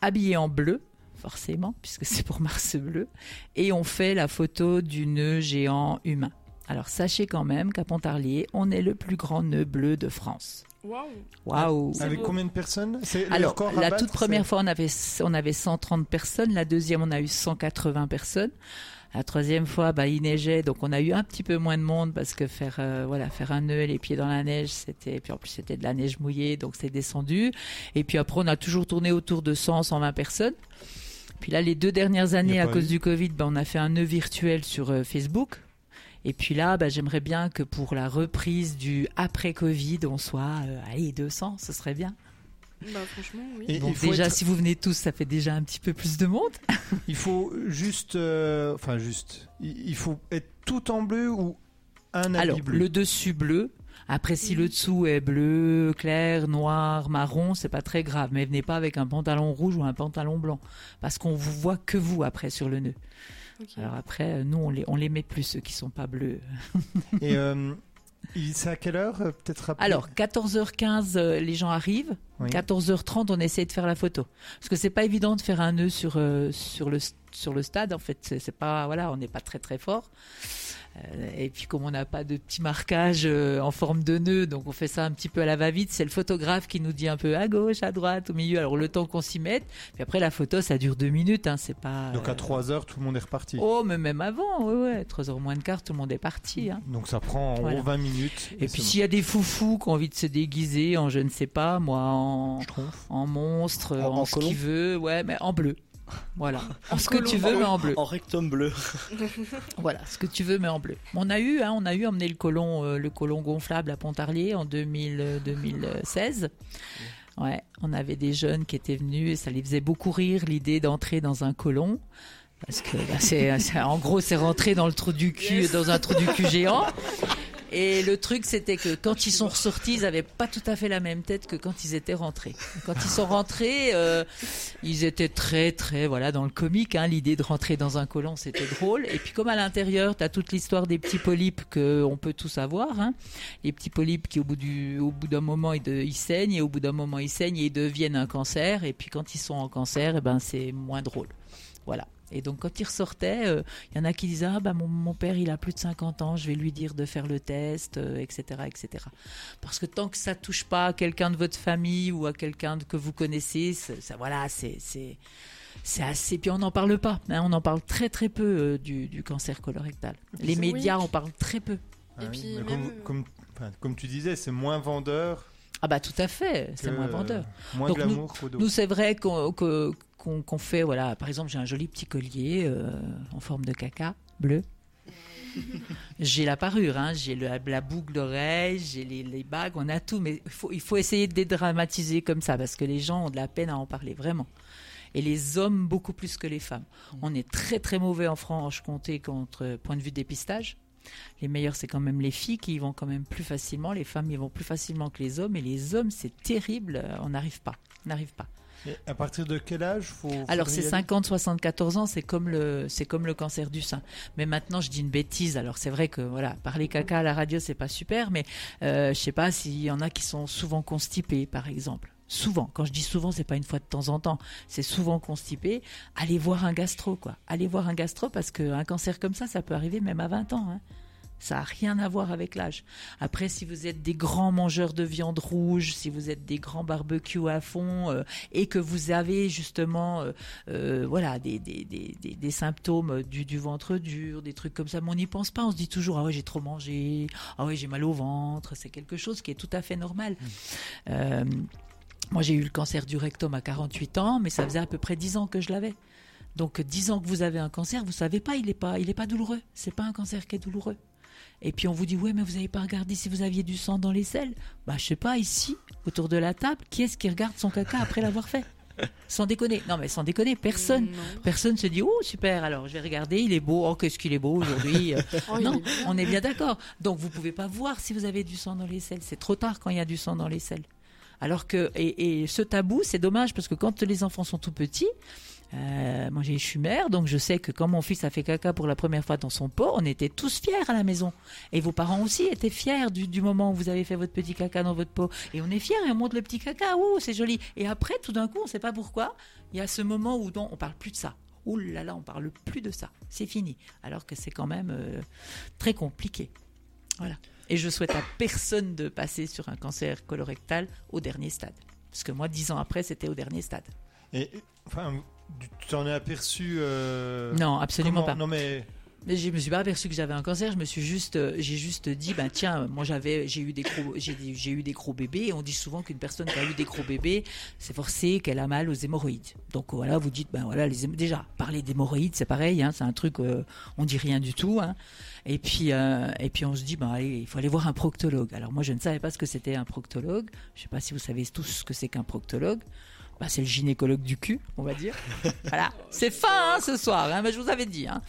Speaker 10: Habillés en bleu, forcément, puisque c'est pour Mars Bleu. Et on fait la photo du nœud géant humain. Alors, sachez quand même qu'à Pontarlier, on est le plus grand nœud bleu de France.
Speaker 5: Waouh
Speaker 10: Waouh!
Speaker 1: Avec combien de personnes C'est le
Speaker 10: Alors,
Speaker 1: record à
Speaker 10: la
Speaker 1: battre,
Speaker 10: toute première fois, on avait, on avait 130 personnes. La deuxième, on a eu 180 personnes. La troisième fois, bah, il neigeait, donc on a eu un petit peu moins de monde parce que faire, euh, voilà, faire un nœud, et les pieds dans la neige, c'était, puis en plus c'était de la neige mouillée, donc c'est descendu. Et puis après, on a toujours tourné autour de 100, 120 personnes. Puis là, les deux dernières années,
Speaker 1: pas
Speaker 10: à cause
Speaker 1: eu.
Speaker 10: du Covid, bah, on a fait un nœud virtuel sur euh, Facebook. Et puis là, bah, j'aimerais bien que pour la reprise du après-Covid, on soit, euh, allez, 200, ce serait bien.
Speaker 5: Bah franchement, oui.
Speaker 1: c'est- Et
Speaker 10: Donc
Speaker 1: il, faut
Speaker 10: déjà,
Speaker 1: être-
Speaker 10: si vous venez tous, ça fait déjà un petit peu plus de monde.
Speaker 1: il faut juste. euh, Enfin, juste. Il il faut être tout en bleu ou un habit
Speaker 10: Alors,
Speaker 1: bleu.
Speaker 10: le dessus bleu. Après, si le dessous est bleu, clair, noir, marron, c'est pas très grave. Mais venez pas avec un pantalon rouge ou un pantalon blanc. Parce qu'on vous voit que vous après sur le nœud.
Speaker 5: Ok.
Speaker 10: Alors après, euh, nous, on les, on les met plus, ceux qui sont pas bleus.
Speaker 1: Et euh, il- c'est à quelle heure euh, Peut-être rappeler
Speaker 10: Alors, 14h15, euh, les gens arrivent.
Speaker 1: Oui.
Speaker 10: 14h30, on essaie de faire la photo. Parce que c'est pas évident de faire un nœud sur, euh, sur, le, sur le stade, en fait. C'est c'est pas, voilà, on n'est pas très très fort. Euh, Et puis comme on n'a pas de petit marquage euh, en forme de nœud, donc on fait ça un petit peu à la va-vite. C'est le photographe qui nous dit un peu à gauche, à droite, au milieu. Alors le temps qu'on s'y mette. Puis après la photo, ça dure deux minutes. hein, c'est pas.
Speaker 1: Donc à
Speaker 10: euh,
Speaker 1: 3 heures, tout le monde est reparti.
Speaker 10: Oh, mais même avant, ouais, ouais, 3 heures moins de quart, tout le monde est parti. hein.
Speaker 1: Donc ça prend en gros
Speaker 10: Voilà.
Speaker 1: 20 minutes.
Speaker 10: Et puis s'il y a des foufous qui ont envie de se déguiser en je ne sais pas, moi, en, en monstre, en,
Speaker 3: en
Speaker 10: ce qu'il
Speaker 3: colon.
Speaker 10: veut, ouais, mais en bleu. Voilà. En ce que
Speaker 3: colon,
Speaker 10: tu veux, mais en bleu.
Speaker 3: En rectum bleu.
Speaker 10: Voilà, ce que tu veux, mais en bleu. On a eu, hein, on a eu emmené le colon, euh, le colon gonflable à Pontarlier en 2000, euh, 2016. Ouais, on avait des jeunes qui étaient venus et ça les faisait beaucoup rire l'idée d'entrer dans un colon. Parce que bah, c'est, c'est- en gros, c'est rentrer dans le trou du cul, dans un trou du cul géant. Et le truc, c'était que quand ils sont ressortis, ils n'avaient pas tout à fait la même tête que quand ils étaient rentrés. Quand ils sont rentrés, euh, ils étaient très, très, voilà, dans le comique. hein. L'idée de rentrer dans un colon, c'était drôle. Et puis, comme à l'intérieur, tu as toute l'histoire des petits polypes qu'on peut tous avoir. hein. Les petits polypes qui, au bout du- au bout d'un moment, ils, de- ils saignent. Et au bout d'un moment, ils saignent et ils deviennent un cancer. Et puis, quand ils sont en cancer, eh ben, c'est moins drôle. Voilà. Et donc quand il ressortait, euh, il y en a qui disaient ah bah mon, mon père il a plus de 50 ans, je vais lui dire de faire le test, euh, etc etc. Parce que tant que ça touche pas à quelqu'un de votre famille ou à quelqu'un de- que vous connaissez, c'est- ça voilà c'est c'est c'est assez. Puis on n'en parle pas, hein, on en parle très très peu euh, du, du cancer colorectal. Les
Speaker 1: Oui.
Speaker 10: médias en parlent très peu.
Speaker 1: Ah oui, mais comme, comme- enfin, comme tu disais, c'est moins vendeur.
Speaker 10: Ah bah tout à fait, c'est
Speaker 1: Que,
Speaker 10: moins vendeur.
Speaker 1: euh, moins
Speaker 10: Donc
Speaker 1: glamour qu'au
Speaker 10: nous,
Speaker 1: dos.
Speaker 10: nous c'est vrai qu'on que- qu'on- qu'on fait, voilà, par exemple j'ai un joli petit collier euh, en forme de caca bleu. J'ai la parure, hein, j'ai le- la boucle d'oreille, j'ai les, les bagues, on a tout, mais il faut, il faut essayer de dédramatiser comme ça parce que les gens ont de la peine à en parler vraiment. Et les hommes beaucoup plus que les femmes. On est très très mauvais en Franche-Comté contre euh, point de vue dépistage. Les meilleurs, c'est quand même les filles qui y vont quand même plus facilement, les femmes y vont plus facilement que les hommes, et les hommes, c'est terrible, euh, on n'arrive pas, on n'arrive pas.
Speaker 1: Et à partir de quel âge faut,
Speaker 10: Alors c'est
Speaker 1: faudrait y aller
Speaker 10: 50-74 ans, c'est comme le c'est comme le cancer du sein. Mais maintenant je dis une bêtise. Alors c'est vrai que voilà, parler caca à la radio c'est pas super, mais euh, je sais pas s'il y en a qui sont souvent constipés par exemple. Souvent, quand je dis souvent, c'est pas une fois de temps en temps, c'est souvent constipé. Allez voir un gastro quoi. Allez voir un gastro parce qu'un cancer comme ça, ça peut arriver même à 20 ans. hein. Ça n'a rien à voir avec l'âge. Après, si vous êtes des grands mangeurs de viande rouge, si vous êtes des grands barbecues à fond euh, et que vous avez justement euh, euh, voilà, des, des- des- des- des symptômes du, du ventre dur, des trucs comme ça, mais on n'y pense pas. On se dit toujours Ah ouais, j'ai trop mangé, ah ouais, j'ai mal au ventre. C'est quelque chose qui est tout à fait normal. Euh, moi, j'ai eu le cancer du rectum à 48 ans, mais ça faisait à peu près 10 ans que je l'avais. Donc, 10 ans que vous avez un cancer, vous savez pas, il n'est pas, il est pas douloureux. C'est pas un cancer qui est douloureux. Et puis on vous dit ouais mais vous n'avez pas regardé si vous aviez du sang dans les selles. Bah je sais pas ici autour de la table qui est-ce qui regarde son caca après l'avoir fait. Sans déconner. Non mais sans déconner personne. Personne se dit oh super alors je vais regarder il est beau oh qu'est-ce qu'il est beau aujourd'hui.
Speaker 7: Oh, il
Speaker 10: non
Speaker 7: est bien.
Speaker 10: on est bien d'accord. Donc vous pouvez pas voir si vous avez du sang dans les selles. C'est trop tard quand il y a du sang dans les selles. Alors que et, et ce tabou, c'est dommage parce que quand les enfants sont tout petits, euh, moi j'ai- je suis mère, donc je sais que quand mon fils a fait caca pour la première fois dans son pot, on était tous fiers à la maison. Et vos parents aussi étaient fiers du, du moment où vous avez fait votre petit caca dans votre pot. Et on est fiers et on monte le petit caca, ouh c'est joli. Et après, tout d'un coup, on ne sait pas pourquoi, il y a ce moment où non, on parle plus de ça. Ouh là là, on parle plus de ça. C'est fini. Alors que c'est quand même euh, très compliqué. Voilà. Et je souhaite à personne de passer sur un cancer colorectal au dernier stade. Parce que moi, dix ans après, c'était au dernier stade.
Speaker 1: Et enfin, tu t'en es aperçu euh,
Speaker 10: Non, absolument
Speaker 1: comment-
Speaker 10: pas.
Speaker 1: Non mais
Speaker 10: Mais je me suis pas aperçu que j'avais un cancer. Je me suis juste, euh, j'ai juste dit, ben tiens, moi j'avais, j'ai eu des gros, j'ai, des- j'ai eu des gros bébés. Et on dit souvent qu'une personne qui a eu des gros bébés, c'est forcé qu'elle a mal aux hémorroïdes. Donc voilà, vous dites, ben voilà, les hémo- déjà parler d'hémorroïdes, c'est pareil, hein, c'est un truc, euh, on dit rien du tout. hein. Et puis, euh, et puis on se dit, ben allez, il faut aller voir un proctologue. Alors moi, je ne savais pas ce que c'était un proctologue. Je sais pas si vous savez tous ce que c'est qu'un proctologue. Bah, c'est le gynécologue du cul, on va dire. voilà, c'est fin hein, ce soir, hein, mais je vous avais dit. hein.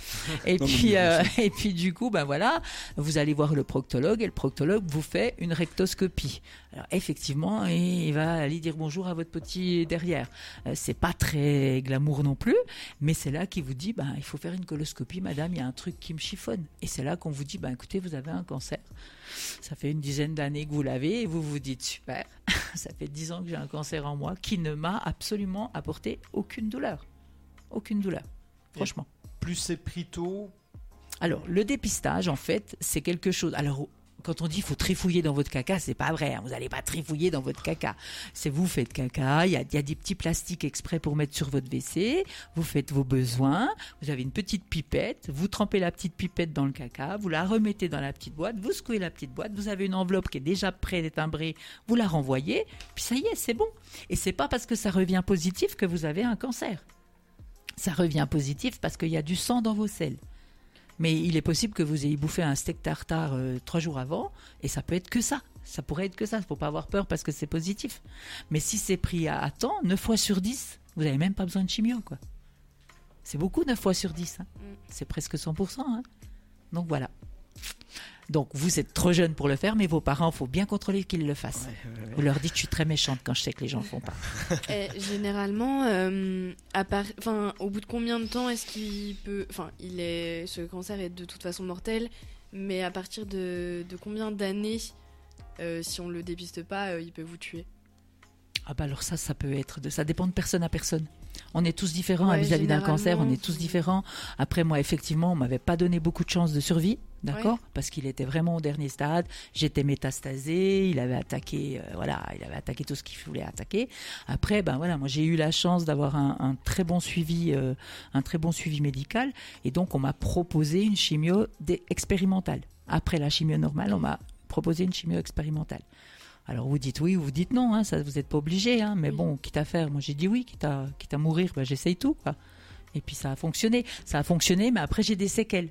Speaker 10: Et,
Speaker 3: Non, mais
Speaker 10: puis,
Speaker 3: bien
Speaker 10: euh, et puis du coup, ben voilà, vous allez voir le proctologue et le proctologue vous fait une rectoscopie. Alors effectivement, il va aller dire bonjour à votre petit derrière. Euh, c'est pas très glamour non plus, mais c'est là qu'il vous dit, ben il faut faire une coloscopie, madame, il y a un truc qui me chiffonne. Et c'est là qu'on vous dit, ben écoutez, vous avez un cancer. Ça fait une dizaine d'années que vous l'avez et vous vous dites super, ça fait dix ans que j'ai un cancer en moi qui ne m'a absolument apporté aucune douleur. Aucune douleur, franchement.
Speaker 1: plus c'est pris tôt,
Speaker 10: Alors, le dépistage, en fait, c'est quelque chose. Alors, quand on dit faut trifouiller dans votre caca, c'est pas vrai. hein. Vous n'allez pas trifouiller dans votre caca. C'est vous faites caca. Il y a, il y a des petits plastiques exprès pour mettre sur votre WC. Vous faites vos besoins. Vous avez une petite pipette. Vous trempez la petite pipette dans le caca. Vous la remettez dans la petite boîte. Vous secouez la petite boîte. Vous avez une enveloppe qui est déjà prête et timbrée. Vous la renvoyez. Puis ça y est, c'est bon. Et c'est pas parce que ça revient positif que vous avez un cancer. Ça revient positif parce qu'il y a du sang dans vos selles. Mais il est possible que vous ayez bouffé un steak tartare euh, trois jours avant, et ça peut être que ça. Ça pourrait être que ça. Il faut pas avoir peur parce que c'est positif. Mais si c'est pris à, à temps, 9 fois sur 10, vous n'avez même pas besoin de chimio. quoi. C'est beaucoup 9 fois sur 10. hein. C'est presque 100%. hein. Donc voilà. Donc vous êtes trop jeune pour le faire, mais vos parents, faut bien contrôler qu'ils le fassent. Vous leur dites, je suis très méchante quand je sais que les gens le font pas.
Speaker 5: Et Eh, généralement, euh, à part, enfin, au bout de combien de temps est-ce qu'il peut, enfin, il est, ce cancer est de toute façon mortel, mais à partir de, de combien d'années, euh, si on le dépiste pas, euh, il peut vous tuer.
Speaker 10: Ah bah alors ça, ça peut être de ça dépend de personne à personne. On est tous différents hein,
Speaker 5: Ouais,
Speaker 10: vis-à-vis d'un cancer, on
Speaker 5: généralement,
Speaker 10: est tous différents. Après moi, effectivement, on m'avait pas donné beaucoup de chances de survie, d'accord,
Speaker 5: Ouais.
Speaker 10: parce qu'il était vraiment au dernier stade. J'étais métastasée, il avait attaqué, euh, voilà, il avait attaqué tout ce qu'il voulait attaquer. Après, ben voilà, moi j'ai eu la chance d'avoir un, un très bon suivi, euh, un très bon suivi médical, et donc on m'a proposé une chimio dé- expérimentale. Après la chimio normale, on m'a proposé une chimio expérimentale. Alors vous dites oui ou vous dites non, hein, ça vous n'êtes pas obligé, hein, mais bon, quitte à faire, moi j'ai dit oui, quitte à, quitte à mourir, bah, j'essaye tout. Quoi. Et puis ça a fonctionné, ça a fonctionné, mais après j'ai des séquelles.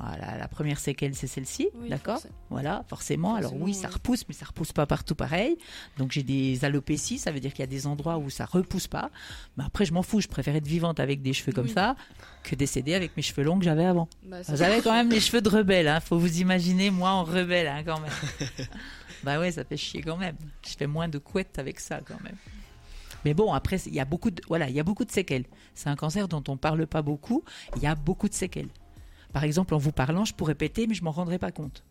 Speaker 10: Voilà, la première séquelle c'est celle-ci,
Speaker 5: Oui,
Speaker 10: d'accord
Speaker 5: forcément.
Speaker 10: Voilà, forcément. Alors oui,
Speaker 5: Forcément,
Speaker 10: ça
Speaker 5: ouais.
Speaker 10: repousse, mais ça repousse pas partout pareil. Donc j'ai des alopécies, ça veut dire qu'il y a des endroits où ça repousse pas. Mais après je m'en fous, je préfère être vivante avec des cheveux comme
Speaker 5: Oui.
Speaker 10: ça que décédée avec mes cheveux longs que j'avais avant.
Speaker 5: Bah, c'est-
Speaker 10: Vous avez quand même les cheveux de rebelle, hein. faut vous imaginer moi en rebelle hein, quand même. bah ouais, ça fait chier quand même. Je fais moins de couettes avec ça quand même. Mais bon, après, il y a beaucoup de, voilà, il y a beaucoup de séquelles. C'est un cancer dont on parle pas beaucoup. Il y a beaucoup de séquelles. Par exemple, en vous parlant, je pourrais péter, mais je m'en rendrais pas compte.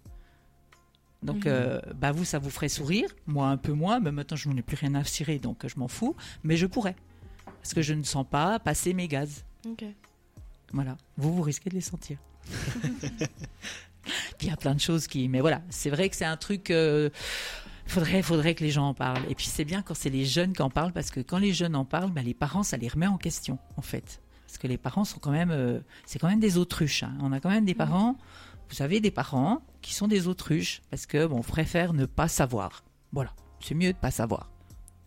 Speaker 10: Donc,
Speaker 5: Mhm.
Speaker 10: euh, bah vous, ça vous ferait sourire, moi un peu moins, mais maintenant je n'en ai plus rien à cirer, donc euh, je m'en fous. Mais je pourrais, parce que je ne sens pas passer mes gaz.
Speaker 5: Ok.
Speaker 10: Voilà, vous, vous risquez de les sentir. Puis il y a plein de choses qui. Mais voilà, c'est vrai que c'est un truc. euh, Faudrait, faudrait que les gens en parlent. Et puis c'est bien quand c'est les jeunes qui en parlent, parce que quand les jeunes en parlent, bah, les parents, ça les remet en question, en fait. Parce que les parents sont quand même. euh, c'est quand même des autruches. hein. On a quand même des parents. Vous savez, des parents qui sont des autruches, parce que bon, on préfère ne pas savoir. Voilà, c'est mieux de pas savoir.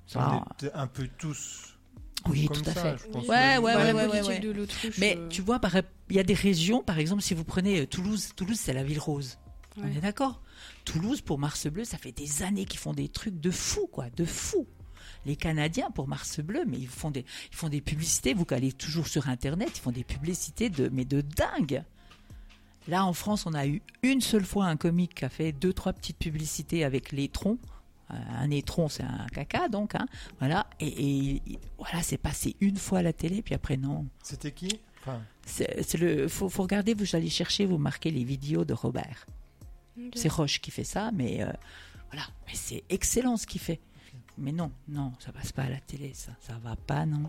Speaker 10: Ça,
Speaker 1: On est un peu tous.
Speaker 10: Ah. Oui,
Speaker 1: comme
Speaker 10: tout à
Speaker 1: ça,
Speaker 10: fait.
Speaker 1: je pense
Speaker 10: Ouais,
Speaker 1: que-
Speaker 10: ouais, ouais,
Speaker 5: la
Speaker 10: ouais,
Speaker 5: politique
Speaker 10: ouais.
Speaker 5: de l'autruche.
Speaker 10: Mais
Speaker 5: euh,
Speaker 10: tu vois, par- il y a des régions, par exemple, si vous prenez euh, Toulouse, Toulouse, c'est la ville rose.
Speaker 5: Ouais.
Speaker 10: On est d'accord Toulouse, pour Mars Bleu, ça fait des années qu'ils font des trucs de fou, quoi, de fou. Les Canadiens, pour Mars Bleu, mais ils font des, ils font des publicités, vous allez toujours sur Internet, ils font des publicités de, mais de dingue. Là, en France, on a eu une seule fois un comique qui a fait deux, trois petites publicités avec l'étron. Euh, Un étron, c'est un caca, donc. hein. Voilà. Et, et- et- voilà, c'est passé une fois à la télé, puis après, non.
Speaker 1: C'était qui Enfin,
Speaker 10: C'est c'est le, faut, faut regarder, vous allez chercher, vous marquez les vidéos de Robert.
Speaker 5: ok.
Speaker 10: C'est Roche qui fait ça, mais euh, voilà, mais c'est excellent ce qu'il fait. Mais non, non, ça passe pas à la télé, ça, ça va pas, non.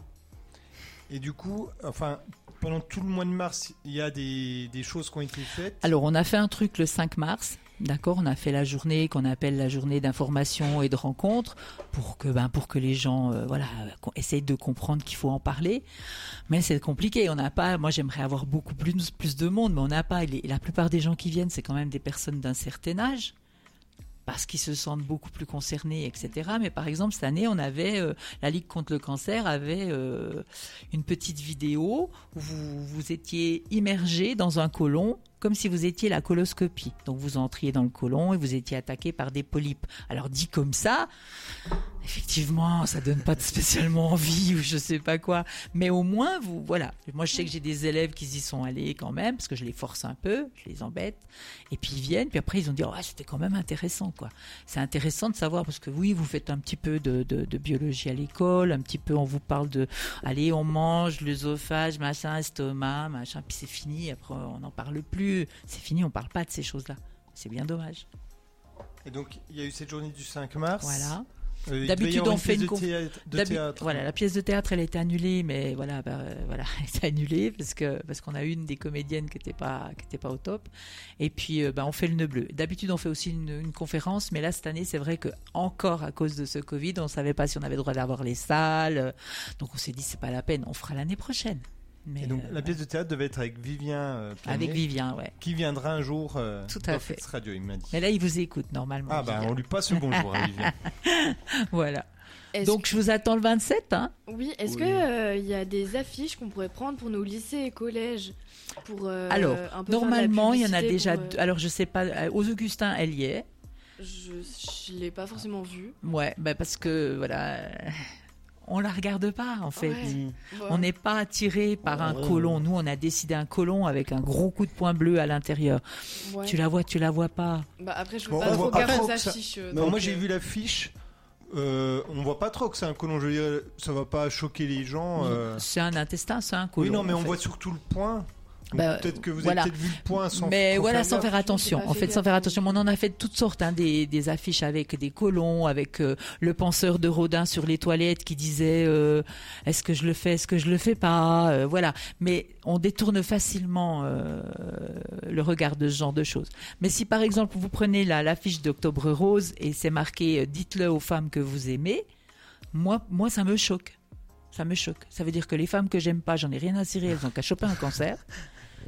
Speaker 1: Et du coup, enfin, pendant tout le mois de mars, il y a des, des choses qui ont été faites.
Speaker 10: Alors, on a fait un truc le 5 mars, d'accord On a fait la journée qu'on appelle la journée d'information et de rencontre pour que, ben, pour que les gens, euh, voilà, qu'on essayent de comprendre qu'il faut en parler. Mais c'est compliqué. On n'a pas. Moi, j'aimerais avoir beaucoup plus, plus de monde, mais on n'a pas. Les- la plupart des gens qui viennent, c'est quand même des personnes d'un certain âge. Parce qu'ils se sentent beaucoup plus concernés, etc. Mais par exemple, cette année, on avait euh, la Ligue contre le cancer avait euh, une petite vidéo où vous, vous étiez immergé dans un côlon, comme si vous étiez la coloscopie. Donc vous entriez dans le côlon et vous étiez attaqué par des polypes. Alors dit comme ça, effectivement, ça donne pas de spécialement envie ou je sais pas quoi. Mais au moins, vous, voilà. Moi, je sais que j'ai des élèves qui y sont allés quand même, parce que je les force un peu, je les embête. Et puis ils viennent, puis après ils ont dit, oh, c'était quand même intéressant, quoi. C'est intéressant de savoir, parce que oui, vous faites un petit peu de, de- de biologie à l'école, un petit peu, on vous parle de, allez, on mange, l'œsophage, machin, estomac, machin, puis c'est fini, après on n'en parle plus. C'est fini, on parle pas de ces choses-là. C'est bien dommage.
Speaker 1: Et donc, il y a eu cette journée du 5 mars.
Speaker 10: Voilà.
Speaker 1: Euh, il devait y
Speaker 10: D'habitude,
Speaker 1: avoir
Speaker 10: on
Speaker 1: une
Speaker 10: fait
Speaker 1: pièce
Speaker 10: une
Speaker 1: de
Speaker 10: conf-
Speaker 1: théâ- de
Speaker 10: d'habi-
Speaker 1: théâtre. hein.
Speaker 10: Voilà, la pièce de théâtre, elle a été annulée, mais voilà, bah, euh, voilà, elle a été annulée parce que parce qu'on a une des comédiennes qui n'était pas qui était pas au top. Et puis, euh, bah, on fait le nœud bleu. D'habitude, on fait aussi une, une conférence, mais là cette année, c'est vrai que encore à cause de ce Covid, on savait pas si on avait le droit d'avoir les salles, euh, donc on s'est dit c'est pas la peine, on fera l'année prochaine. Mais
Speaker 1: Et donc
Speaker 10: euh,
Speaker 1: la pièce de théâtre devait être avec Vivien. euh, Pianet,
Speaker 10: Avec Vivien, ouais.
Speaker 1: Qui viendra un jour euh,
Speaker 10: Tout à
Speaker 1: dans
Speaker 10: fait.
Speaker 1: Flex Radio, il m'a dit.
Speaker 10: mais là, il vous écoute normalement.
Speaker 1: Ah bah
Speaker 10: Vivien.
Speaker 1: on lui passe le bonjour à Vivien.
Speaker 10: voilà.
Speaker 5: Est-ce
Speaker 10: Donc je vous attends le 27. Hein
Speaker 5: Oui, est-ce
Speaker 10: Oui.
Speaker 5: que euh, il y a des affiches qu'on pourrait prendre pour nos lycées et collèges pour euh,
Speaker 10: Alors,
Speaker 5: un peu faire de la
Speaker 10: normalement, il y en a
Speaker 5: publicité
Speaker 10: déjà.
Speaker 5: pour, euh,
Speaker 10: deux- Alors, je sais pas. euh, Aux Augustins, elle y est.
Speaker 5: Je, je l'ai pas forcément vu.
Speaker 10: Ouais, bah parce que voilà, euh, on la regarde pas en fait. Mm.
Speaker 5: Ouais.
Speaker 10: On n'est pas attiré par un
Speaker 5: Ouais.
Speaker 10: colon. Nous, on a décidé un colon avec un gros coup de poing bleu à l'intérieur.
Speaker 5: Ouais.
Speaker 10: Tu la vois, tu la vois pas.
Speaker 5: Bah après, je
Speaker 10: Bon,
Speaker 5: veux pas
Speaker 10: on
Speaker 5: trop
Speaker 10: voit pas
Speaker 5: garder
Speaker 10: trop
Speaker 5: les
Speaker 10: que ça-
Speaker 5: affiches. euh,
Speaker 1: Bon,
Speaker 5: donc,
Speaker 1: moi j'ai
Speaker 5: euh,
Speaker 1: vu l'affiche. Euh, on voit pas trop que c'est un colon. Je veux dire, ça va pas choquer les gens. euh.
Speaker 10: C'est un intestin, c'est un colon.
Speaker 1: Oui, non, mais
Speaker 10: en
Speaker 1: on
Speaker 10: fait.
Speaker 1: voit surtout le point. Donc,
Speaker 10: Bah,
Speaker 1: peut-être que vous
Speaker 10: voilà.
Speaker 1: avez peut-être vu le point sans.
Speaker 10: Mais
Speaker 1: trop
Speaker 10: voilà, sans
Speaker 1: gaffe.
Speaker 10: faire attention. En fait, sans faire attention. Mais on en a fait de toutes sortes, hein, des, des affiches avec des colons, avec euh, le penseur de Rodin sur les toilettes qui disait euh, est-ce que je le fais, est-ce que je le fais pas, Euh, voilà. Mais on détourne facilement euh, le regard de ce genre de choses. Mais si par exemple vous prenez la l'affiche d'Octobre Rose et c'est marqué euh, dites-le aux femmes que vous aimez, moi, moi ça me choque. Ça me choque. Ça veut dire que les femmes que j'aime pas, j'en ai rien à cirer, elles ont qu'à choper un cancer.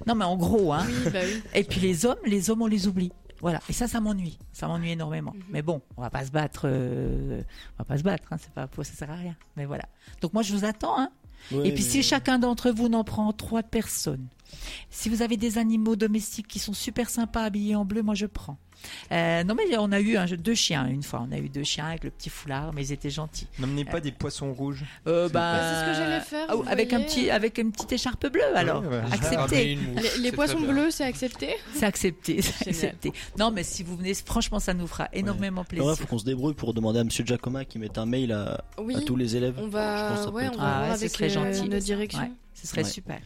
Speaker 10: Non, mais en gros, hein.
Speaker 5: Oui, bah oui.
Speaker 10: Et puis les hommes, les hommes, on les oublie. Voilà. Et ça, ça m'ennuie. Ça m'ennuie énormément.
Speaker 5: Mhm.
Speaker 10: Mais bon, on va pas se battre. euh, on va pas se battre. Hein. C'est pas pour ça sert à rien. Mais voilà. Donc moi, je vous attends. Hein.
Speaker 3: Ouais,
Speaker 10: Et puis
Speaker 3: mais-
Speaker 10: si chacun d'entre vous n'en prend trois personnes, si vous avez des animaux domestiques qui sont super sympas habillés en bleu, moi je prends. Euh, non mais on a eu un- deux chiens une fois. On a eu deux chiens avec le petit foulard, mais ils étaient gentils.
Speaker 1: N'emmenez pas des poissons rouges.
Speaker 10: Euh,
Speaker 1: S'il
Speaker 10: bah,
Speaker 1: vous plaît.
Speaker 5: c'est ce que j'allais faire,
Speaker 10: ah,
Speaker 5: vous
Speaker 10: avec un
Speaker 5: voyez.
Speaker 10: petit, avec une petite écharpe bleue alors.
Speaker 1: Oui, voilà.
Speaker 10: Accepté.
Speaker 5: Les, les poissons bleus, c'est accepté
Speaker 10: C'est accepté, c'est accepté. Non, mais si vous venez, franchement, ça nous fera énormément
Speaker 3: Il
Speaker 10: plaisir.
Speaker 3: faut qu'on se débrouille pour demander à Monsieur Giacoma qui mette un mail à,
Speaker 5: Oui.
Speaker 3: à tous les élèves.
Speaker 5: On va-
Speaker 3: Je pense que ça peut
Speaker 5: ouais,
Speaker 3: être-
Speaker 5: on va Ah, voir
Speaker 10: ce serait gentil.
Speaker 5: notre direction.
Speaker 10: Ouais, ce serait
Speaker 3: Ouais.
Speaker 10: super.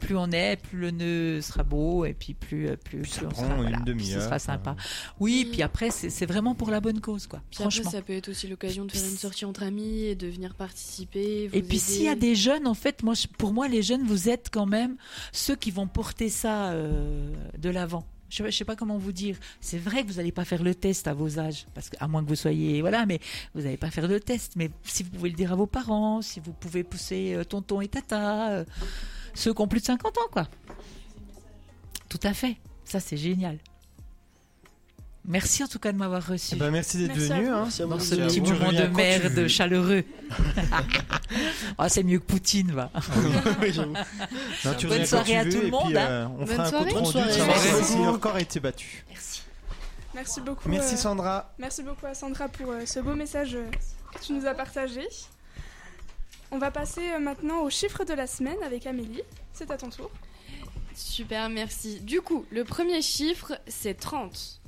Speaker 10: Plus on est, plus le nœud sera beau et puis plus euh, plus, plus on
Speaker 1: prend
Speaker 10: sera
Speaker 1: une
Speaker 10: voilà, puis ce
Speaker 1: demi-heure,
Speaker 10: sera sympa.
Speaker 3: euh.
Speaker 10: Oui, puis après c'est c'est vraiment pour la bonne cause quoi.
Speaker 5: Puis après,
Speaker 10: franchement.
Speaker 5: ça peut être aussi l'occasion de faire une sortie entre amis et de venir participer. vous
Speaker 10: Et puis
Speaker 5: aider.
Speaker 10: s'il y a des jeunes, en fait, moi, je- pour moi, les jeunes, vous êtes quand même ceux qui vont porter ça euh, de l'avant. Je ne sais pas comment vous dire. C'est vrai que vous n'allez pas faire le test à vos âges, parce que, à moins que vous soyez, voilà, mais vous n'allez pas faire le test. Mais si vous pouvez le dire à vos parents, si vous pouvez pousser euh, tonton et tata, euh, ceux qui ont plus de 50 ans, quoi. Tout à fait. Ça, c'est génial. Merci en tout cas de m'avoir reçu.
Speaker 1: Eh ben, merci d'être Merci à venu, vous. hein. Merci à vous.
Speaker 10: dans ce
Speaker 1: Merci
Speaker 10: petit
Speaker 1: à vous.
Speaker 10: moment
Speaker 1: Tu
Speaker 10: de
Speaker 1: reviens quand tu
Speaker 10: merde
Speaker 1: veux.
Speaker 10: chaleureux. Ah, c'est mieux que Poutine, va.
Speaker 1: Ah Non, tu reviens
Speaker 10: Bonne
Speaker 1: quand
Speaker 10: soirée
Speaker 1: tu
Speaker 10: à
Speaker 1: veux,
Speaker 10: tout le
Speaker 1: et
Speaker 10: monde.
Speaker 1: puis,
Speaker 10: hein.
Speaker 1: euh, on
Speaker 6: Bonne
Speaker 1: fera un
Speaker 6: soirée.
Speaker 1: compte rendu
Speaker 6: Bonne soirée.
Speaker 1: de savoir
Speaker 6: Merci.
Speaker 1: si leur corps a été battu.
Speaker 6: Merci beaucoup. euh,
Speaker 1: Merci, Sandra.
Speaker 6: Merci beaucoup à Sandra pour euh, ce beau message euh, que tu nous as partagé. On va passer euh, maintenant au chiffre de la semaine avec Amélie. C'est à ton tour.
Speaker 5: Super, merci. Du coup, le premier chiffre, c'est 30.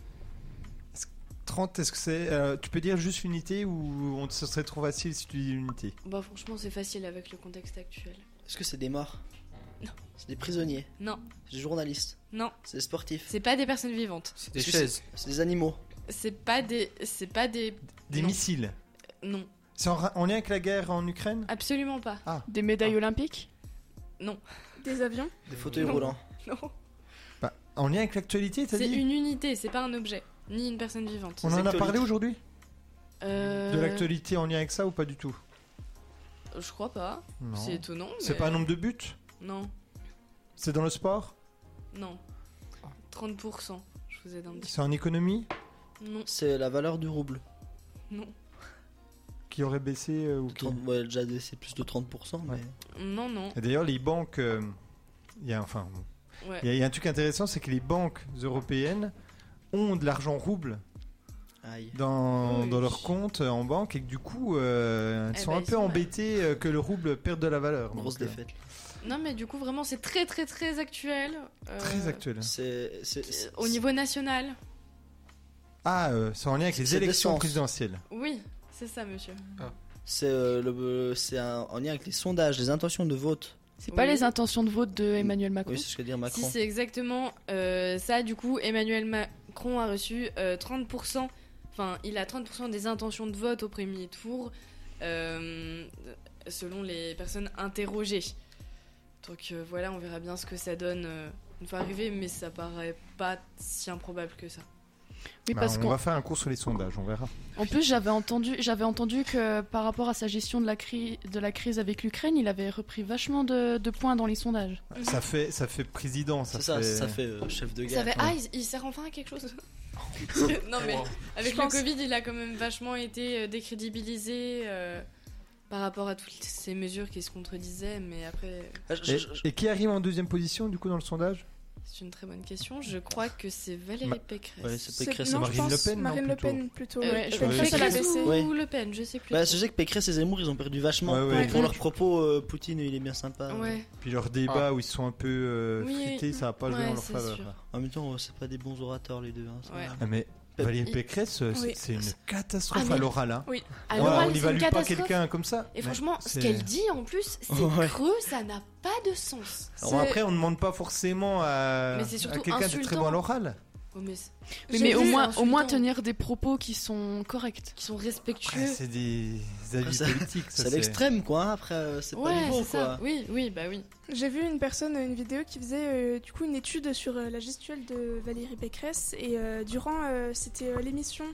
Speaker 1: 30, est-ce que c'est. euh, tu peux dire juste unité ou on, ce serait trop facile si tu dis unité
Speaker 5: Bah franchement, c'est facile avec le contexte actuel.
Speaker 3: Est-ce que c'est des morts C'est des prisonniers
Speaker 5: Non,
Speaker 3: C'est des journalistes
Speaker 5: non.
Speaker 3: C'est des sportifs
Speaker 5: C'est pas des personnes vivantes.
Speaker 3: C'est
Speaker 4: des chaises.
Speaker 3: C'est des animaux
Speaker 5: C'est pas des... C'est pas des...
Speaker 1: Des missiles
Speaker 5: Non,
Speaker 1: C'est en, ra- en lien avec la guerre en Ukraine Ah.
Speaker 5: absolument pas.
Speaker 6: Des médailles olympiques
Speaker 5: Non.
Speaker 6: Des avions
Speaker 3: Des fauteuils
Speaker 5: Non.
Speaker 3: roulants
Speaker 5: Non.
Speaker 1: Bah, En lien avec l'actualité, t'as
Speaker 5: C'est
Speaker 1: dit
Speaker 5: une unité, c'est pas un objet. Ni une personne vivante.
Speaker 1: On en a parlé aujourd'hui
Speaker 5: Euh,
Speaker 1: De l'actualité en lien avec ça ou pas du tout
Speaker 5: Je crois pas.
Speaker 1: Non.
Speaker 5: C'est étonnant.
Speaker 1: C'est
Speaker 5: mais-
Speaker 1: pas un nombre de buts
Speaker 5: Non,
Speaker 1: C'est dans le sport
Speaker 5: non. 30%. Je vous aide un petit
Speaker 1: C'est en économie
Speaker 5: Non.
Speaker 3: C'est la valeur du rouble
Speaker 5: Non.
Speaker 1: qui aurait baissé euh, ou qui-
Speaker 3: Ouais, déjà c'est plus de 30% mais...
Speaker 5: Non, non.
Speaker 1: Et D'ailleurs, les banques. euh, Il y a enfin. Il
Speaker 5: Ouais.
Speaker 1: y a- il y, a un truc intéressant, c'est que les banques européennes ont de l'argent rouble
Speaker 3: Aïe.
Speaker 1: dans,
Speaker 3: Oui.
Speaker 1: dans leurs comptes euh, en banque et que du coup, euh, elles
Speaker 5: Eh
Speaker 1: sont
Speaker 5: ben,
Speaker 1: un
Speaker 5: ils
Speaker 1: peu
Speaker 5: sont mal.
Speaker 1: embêtées euh, que le rouble perde de la valeur.
Speaker 3: Grosse
Speaker 1: Donc, euh,
Speaker 3: défaite.
Speaker 5: Non, mais du coup, vraiment, c'est très, très, très actuel. euh,
Speaker 1: Très actuel.
Speaker 3: C'est c'est- c'est-
Speaker 5: Au niveau national.
Speaker 1: Ah, euh, c'est en lien avec
Speaker 3: C'est
Speaker 1: les
Speaker 3: de
Speaker 1: élections
Speaker 3: sens.
Speaker 1: présidentielles.
Speaker 5: Oui, c'est ça, monsieur.
Speaker 3: c'est euh, le- c'est un- en lien avec les sondages, les intentions de vote.
Speaker 7: C'est pas les intentions de vote de Emmanuel Macron.
Speaker 3: Oui, c'est ce que dire Macron.
Speaker 5: Si c'est exactement euh, ça, du coup, Emmanuel Macron a reçu euh, 30% Enfin, il a 30% des intentions de vote au premier tour, euh, selon les personnes interrogées. Donc euh, voilà, on verra bien ce que ça donne euh, une fois arrivé, mais ça paraît pas si improbable que ça.
Speaker 7: Oui,
Speaker 1: Bah,
Speaker 7: parce
Speaker 1: on
Speaker 7: qu'on.
Speaker 1: va faire un cours sur les sondages, on verra.
Speaker 7: En plus, j'avais entendu, j'avais entendu que par rapport à sa gestion de la, cri- de la crise avec l'Ukraine, il avait repris vachement de, de points dans les sondages.
Speaker 1: Ça fait, ça fait président, ça,
Speaker 3: C'est ça,
Speaker 1: fait...
Speaker 3: ça fait euh, chef de
Speaker 5: Mhm. Ça
Speaker 3: guerre.
Speaker 5: fait- Ah, il, il sert enfin à quelque chose hein Non, mais
Speaker 3: Wow.
Speaker 5: avec
Speaker 2: Je
Speaker 5: le
Speaker 2: pense.
Speaker 5: Covid, il a quand même vachement été euh, décrédibilisé euh, par rapport à toutes ces mesures qui se contredisaient, mais après,
Speaker 1: Et, et qui arrive en deuxième position du coup dans le sondage
Speaker 5: c'est une très bonne question. Je crois que c'est Valérie
Speaker 1: Ma-
Speaker 5: Pécresse.
Speaker 1: Ouais, c'est C'est- Pécresse, non, c'est je Marine pense Le Pen, non,
Speaker 6: Marine Le Pen plutôt.
Speaker 5: Euh,
Speaker 6: ouais.
Speaker 5: je
Speaker 6: Je
Speaker 5: pense
Speaker 6: pense
Speaker 5: que
Speaker 6: qu'elle a baissé.
Speaker 5: Pécresse
Speaker 3: Ouais.
Speaker 5: ou Le Pen, je sais plus.
Speaker 3: Bah,
Speaker 5: trop.
Speaker 3: je sais que Pécresse et Zemmour, ils ont perdu vachement
Speaker 1: Ouais, ouais.
Speaker 3: pour leurs propos. euh, Poutine, il est bien sympa. Ah.
Speaker 5: Ouais.
Speaker 1: Puis leur débat où ils sont un peu euh,
Speaker 5: Oui,
Speaker 1: frités, ça va pas jouer en leur faveur.
Speaker 3: En même temps, euh, c'est pas des bons orateurs les deux. hein, ça.
Speaker 5: Ouais.
Speaker 1: Ah, mais Valérie
Speaker 5: Il-
Speaker 1: Pécresse, euh, c'est
Speaker 5: Oui.
Speaker 1: c'est une catastrophe
Speaker 5: Ah, mais-
Speaker 1: à l'oral. hein.
Speaker 5: Oui. À
Speaker 1: Voilà,
Speaker 5: l'oral,
Speaker 1: on
Speaker 5: c'est une
Speaker 1: n'évalue pas
Speaker 5: catastrophe.
Speaker 1: quelqu'un comme ça.
Speaker 5: Et
Speaker 1: Mais
Speaker 5: franchement, ce
Speaker 1: c'est-
Speaker 5: qu'elle dit en plus, c'est
Speaker 1: Ouais.
Speaker 5: creux, ça n'a pas de sens.
Speaker 1: Alors, après, on ne demande pas forcément à,
Speaker 5: Mais c'est surtout
Speaker 1: à quelqu'un de très
Speaker 5: insultant.
Speaker 1: bon à l'oral.
Speaker 5: Oh, mais
Speaker 7: Oui,
Speaker 5: J'ai
Speaker 7: mais au
Speaker 5: vu,
Speaker 7: moins,
Speaker 5: c'est
Speaker 7: au moins
Speaker 5: insultant.
Speaker 7: tenir des propos qui sont corrects,
Speaker 5: qui sont respectueux.
Speaker 1: Ouais, c'est des avis
Speaker 3: ça-
Speaker 1: politiques.
Speaker 3: c'est l'extrême, quoi. hein, Après, euh, c'est pas du bon, quoi.
Speaker 5: Oui, oui, bah oui.
Speaker 6: J'ai vu une personne, une vidéo qui faisait euh, du coup une étude sur euh, la gestuelle de Valérie Pécresse et euh, durant euh, c'était euh, l'émission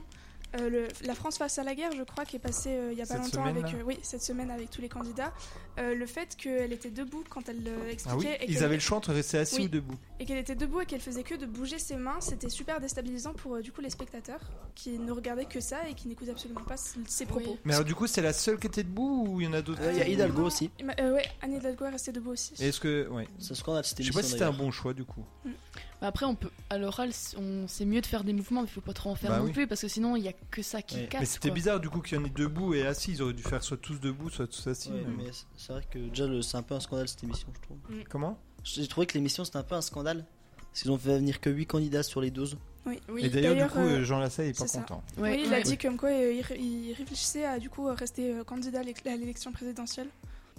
Speaker 6: euh, le- La France face à la guerre, je crois, qui est passée euh, il y a pas
Speaker 11: Cette
Speaker 6: longtemps
Speaker 11: semaine,
Speaker 6: avec
Speaker 11: là
Speaker 6: euh, oui cette semaine avec tous les candidats, euh, le fait qu'elle était debout quand elle euh,
Speaker 1: Ah oui,
Speaker 6: expliquait. et
Speaker 1: ils
Speaker 6: qu'elle-
Speaker 1: avaient le choix entre rester assis
Speaker 6: Oui.
Speaker 1: ou debout.
Speaker 6: et qu'elle était debout et qu'elle faisait que de bouger ses mains, c'était super déstabilisant pour euh, du coup les spectateurs qui ne regardaient que ça et qui n'écoutaient absolument pas s- ses propos.
Speaker 1: Mais alors, du coup, c'est la seule qui était debout ou il y en a d'autres
Speaker 3: Euh, Il y a Hidalgo aussi.
Speaker 6: Et ma- euh, ouais, Anne Hidalgo est restée debout aussi.
Speaker 1: Est-ce que. Ouais.
Speaker 3: C'est scandale, c'était
Speaker 1: Je sais pas
Speaker 3: émission,
Speaker 1: si c'était un
Speaker 3: d'ailleurs.
Speaker 1: bon choix du coup.
Speaker 5: Mm.
Speaker 7: Mais Bah, après, on peut, à l'oral, c- on- c'est mieux de faire des mouvements, mais il faut pas trop en faire
Speaker 1: Bah
Speaker 7: non
Speaker 1: oui.
Speaker 7: plus, parce que sinon, il y a que ça qui
Speaker 1: Ouais.
Speaker 7: casse.
Speaker 1: Mais c'était
Speaker 7: quoi.
Speaker 1: bizarre du coup qu'il y en ait debout et assis. Ils auraient dû faire soit tous debout, soit tous assis.
Speaker 3: Ouais,
Speaker 1: mais-
Speaker 3: mais c'est- c'est vrai que déjà, le- c'est un peu un scandale cette émission, je trouve.
Speaker 1: Comment
Speaker 3: J'ai trouvé que l'émission c'était un peu un scandale. Parce qu'ils ont fait venir que 8 candidats sur les 12.
Speaker 6: Oui.
Speaker 1: Et d'ailleurs, du coup, euh, Jean Lassalle est pas
Speaker 6: c'est ça.
Speaker 1: content.
Speaker 6: Oui,
Speaker 3: Ouais.
Speaker 6: il a
Speaker 3: Ouais.
Speaker 6: dit comme quoi euh, il, ré- il réfléchissait à du coup à rester euh, candidat à l'é- à l'élection présidentielle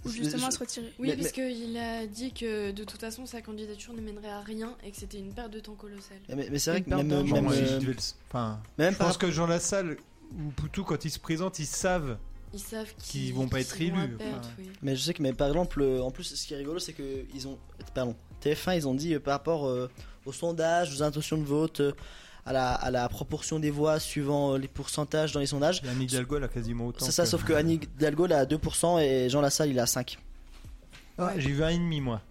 Speaker 6: ou
Speaker 3: Je-
Speaker 6: justement à
Speaker 3: je-
Speaker 6: se retirer.
Speaker 5: Oui,
Speaker 3: Mais-
Speaker 5: parce
Speaker 3: mais-
Speaker 5: qu'il a dit que de toute façon sa candidature ne mènerait à rien et que c'était une perte de temps colossale.
Speaker 1: Ah,
Speaker 3: Mais, mais c'est vrai que
Speaker 1: Genre,
Speaker 3: même. même,
Speaker 1: moi,
Speaker 3: euh,
Speaker 1: Gilles Duels- enfin,
Speaker 3: même
Speaker 1: je
Speaker 3: par
Speaker 1: pense que Jean Lassalle ou Poutou, quand ils se présentent, ils savent
Speaker 5: Ils savent
Speaker 1: qu'ils vont pas être élus. Enfin,
Speaker 3: Mais je sais que, mais par exemple, euh, en plus, ce qui est rigolo, c'est que ils ont, pardon, TF1, ils ont dit euh, par rapport euh, au sondage, aux intentions de vote, euh, à, la, à la proportion des voix suivant euh, les pourcentages dans les sondages.
Speaker 1: Anne Hidalgo, elle a quasiment autant.
Speaker 3: C'est ça, sauf que Anne Hidalgo, elle a 2% et Jean Lassalle, il a 5.
Speaker 1: Ah, J'ai vu un et demi, moi.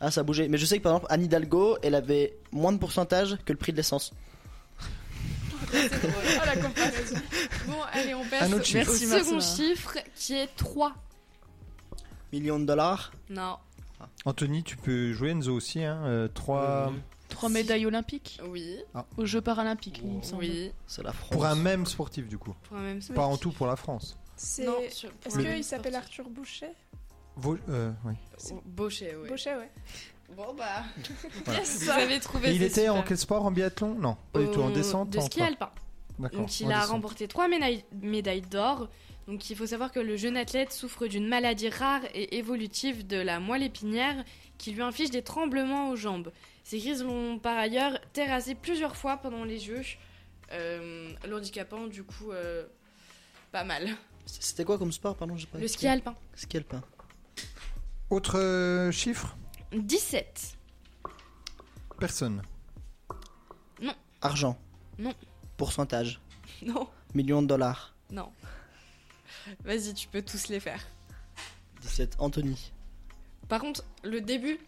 Speaker 3: Ah, ça a bougé. Mais je sais que par exemple, Anne Hidalgo, elle avait moins de pourcentage que le prix de l'essence.
Speaker 5: Oh la comparaison. bon, allez, on passe
Speaker 3: Un
Speaker 5: au
Speaker 3: autre chiffre. Merci,
Speaker 5: second
Speaker 3: Marcella.
Speaker 5: chiffre qui est 3.
Speaker 3: Millions de dollars.
Speaker 5: Non.
Speaker 1: Anthony, tu peux jouer Enzo aussi, hein. euh, trois.
Speaker 7: Trois médailles olympiques
Speaker 5: Oui.
Speaker 1: Ah.
Speaker 7: Aux Jeux paralympiques, il me semble.
Speaker 5: Oui.
Speaker 3: C'est la France.
Speaker 1: Pour un même sportif, du coup.
Speaker 5: Pour un même
Speaker 1: Pas en tout pour la France.
Speaker 6: C'est-
Speaker 5: Non,
Speaker 6: Est-ce
Speaker 5: sur- pour le-
Speaker 6: qu'il s'appelle Arthur Boucher
Speaker 1: Vos- euh, oui.
Speaker 5: Bochet, oui.
Speaker 6: Boucher, ouais.
Speaker 5: Oh, Bon bah.
Speaker 1: Voilà.
Speaker 5: Vous avez trouvé
Speaker 1: Et il
Speaker 5: c'est
Speaker 1: était en
Speaker 5: super.
Speaker 1: quel sport En biathlon Non, pas du tout. En
Speaker 5: Euh,
Speaker 1: descente
Speaker 5: De
Speaker 1: en
Speaker 5: ski
Speaker 1: quoi
Speaker 5: alpin.
Speaker 1: D'accord.
Speaker 5: Donc
Speaker 1: en
Speaker 5: il a
Speaker 1: descente.
Speaker 5: remporté trois médailles, médailles d'or. Donc il faut savoir que le jeune athlète souffre d'une maladie rare et évolutive de la moelle épinière qui lui inflige des tremblements aux jambes. Ces crises l'ont par ailleurs terrassé plusieurs fois pendant les Jeux, euh, l'handicapant du coup euh, pas mal.
Speaker 3: C'était quoi comme sport, pardon, j'ai pas
Speaker 5: Le
Speaker 3: expliqué.
Speaker 5: ski alpin.
Speaker 3: Ski hein. alpin.
Speaker 1: Autre euh, chiffre
Speaker 5: 17.
Speaker 1: Personne.
Speaker 3: Argent.
Speaker 5: Non.
Speaker 3: Pourcentage.
Speaker 5: Non,
Speaker 3: Millions de dollars.
Speaker 5: non. Vas-y, tu peux tous les faire.
Speaker 3: 17. Anthony.
Speaker 5: Par contre, le début,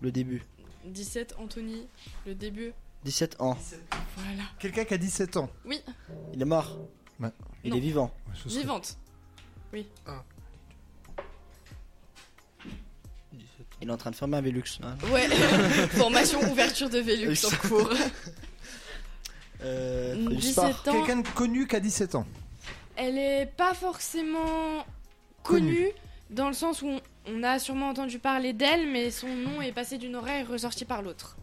Speaker 3: Le début.
Speaker 5: 17 Anthony, le début,
Speaker 3: 17 ans.
Speaker 5: voilà.
Speaker 1: Quelqu'un qui a 17 ans.
Speaker 5: Oui,
Speaker 3: Il est mort.
Speaker 1: Ouais.
Speaker 3: Il
Speaker 5: Non.
Speaker 3: est vivant.
Speaker 1: Ce serait- Ah.
Speaker 5: vivante. Oui.
Speaker 3: Il est en train de fermer un Velux. hein.
Speaker 5: Ouais, formation ouverture de Velux en cours.
Speaker 3: Euh,
Speaker 5: Mm,
Speaker 3: du
Speaker 5: 17
Speaker 3: sport.
Speaker 5: ans.
Speaker 1: Quelqu'un de connu qui a 17 ans.
Speaker 5: Elle est pas forcément connue dans le sens où on, on a sûrement entendu parler d'elle, mais son nom est passé d'une oreille et ressorti par l'autre.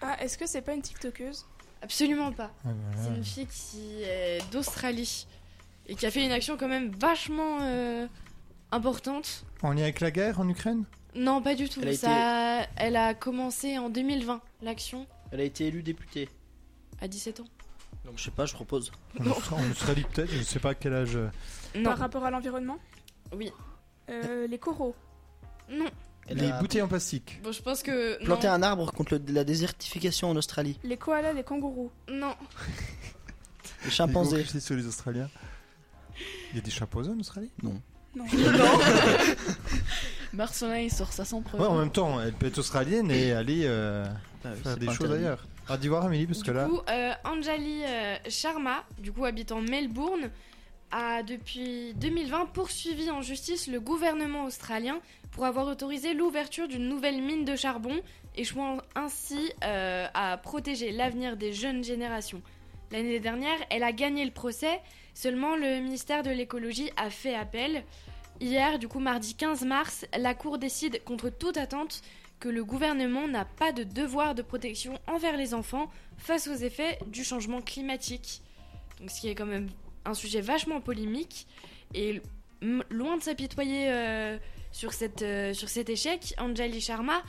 Speaker 6: Ah, est-ce que c'est pas une TikTokeuse
Speaker 5: Absolument pas.
Speaker 1: Ah,
Speaker 5: C'est
Speaker 1: voilà.
Speaker 5: une fille qui est d'Australie et qui a fait une action quand même vachement euh, importante.
Speaker 1: En lien avec la guerre en Ukraine
Speaker 5: Non, pas du tout.
Speaker 3: Elle a
Speaker 5: Ça, elle a commencé en 2020 l'action
Speaker 3: Elle a été élue députée.
Speaker 5: à 17 ans.
Speaker 3: Je sais pas, je propose.
Speaker 1: On, on serait dit peut-être, je sais pas quel âge. euh,
Speaker 6: Par rapport à l'environnement Euh,
Speaker 5: Oui.
Speaker 6: les coraux
Speaker 5: Non.
Speaker 1: Les bouteilles en plastique.
Speaker 5: Bon, je pense que. non.
Speaker 3: Planter un arbre contre le- la désertification en Australie.
Speaker 6: Les koalas, les kangourous
Speaker 5: Non.
Speaker 3: Les chimpanzés.
Speaker 1: C'est sur les Australiens. Il y a des chimpanzés en Australie
Speaker 3: Non.
Speaker 6: Non.
Speaker 7: Marcelin, il sort ça sans preuve.
Speaker 1: Ouais, en même temps, elle peut être australienne et aller euh,
Speaker 3: Ah oui,
Speaker 1: faire
Speaker 3: c'est
Speaker 1: des
Speaker 3: pas
Speaker 1: choses
Speaker 3: interdit.
Speaker 1: ailleurs. Ah, d'y voir Amélie, parce que là.
Speaker 5: Du coup, euh, Anjali euh, Sharma, du coup habitant Melbourne, a depuis 2020 poursuivi en justice le gouvernement australien pour avoir autorisé l'ouverture d'une nouvelle mine de charbon, échouant ainsi euh, à protéger l'avenir des jeunes générations. L'année dernière, elle a gagné le procès, seulement le ministère de l'écologie a fait appel. Hier, du coup mardi 15 mars, la Cour décide contre toute attente que le gouvernement n'a pas de devoir de protection envers les enfants face aux effets du changement climatique. Donc, ce qui est quand même un sujet vachement polémique. Et m- loin de s'apitoyer euh, sur, cette, euh, sur cet échec, Anjali Sharma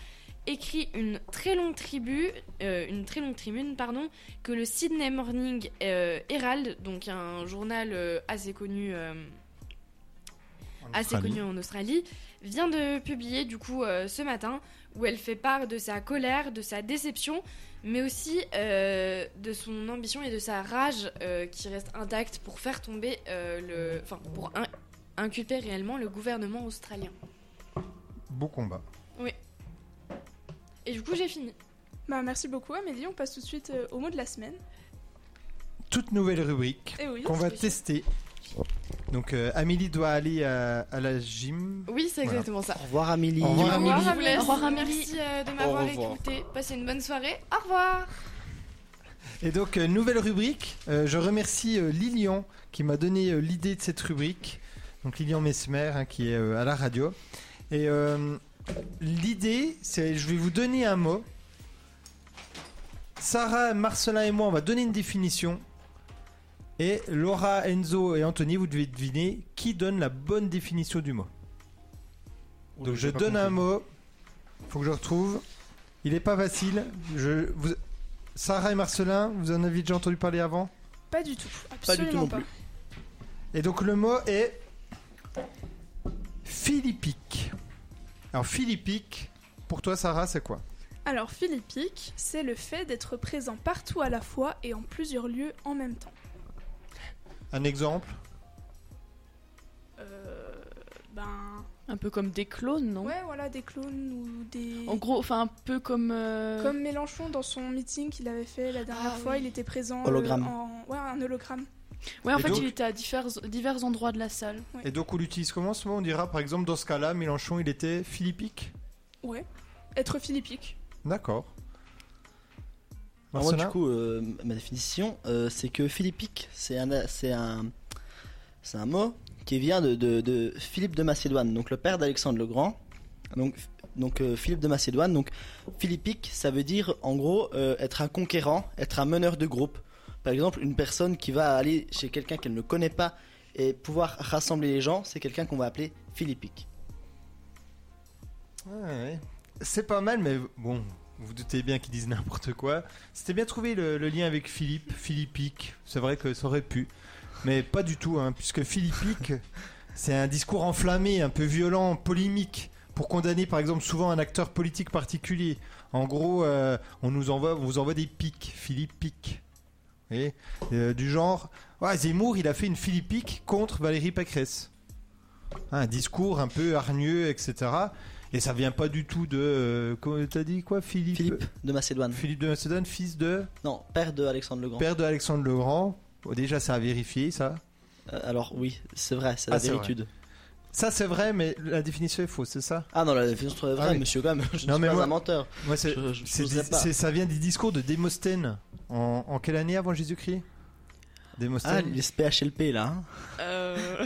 Speaker 5: écrit une très longue tribu, euh, une très longue tribune pardon, que le Sydney Morning euh, Herald, donc un journal euh, assez connu euh, assez
Speaker 1: Australie.
Speaker 5: connue en Australie, vient de publier du coup euh, ce matin où elle fait part de sa colère, de sa déception, mais aussi euh, de son ambition et de sa rage euh, qui reste intacte pour faire tomber euh, le, enfin pour in- inculper réellement le gouvernement australien.
Speaker 1: Beau combat.
Speaker 5: Et du coup j'ai fini.
Speaker 6: Bah, merci beaucoup Amélie, on passe tout de suite euh, au mot de la semaine.
Speaker 1: Toute nouvelle rubrique
Speaker 6: Eh oui,
Speaker 1: qu'on va
Speaker 6: spécial.
Speaker 1: tester. Donc, euh, Amélie doit aller à, à la gym.
Speaker 7: Oui, c'est
Speaker 1: Voilà.
Speaker 7: exactement ça.
Speaker 3: Au revoir, Amélie.
Speaker 1: Au revoir,
Speaker 5: Au revoir,
Speaker 7: Amélie.
Speaker 5: Amélie.
Speaker 7: Au revoir, Amélie.
Speaker 5: Merci euh, de
Speaker 4: Au
Speaker 5: m'avoir
Speaker 4: revoir.
Speaker 5: écouté. Passez une bonne soirée. Au revoir.
Speaker 1: Et donc, euh, nouvelle rubrique. Euh, je remercie euh, Lilian qui m'a donné euh, l'idée de cette rubrique. Donc, Lilian Mesmer hein, qui est euh, à la radio. Et euh, l'idée, c'est je vais vous donner un mot. Sarah, Marcelin et moi, on va donner une définition. Et Laura, Enzo et Anthony, vous devez deviner qui donne la bonne définition du mot. Donc je donne un mot. Faut que je retrouve. Il est pas facile. Je, vous- Sarah et Marcelin, vous en avez déjà entendu parler avant.
Speaker 6: Pas du tout,
Speaker 3: Pas du tout
Speaker 6: absolument
Speaker 3: non
Speaker 6: pas.
Speaker 3: plus.
Speaker 1: Et donc le mot est philippique. Alors philippique, pour toi Sarah, c'est quoi
Speaker 6: Alors philippique, c'est le fait d'être présent partout à la fois et en plusieurs lieux en même temps.
Speaker 1: Un exemple
Speaker 6: Euh, ben
Speaker 7: Un peu comme des clones, non
Speaker 6: ouais voilà des clowns ou des
Speaker 7: En gros, enfin un peu comme. euh,
Speaker 6: comme Mélenchon dans son meeting qu'il avait fait la dernière
Speaker 7: Ah
Speaker 6: fois,
Speaker 7: oui.
Speaker 6: il était présent
Speaker 3: Hologramme.
Speaker 6: euh, en ouais un hologramme.
Speaker 7: Ouais, en
Speaker 1: Et
Speaker 7: fait,
Speaker 1: donc-
Speaker 7: il était à divers, divers endroits de la salle.
Speaker 1: Et donc on l'utilise comment ce mot On dira par exemple dans ce cas-là, Mélenchon, il était philippique.
Speaker 6: Ouais. Être philippique.
Speaker 1: D'accord.
Speaker 3: Alors Moi,
Speaker 1: Marcelin
Speaker 3: du coup, euh, ma définition, euh, c'est que philippique, c'est un, c'est un, c'est un mot qui vient de, de- de Philippe de Macédoine, donc le père d'Alexandre le Grand. Donc, donc euh, Philippe de Macédoine. Donc, philippique, ça veut dire en gros euh, être un conquérant, être un meneur de groupe. Par exemple, une personne qui va aller chez quelqu'un qu'elle ne connaît pas et pouvoir rassembler les gens, c'est quelqu'un qu'on va appeler philippique.
Speaker 1: Ouais, Ah, ouais. C'est pas mal, mais bon, vous doutez bien qu'ils disent n'importe quoi. C'était bien trouvé le, le lien avec Philippe, Philippique. C'est vrai que ça aurait pu, mais pas du tout, hein, puisque Philippique, c'est un discours enflammé, un peu violent, polémique. Pour condamner par exemple souvent un acteur politique particulier. En gros, euh, on nous envoie, on vous envoie des pics, Philippique. Vous voyez Euh, Du genre, ouais, Zemmour il a fait une Philippique contre Valérie Pécresse. Hein, Un discours un peu hargneux, etc. Et ça vient pas du tout de. euh, comment t'as dit quoi Philippe
Speaker 3: Philippe de Macédoine.
Speaker 1: Philippe de Macédoine, fils de.
Speaker 3: Non, père de Alexandre le Grand.
Speaker 1: Père de Alexandre le Grand. Bon, déjà, ça a vérifié, ça.
Speaker 3: Euh, alors oui, c'est vrai, c'est
Speaker 1: Ah,
Speaker 3: la
Speaker 1: c'est vrai.
Speaker 3: véritude.
Speaker 1: Ça, c'est vrai, mais la définition est fausse, c'est ça
Speaker 3: Ah non, la définition est vraie,
Speaker 1: Ah oui.
Speaker 3: monsieur, quand même. Je
Speaker 1: Non,
Speaker 3: ne suis
Speaker 1: mais
Speaker 3: pas
Speaker 1: moi-
Speaker 3: un menteur.
Speaker 1: Moi, c'est.
Speaker 3: Je- je- je
Speaker 1: c'est
Speaker 3: n'oserais
Speaker 1: des-
Speaker 3: pas.
Speaker 1: c'est- ça vient des discours de Démosthène. En, en quelle année avant Jésus-Christ
Speaker 3: Ah,
Speaker 1: Démosthène
Speaker 3: les PHLP là. hein.
Speaker 7: Euh,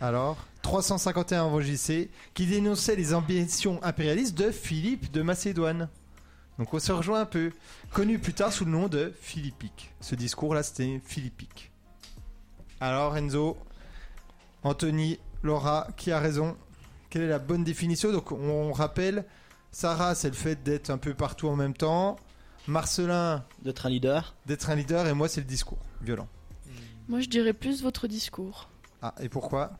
Speaker 1: Alors 351 avant JC, qui dénonçait les ambitions impérialistes de Philippe de Macédoine. Donc on se rejoint un peu. Connu plus tard sous le nom de Philippique. Ce discours-là, c'était Philippique. Alors Enzo, Anthony, Laura, qui a raison Quelle est la bonne définition Donc on rappelle, Sarah, c'est le fait d'être un peu partout en même temps. Marcelin.
Speaker 3: D'être un leader.
Speaker 1: D'être un leader, et moi, c'est le discours violent.
Speaker 7: Moi, je dirais plus votre discours.
Speaker 1: Ah, et pourquoi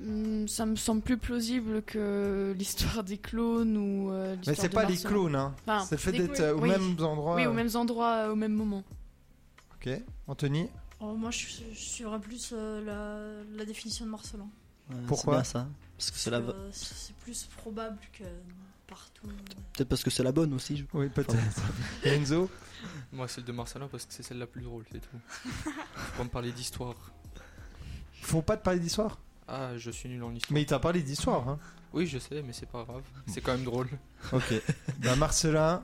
Speaker 7: Hmm, ça me semble plus plausible que l'histoire des clones ou euh,
Speaker 1: Mais
Speaker 7: l'histoire
Speaker 1: c'est
Speaker 7: de
Speaker 1: pas les
Speaker 7: Marcelin.
Speaker 1: clones, hein.
Speaker 7: Enfin,
Speaker 1: c'est le fait
Speaker 7: des
Speaker 1: d'être
Speaker 7: clones,
Speaker 1: euh, aux
Speaker 7: oui.
Speaker 1: mêmes endroits.
Speaker 7: Oui, aux mêmes endroits, euh, au même moment.
Speaker 1: Ok, Anthony.
Speaker 2: Oh, moi, je, je suivrais plus euh, la, la définition de Marcelin.
Speaker 3: Ouais, Euh, c'est
Speaker 1: Pourquoi
Speaker 3: bien ça. Parce que c'est la...
Speaker 2: Euh, c'est c'est plus probable que partout.
Speaker 3: Peut-être parce que c'est la bonne aussi. je-
Speaker 1: Oui, peut-être. Enzo
Speaker 4: Moi, celle de Marcelin parce que c'est celle la plus drôle, c'est tout. Faut pas me parler d'histoire.
Speaker 1: Faut pas te parler d'histoire
Speaker 4: Ah, je suis nul en histoire.
Speaker 1: Mais il t'a parlé d'histoire, hein.
Speaker 4: Oui, je sais, mais c'est pas grave. C'est quand même drôle.
Speaker 1: Ok. bah, Marcelin.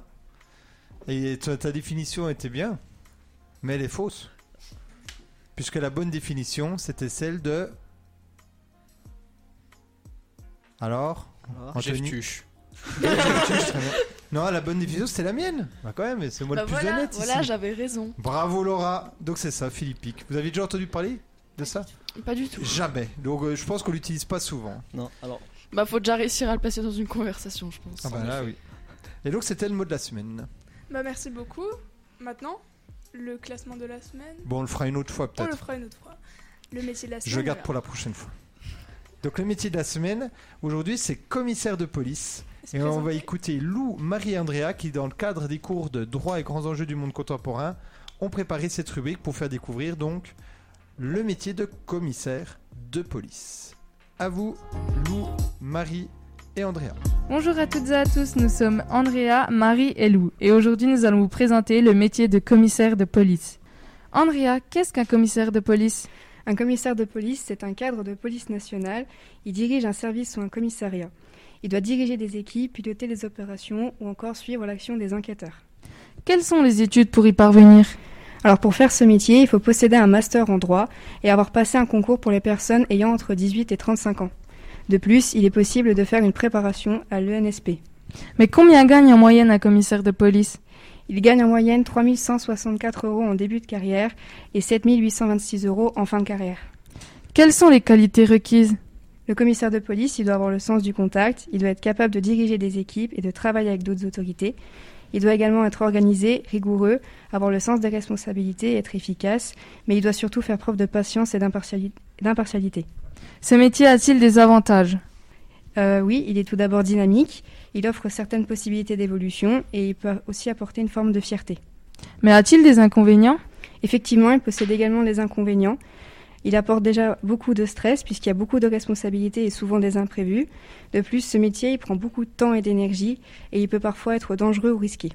Speaker 1: Et ta, ta définition était bien, mais elle est fausse. Puisque la bonne définition, c'était celle de. Alors
Speaker 3: Alors
Speaker 1: Anthony
Speaker 4: Jeff Tuche.
Speaker 1: Ouais, Jeff Tuche, très bien. Non, la bonne définition, c'est la mienne. Bah, quand même, c'est moi
Speaker 7: Bah
Speaker 1: le plus
Speaker 7: voilà,
Speaker 1: honnête
Speaker 7: voilà,
Speaker 1: ici.
Speaker 7: j'avais raison.
Speaker 1: Bravo Laura. Donc c'est ça, Philippique. Vous avez déjà entendu parler de ça
Speaker 7: Pas du tout.
Speaker 1: Jamais. Donc euh, je pense qu'on l'utilise pas souvent.
Speaker 3: Non, alors.
Speaker 7: Bah, faut déjà réussir à le passer dans une conversation, je pense.
Speaker 1: Ah bah là oui. Et donc c'était le mot de la semaine.
Speaker 6: Bah, merci beaucoup. Maintenant, le classement de la semaine.
Speaker 1: Bon, on le fera une autre fois
Speaker 6: On le
Speaker 1: peut-être.
Speaker 6: fera une autre fois. Le métier de la semaine.
Speaker 1: Je garde
Speaker 6: alors.
Speaker 1: pour la prochaine fois. Donc le métier de la semaine aujourd'hui c'est commissaire de police
Speaker 6: Se
Speaker 1: et on va
Speaker 6: présenter.
Speaker 1: écouter Lou Marie Andrea qui dans le cadre des cours de droit et grands enjeux du monde contemporain ont préparé cette rubrique pour faire découvrir donc le métier de commissaire de police. À vous Lou Marie et Andrea.
Speaker 11: Bonjour à toutes et à tous, nous sommes Andrea, Marie et Lou, et aujourd'hui nous allons vous présenter le métier de commissaire de police. Andrea, qu'est-ce qu'un commissaire de police
Speaker 12: Un commissaire de police, c'est un cadre de police nationale. Il dirige un service ou un commissariat. Il doit diriger des équipes, piloter les opérations ou encore suivre l'action des enquêteurs.
Speaker 11: Quelles sont les études pour y parvenir
Speaker 12: Alors pour faire ce métier, il faut posséder un master en droit et avoir passé un concours pour les personnes ayant entre 18 et 35 ans. De plus, il est possible de faire une préparation à l'ENSP.
Speaker 11: Mais combien gagne en moyenne un commissaire de police
Speaker 12: Il gagne en moyenne 3164 euros en début de carrière et 7826 euros en fin de carrière.
Speaker 11: Quelles sont les qualités requises
Speaker 12: Le commissaire de police, il doit avoir le sens du contact, il doit être capable de diriger des équipes et de travailler avec d'autres autorités. Il doit également être organisé, rigoureux, avoir le sens des responsabilités, être efficace, mais il doit surtout faire preuve de patience et d'impartiali- d'impartialité.
Speaker 11: Ce métier a-t-il des avantages
Speaker 12: Euh, oui, il est tout d'abord dynamique, il offre certaines possibilités d'évolution et il peut aussi apporter une forme de fierté.
Speaker 11: Mais a-t-il des inconvénients
Speaker 12: Effectivement, il possède également les inconvénients. Il apporte déjà beaucoup de stress puisqu'il y a beaucoup de responsabilités et souvent des imprévus. De plus, ce métier, il prend beaucoup de temps et d'énergie et il peut parfois être dangereux ou risqué.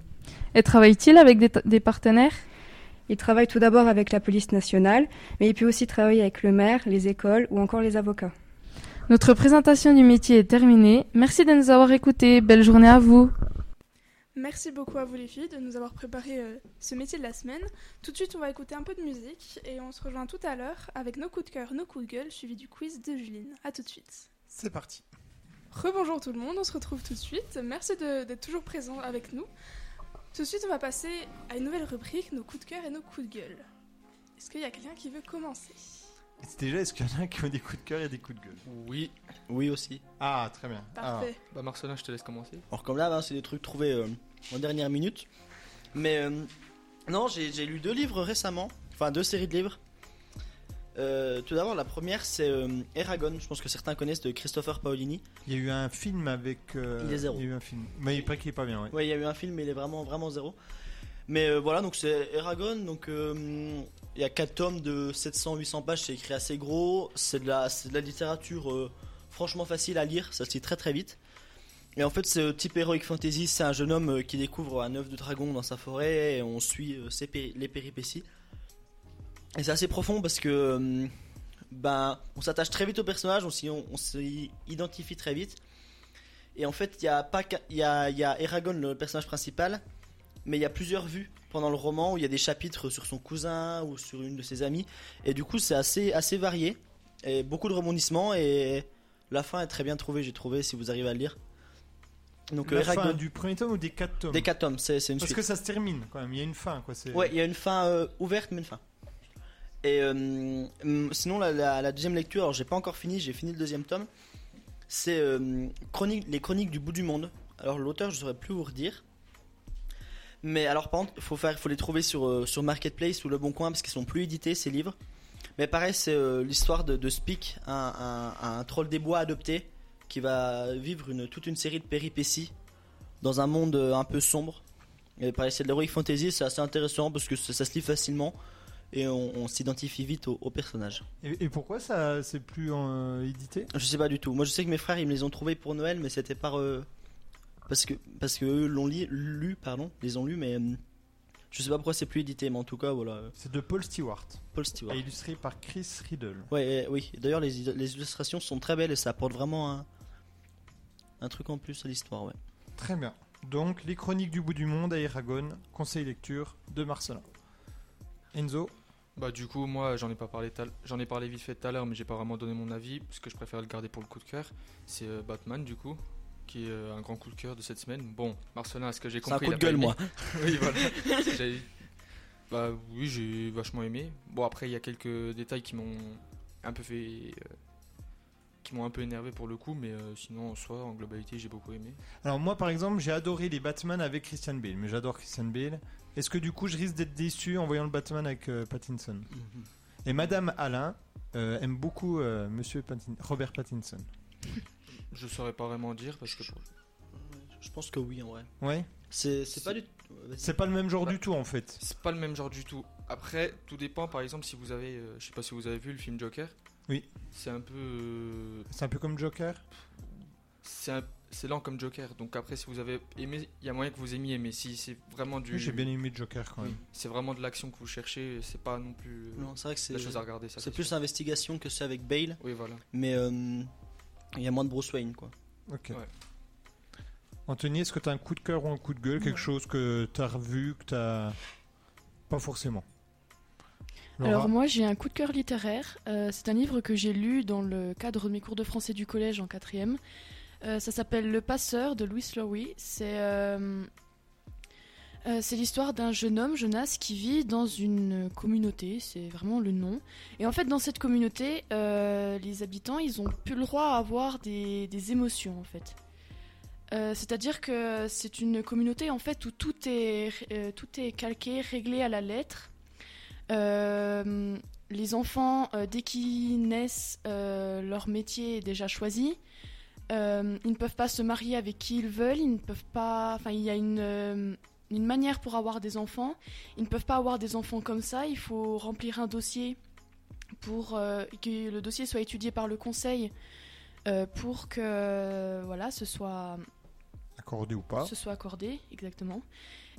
Speaker 11: Et travaille-t-il avec des, des partenaires
Speaker 12: Il travaille tout d'abord avec la police nationale, mais il peut aussi travailler avec le maire, les écoles ou encore les avocats.
Speaker 11: Notre présentation du métier est terminée. Merci de nous avoir écoutés. Belle journée à vous.
Speaker 6: Merci beaucoup à vous les filles de nous avoir préparé euh, ce métier de la semaine. Tout de suite, on va écouter un peu de musique et on se rejoint tout à l'heure avec nos coups de cœur, nos coups de gueule, suivi du quiz de Juline. À tout de suite.
Speaker 1: C'est parti.
Speaker 6: Rebonjour tout le monde, on se retrouve tout de suite. Merci de- d'être toujours présent avec nous. Tout de suite, on va passer à une nouvelle rubrique, nos coups de cœur et nos coups de gueule. Est-ce qu'il y a quelqu'un qui veut commencer
Speaker 1: C'est déjà est-ce qu'il y en a qui ont des coups de cœur et des coups de gueule
Speaker 4: Oui.
Speaker 3: Oui aussi.
Speaker 1: Ah très bien.
Speaker 6: Parfait.
Speaker 4: Bah, Marcelin, je te laisse commencer.
Speaker 3: Alors comme là, ben, c'est des trucs trouvés euh, en dernière minute. Mais euh, non, j'ai j'ai lu deux livres récemment, enfin deux séries de livres. Euh, tout d'abord, la première c'est euh, Eragon, je pense que certains connaissent de Christopher Paolini.
Speaker 1: Il y a eu un film avec. euh,
Speaker 3: Il est zéro.
Speaker 1: Il y a eu un film. Mais il paraît qu'il est pas bien, ouais.
Speaker 3: Ouais, il y a eu un film, mais il est vraiment, vraiment zéro. Mais euh, voilà, donc c'est Eragon. Donc euh, il y a 4 tomes de 700-800 pages, c'est écrit assez gros. C'est de la, c'est de la littérature euh, franchement facile à lire, ça se lit très très vite. Et en fait, ce type Heroic Fantasy, c'est un jeune homme euh, qui découvre un œuf de dragon dans sa forêt et on suit euh, ses péri- les péripéties. Et c'est assez profond parce que. euh, ben, on s'attache très vite au personnage, on s'y on- on s'y identifie très vite. Et en fait, il y a pas qu'un- il y a, il y a Eragon, le personnage principal, mais il y a plusieurs vues pendant le roman où il y a des chapitres sur son cousin ou sur une de ses amies. Et du coup, c'est assez, assez varié. Et beaucoup de rebondissements. Et la fin est très bien trouvée, j'ai trouvé, si vous arrivez à le lire. Donc,
Speaker 1: La
Speaker 3: euh, Eragon,
Speaker 1: fin du premier tome ou des quatre tomes
Speaker 3: des 4 tomes, c'est c'est une
Speaker 1: Parce
Speaker 3: suite.
Speaker 1: que ça se termine quand même, il y a une fin quoi. c'est-
Speaker 3: Ouais, il y a une fin euh, ouverte, mais une fin. Et euh, hum, sinon, la, la- la deuxième lecture, alors j'ai pas encore fini, j'ai fini le deuxième tome. C'est euh, chronique, les chroniques du bout du monde. Alors l'auteur, je saurais plus vous redire. Mais alors, par contre, faut faire, faut les trouver sur euh, sur Marketplace ou Le Bon Coin parce qu'ils sont plus édités ces livres. Mais pareil, c'est euh, l'histoire de, de Speak, un, un- un troll des bois adopté qui va vivre une, toute une série de péripéties dans un monde euh, un peu sombre. Et pareil, c'est de l'heroic fantasy, c'est assez intéressant parce que ça, ça se lit facilement et on, on s'identifie vite au, au personnage.
Speaker 1: Et, et pourquoi ça c'est plus euh, édité
Speaker 3: Je sais pas du tout. Moi, je sais que mes frères, ils me les ont trouvés pour Noël, mais c'était par euh, parce que parce que eux l'ont li- lu, pardon, les ont lu, mais euh, je sais pas pourquoi c'est plus édité, mais en tout cas, voilà.
Speaker 1: C'est de Paul Stewart.
Speaker 3: Paul Stewart.
Speaker 1: Et Ah, illustré par Chris Riddle.
Speaker 3: Ouais, et- oui. Et D'ailleurs, les, id- les illustrations sont très belles et ça apporte vraiment un, un truc en plus à l'histoire, ouais.
Speaker 1: Très bien. Donc, les chroniques du bout du monde à Eragon, conseil lecture de Marcelin. Enzo
Speaker 4: Bah du coup moi j'en ai pas parlé tal- j'en ai parlé vite fait tout à l'heure mais j'ai pas vraiment donné mon avis parce que je préfère le garder pour le coup de cœur. C'est euh, Batman du coup qui est euh, un grand coup de cœur de cette semaine. Bon Marcelin est-ce que j'ai
Speaker 3: C'est un
Speaker 4: compris
Speaker 3: coup
Speaker 4: il
Speaker 3: de
Speaker 4: a
Speaker 3: gueule,
Speaker 4: pas
Speaker 3: moi.
Speaker 4: aimé oui voilà. J'ai- Bah oui j'ai vachement aimé. Bon après il y a quelques détails qui m'ont un peu fait euh, qui m'ont un peu énervé pour le coup mais euh, sinon en soi en globalité j'ai beaucoup aimé.
Speaker 1: Alors, moi, par exemple, j'ai adoré les Batman avec Christian Bale, mais j'adore Christian Bale. Est-ce que du coup, je risque d'être déçu en voyant le Batman avec euh, Pattinson
Speaker 3: Mhm.
Speaker 1: Et Madame Alain euh, aime beaucoup euh, Monsieur Pattin- Robert Pattinson.
Speaker 4: Je saurais pas vraiment dire parce que
Speaker 3: je pense que oui en vrai.
Speaker 1: Ouais
Speaker 3: C'est c'est pas du vas-y. Bah,
Speaker 1: C'est pas le même genre du tout, en fait.
Speaker 4: C'est pas le même genre du tout. Après, tout dépend. Par exemple, si vous avez, euh, je sais pas si vous avez vu le film Joker.
Speaker 1: Oui.
Speaker 4: C'est un peu, euh,
Speaker 1: C'est un peu comme Joker
Speaker 4: c'est un- c'est lent comme Joker. Donc après, si vous avez aimé, il y a moyen que vous aimiez. Mais si c'est vraiment du,
Speaker 1: Oui, j'ai bien aimé Joker, quand
Speaker 4: Oui.
Speaker 1: même.
Speaker 4: C'est vraiment de l'action que vous cherchez. C'est pas non plus. euh,
Speaker 3: Non, c'est vrai que c'est
Speaker 4: la chose à regarder. Ça,
Speaker 3: C'est plus l'investigation que c'est avec Bale.
Speaker 4: Oui, voilà.
Speaker 3: Mais euh, il y a moins de Bruce Wayne, quoi.
Speaker 1: Ok.
Speaker 4: Ouais.
Speaker 1: Anthony, est-ce que t'as un coup de cœur ou un coup de gueule Quelque chose que t'as revu, que t'as. Pas forcément. Laura
Speaker 7: Alors moi j'ai un coup de cœur littéraire. Euh, c'est un livre que j'ai lu dans le cadre de mes cours de français du collège en quatrième. Euh, ça s'appelle Le Passeur de Louis Lowy. C'est euh, euh, c'est l'histoire d'un jeune homme, Jonas, qui vit dans une communauté, c'est vraiment le nom. Et en fait, dans cette communauté, euh, les habitants, ils ont plus le droit à avoir des, des émotions, en fait. Euh, c'est-à-dire que c'est une communauté en fait où tout est, euh, tout est calqué, réglé à la lettre. Euh, les enfants, euh, dès qu'ils naissent, euh, leur métier est déjà choisi. Euh, ils ne peuvent pas se marier avec qui ils veulent. Ils ne peuvent pas. Enfin, il y a une, euh, une manière pour avoir des enfants. Ils ne peuvent pas avoir des enfants comme ça. Il faut remplir un dossier pour euh, que le dossier soit étudié par le conseil euh, pour que euh, voilà, ce soit
Speaker 1: Accordé ou pas
Speaker 7: se soit accordé, exactement.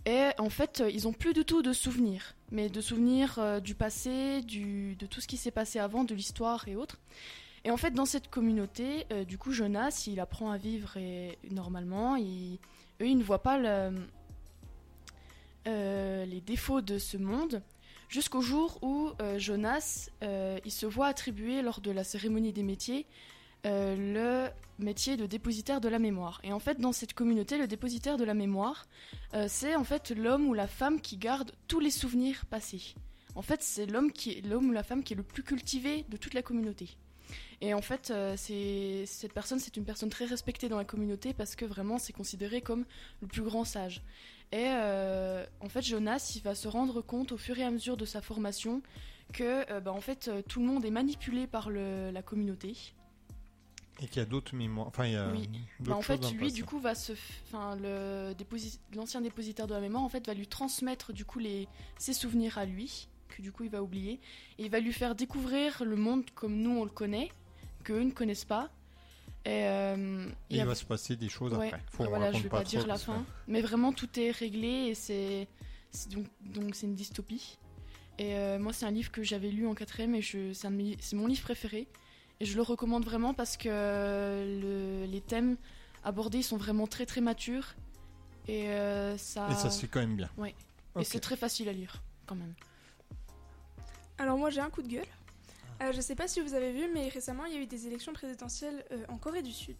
Speaker 7: Et en fait, euh, ils ont plus du tout de souvenirs, mais de souvenirs euh, du passé, du, de tout ce qui s'est passé avant, de l'histoire et autres. Et en fait, dans cette communauté, euh, du coup, Jonas, il apprend à vivre et normalement, il, eux, ils ne voient pas le- euh, les défauts de ce monde jusqu'au jour où euh, Jonas, euh, il se voit attribuer lors de la cérémonie des métiers euh, le métier de dépositaire de la mémoire. Et en fait, dans cette communauté, le dépositaire de la mémoire, euh, c'est en fait l'homme ou la femme qui garde tous les souvenirs passés. En fait, c'est l'homme qui, l'homme ou la femme qui est le plus cultivé de toute la communauté. Et en fait, euh, c'est- cette personne, c'est une personne très respectée dans la communauté parce que vraiment, c'est considéré comme le plus grand sage. Et euh, en fait, Jonas, il va se rendre compte au fur et à mesure de sa formation que, euh, bah, en fait, euh, tout le monde est manipulé par le- la communauté.
Speaker 1: Et qu'il y a d'autres mémoires. Enfin, il y a.
Speaker 7: Oui.
Speaker 1: euh, d'autres
Speaker 7: Bah, en fait,
Speaker 1: choses dans le
Speaker 7: lui,
Speaker 1: passé.
Speaker 7: du coup, va se, f- enfin, le déposi- l'ancien dépositaire de la mémoire, en fait, va lui transmettre du coup les ses souvenirs à lui, que du coup il va oublier, et il va lui faire découvrir le monde comme nous on le connaît, qu'eux ne connaissent pas. Et, euh,
Speaker 1: Et
Speaker 7: il y a-
Speaker 1: il va se passer des choses
Speaker 7: Ouais, Ah,
Speaker 1: après. Faut, on
Speaker 7: voilà,
Speaker 1: raconte
Speaker 7: je vais
Speaker 1: pas
Speaker 7: pas,
Speaker 1: trop
Speaker 7: dire la
Speaker 1: parce que-
Speaker 7: fin, mais vraiment tout est réglé et c'est c'est donc donc c'est une dystopie. Et euh, moi, c'est un livre que j'avais lu en quatrième et je, c'est, un de mes- c'est mon livre préféré. Et je le recommande vraiment parce que euh, le- les thèmes abordés sont vraiment très très matures. Et euh, ça.
Speaker 1: Et ça se fait quand même bien.
Speaker 7: Ouais.
Speaker 1: Ok.
Speaker 7: Et c'est très facile à lire quand même.
Speaker 6: Alors moi j'ai un coup de gueule. Euh, je sais pas si vous avez vu, mais récemment il y a eu des élections présidentielles euh, en Corée du Sud.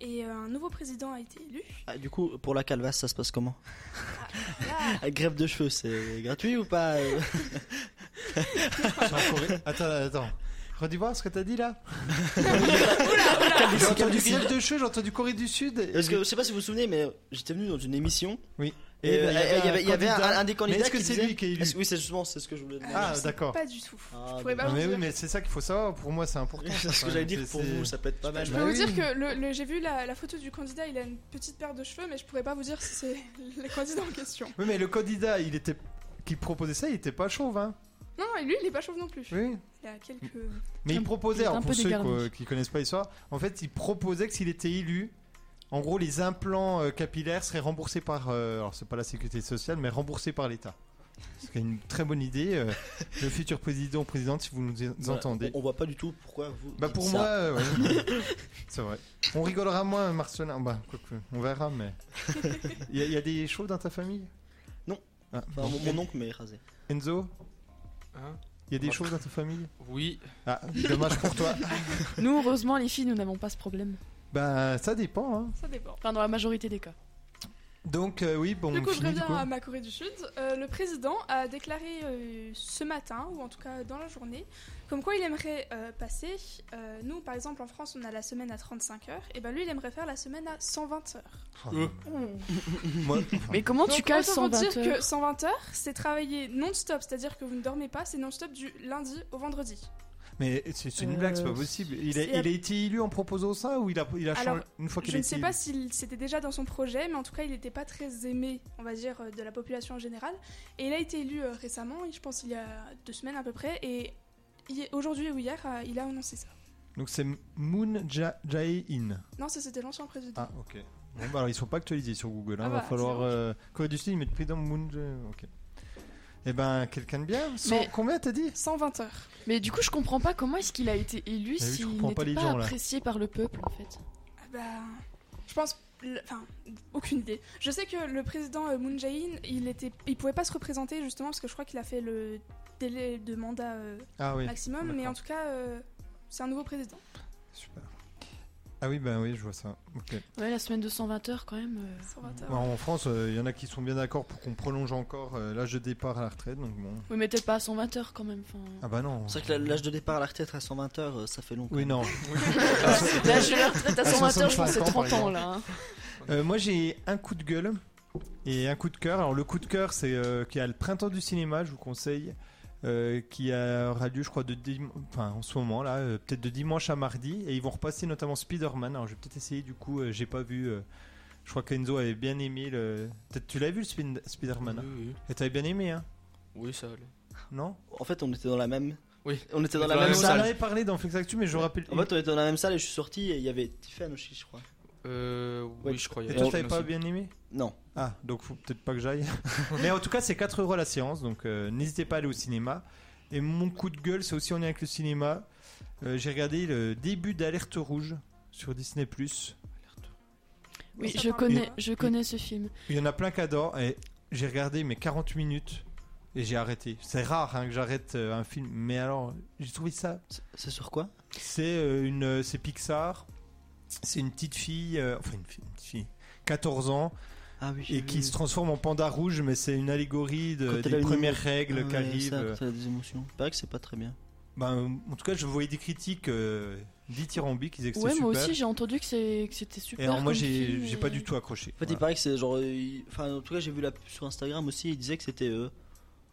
Speaker 6: Et euh, un nouveau président a été élu.
Speaker 3: Ah, du coup, pour la calvasse, ça se passe comment La grève de cheveux, c'est gratuit ou pas euh
Speaker 1: C'est en Corée. Attends, attends. Redis-moi ce que t'as dit là. J'ai entendu
Speaker 3: calvitie.
Speaker 1: grève de cheveux, j'ai entendu Corée du Sud. et-
Speaker 3: Parce que je sais pas si vous vous souvenez, mais j'étais venu dans une émission.
Speaker 1: Oui.
Speaker 3: Et
Speaker 1: ben,
Speaker 3: euh, il y avait, il y avait un,
Speaker 1: candidat-
Speaker 3: un des candidats
Speaker 1: Mais est-ce que
Speaker 3: qui
Speaker 1: c'est
Speaker 3: disait-
Speaker 1: lui qui est élu
Speaker 3: Est-ce- Oui, c'est justement c'est ce que je voulais demander.
Speaker 1: Ah, d'accord.
Speaker 6: Pas du tout.
Speaker 3: Ah,
Speaker 6: je pourrais pas
Speaker 1: Ah,
Speaker 6: vous
Speaker 1: mais oui,
Speaker 6: dire.
Speaker 1: mais c'est ça qu'il faut savoir. Pour moi, c'est important.
Speaker 3: C'est ce que j'allais dire, pour vous, ça peut être pas
Speaker 1: Bah
Speaker 3: mal.
Speaker 6: Je peux vous dire que le, le- j'ai vu la, la photo du candidat, il a une petite paire de cheveux, mais je pourrais pas vous dire si c'est le candidat en question.
Speaker 1: Oui, mais le candidat, il était qui proposait ça, il était pas chauve, hein.
Speaker 6: Non, et lui, il est pas chauve non plus.
Speaker 1: Oui. Mm.
Speaker 6: Il a quelques.
Speaker 1: Mais il proposait, alors
Speaker 6: un
Speaker 1: pour
Speaker 6: peu
Speaker 1: ceux
Speaker 6: dégarni.
Speaker 1: quoi, qui connaissent pas l'histoire, en fait, il proposait que s'il était élu, en gros, les implants euh, capillaires seraient remboursés par, euh, alors c'est pas la sécurité sociale, mais remboursés par l'État. C'est une très bonne idée. euh, le futur président, présidente, si vous nous
Speaker 3: Voilà.
Speaker 1: entendez.
Speaker 3: On, on voit pas du tout pourquoi vous.
Speaker 1: Bah
Speaker 3: dites
Speaker 1: pour
Speaker 3: ça.
Speaker 1: moi, euh, ouais. c'est vrai. On rigolera moins, Marcelin. Bah, quoique, on verra, mais. Il y, a- il y a des chauves dans ta famille
Speaker 3: Non.
Speaker 1: Ah, bon.
Speaker 3: Enfin, mon, mon oncle m'est rasé.
Speaker 1: Enzo
Speaker 4: Hein
Speaker 1: Il y a des chauves dans ta famille
Speaker 4: Oui.
Speaker 1: Ah, dommage pour toi.
Speaker 7: Nous, heureusement, les filles, nous n'avons pas ce problème.
Speaker 1: bah, ça dépend, hein.
Speaker 6: Ça dépend.
Speaker 7: Enfin, dans la majorité des cas.
Speaker 1: Donc, euh, oui, bon.
Speaker 6: du coup,
Speaker 1: on
Speaker 6: je
Speaker 1: finit, du
Speaker 6: reviens
Speaker 1: coup.
Speaker 6: à ma Corée du Sud. Euh, le président a déclaré euh, ce matin, ou en tout cas dans la journée, comme quoi il aimerait euh, passer. euh, nous, par exemple, en France, on a la semaine à 35 heures. Et ben lui, il aimerait faire la semaine à 120 heures.
Speaker 1: Oh. Moi-
Speaker 7: Mais comment tu
Speaker 6: Donc,
Speaker 7: cales
Speaker 6: autant vous
Speaker 7: 120
Speaker 6: dire
Speaker 7: heures
Speaker 6: que 120 heures, c'est travailler non-stop, c'est-à-dire que vous ne dormez pas, c'est non-stop du lundi au vendredi.
Speaker 1: Mais c'est c'est une blague, c'est pas possible. Il a,
Speaker 6: c'est-
Speaker 1: il a été élu en proposant ça ou il a, il a changé
Speaker 6: Alors,
Speaker 1: une fois qu'il
Speaker 6: je
Speaker 1: a
Speaker 6: ne
Speaker 1: été
Speaker 6: sais pas
Speaker 1: élu
Speaker 6: s'il c'était déjà dans son projet, mais en tout cas, il n'était pas très aimé, on va dire, euh, de la population en général. Et il a été élu euh, récemment, je pense il y a deux semaines à peu près, et hi- aujourd'hui ou hier, euh, il a annoncé ça.
Speaker 1: Donc c'est Moon Ja- Jae-in.
Speaker 6: Non, ça c'était l'ancien président.
Speaker 1: Ah, ok. Bon, bah, alors ils sont pas actualisés sur Google. Hein.
Speaker 6: Ah
Speaker 1: va
Speaker 6: bah,
Speaker 1: falloir.
Speaker 6: c'est
Speaker 1: euh, Corée du Sud, ils mettent Président Moon Jae. Ok. Eh ben, quelqu'un de bien. Sans-
Speaker 7: Mais-
Speaker 1: Combien t'as dit
Speaker 6: 120 heures.
Speaker 7: Mais du coup, je comprends pas comment est-ce qu'il a été élu
Speaker 1: Bah oui, je
Speaker 7: s'il
Speaker 1: comprends
Speaker 7: n'était
Speaker 1: pas
Speaker 7: pas,
Speaker 1: les gens, là.
Speaker 7: apprécié par le peuple en fait.
Speaker 6: Ah bah, je pense. le- Enfin, aucune idée. Je sais que le président euh, Moon Jae-in, il était, il pouvait pas se représenter justement parce que je crois qu'il a fait le délai de mandat euh,
Speaker 1: Ah oui,
Speaker 6: maximum, mais
Speaker 1: d'accord.
Speaker 6: en tout cas, euh, c'est un nouveau président.
Speaker 1: Super. Ah oui, ben oui, je vois ça. Ok.
Speaker 7: Ouais, la semaine de 120 heures quand même. euh,
Speaker 1: Bah, en France, euh, il y en a qui sont bien d'accord pour qu'on prolonge encore euh, l'âge de départ à la retraite. Donc bon.
Speaker 7: Oui, mais peut-être pas à 120 heures quand même. Enfin...
Speaker 1: Ah bah non.
Speaker 3: C'est vrai que la- l'âge de départ à la retraite à 120 heures, euh, ça fait long.
Speaker 1: Oui, non.
Speaker 7: L'âge de la retraite à 120 heures, je pense que c'est
Speaker 1: 65 par
Speaker 7: 30 ans
Speaker 1: exemple.
Speaker 7: là. hein.
Speaker 1: Euh, moi j'ai un coup de gueule et un coup de cœur. Alors le coup de cœur c'est euh, qu'il y a le printemps du cinéma, je vous conseille, euh, qui a- aura lieu je crois de dim- enfin, en ce moment là, euh, peut-être de dimanche à mardi et ils vont repasser notamment Spider-Man. Alors je vais peut-être essayer du coup, euh, j'ai pas vu... euh, je crois qu'Enzo avait bien aimé le... Peut-être tu l'as vu le Spin- Spider-Man
Speaker 4: Oui, oui.
Speaker 1: Et t'avais bien aimé hein
Speaker 4: Oui, ça allait.
Speaker 1: Non
Speaker 3: En fait, on était dans la même.
Speaker 4: Oui.
Speaker 3: On était dans
Speaker 4: On
Speaker 3: la même
Speaker 1: On
Speaker 7: Ah,
Speaker 1: en avait
Speaker 3: salle.
Speaker 1: parlé dans Flex Actu mais je rappelle...
Speaker 3: En fait, on était dans la même salle et je suis sorti et il y avait Tiffany aussi, je crois.
Speaker 4: Euh, oui, je croyais.
Speaker 1: Et toi, t'avais pas bien aimé
Speaker 3: Non.
Speaker 1: Ah, donc faut peut-être pas que j'aille. Mais en tout cas, c'est 4 euros la séance, donc euh, n'hésitez pas à aller au cinéma. Et mon coup de gueule, c'est aussi en lien avec le cinéma. Euh, J'ai regardé le début d'Alerte Rouge sur Disney+.
Speaker 7: Oui,
Speaker 6: Ça
Speaker 7: je
Speaker 6: parle
Speaker 7: connais,
Speaker 6: pas.
Speaker 7: je connais ce film.
Speaker 1: Il y en a plein qui adorent et j'ai regardé mes 40 minutes et j'ai arrêté. C'est rare hein, que j'arrête euh, un film, mais alors j'ai trouvé ça.
Speaker 3: C'est sur quoi
Speaker 1: C'est euh, une, euh, c'est Pixar. C'est une petite fille, euh, enfin une, fille- une petite fille, 14 ans.
Speaker 3: Ah
Speaker 1: et qui se transforme en panda rouge, mais c'est une allégorie de-
Speaker 3: Quand elle a
Speaker 1: des
Speaker 3: une
Speaker 1: premières
Speaker 3: émo-
Speaker 1: règles euh,
Speaker 3: Ah ouais,
Speaker 1: qui arrivent.
Speaker 3: ça, quand elle a des émotions. Il paraît que c'est pas très bien.
Speaker 1: Ben, en tout cas, je voyais des critiques euh, dithyrambiques, ils disaient que
Speaker 7: Ouais,
Speaker 1: c'était
Speaker 7: moi
Speaker 1: super.
Speaker 7: aussi j'ai entendu que c'est- que c'était super.
Speaker 1: Et alors, moi,
Speaker 7: comme
Speaker 1: j'ai
Speaker 7: film, euh.
Speaker 1: j'ai
Speaker 7: et-
Speaker 1: pas du tout accroché.
Speaker 3: En fait, il paraît que c'est genre. euh, il- Enfin, en tout cas, j'ai vu la pub sur Instagram aussi. Il disait que c'était. euh,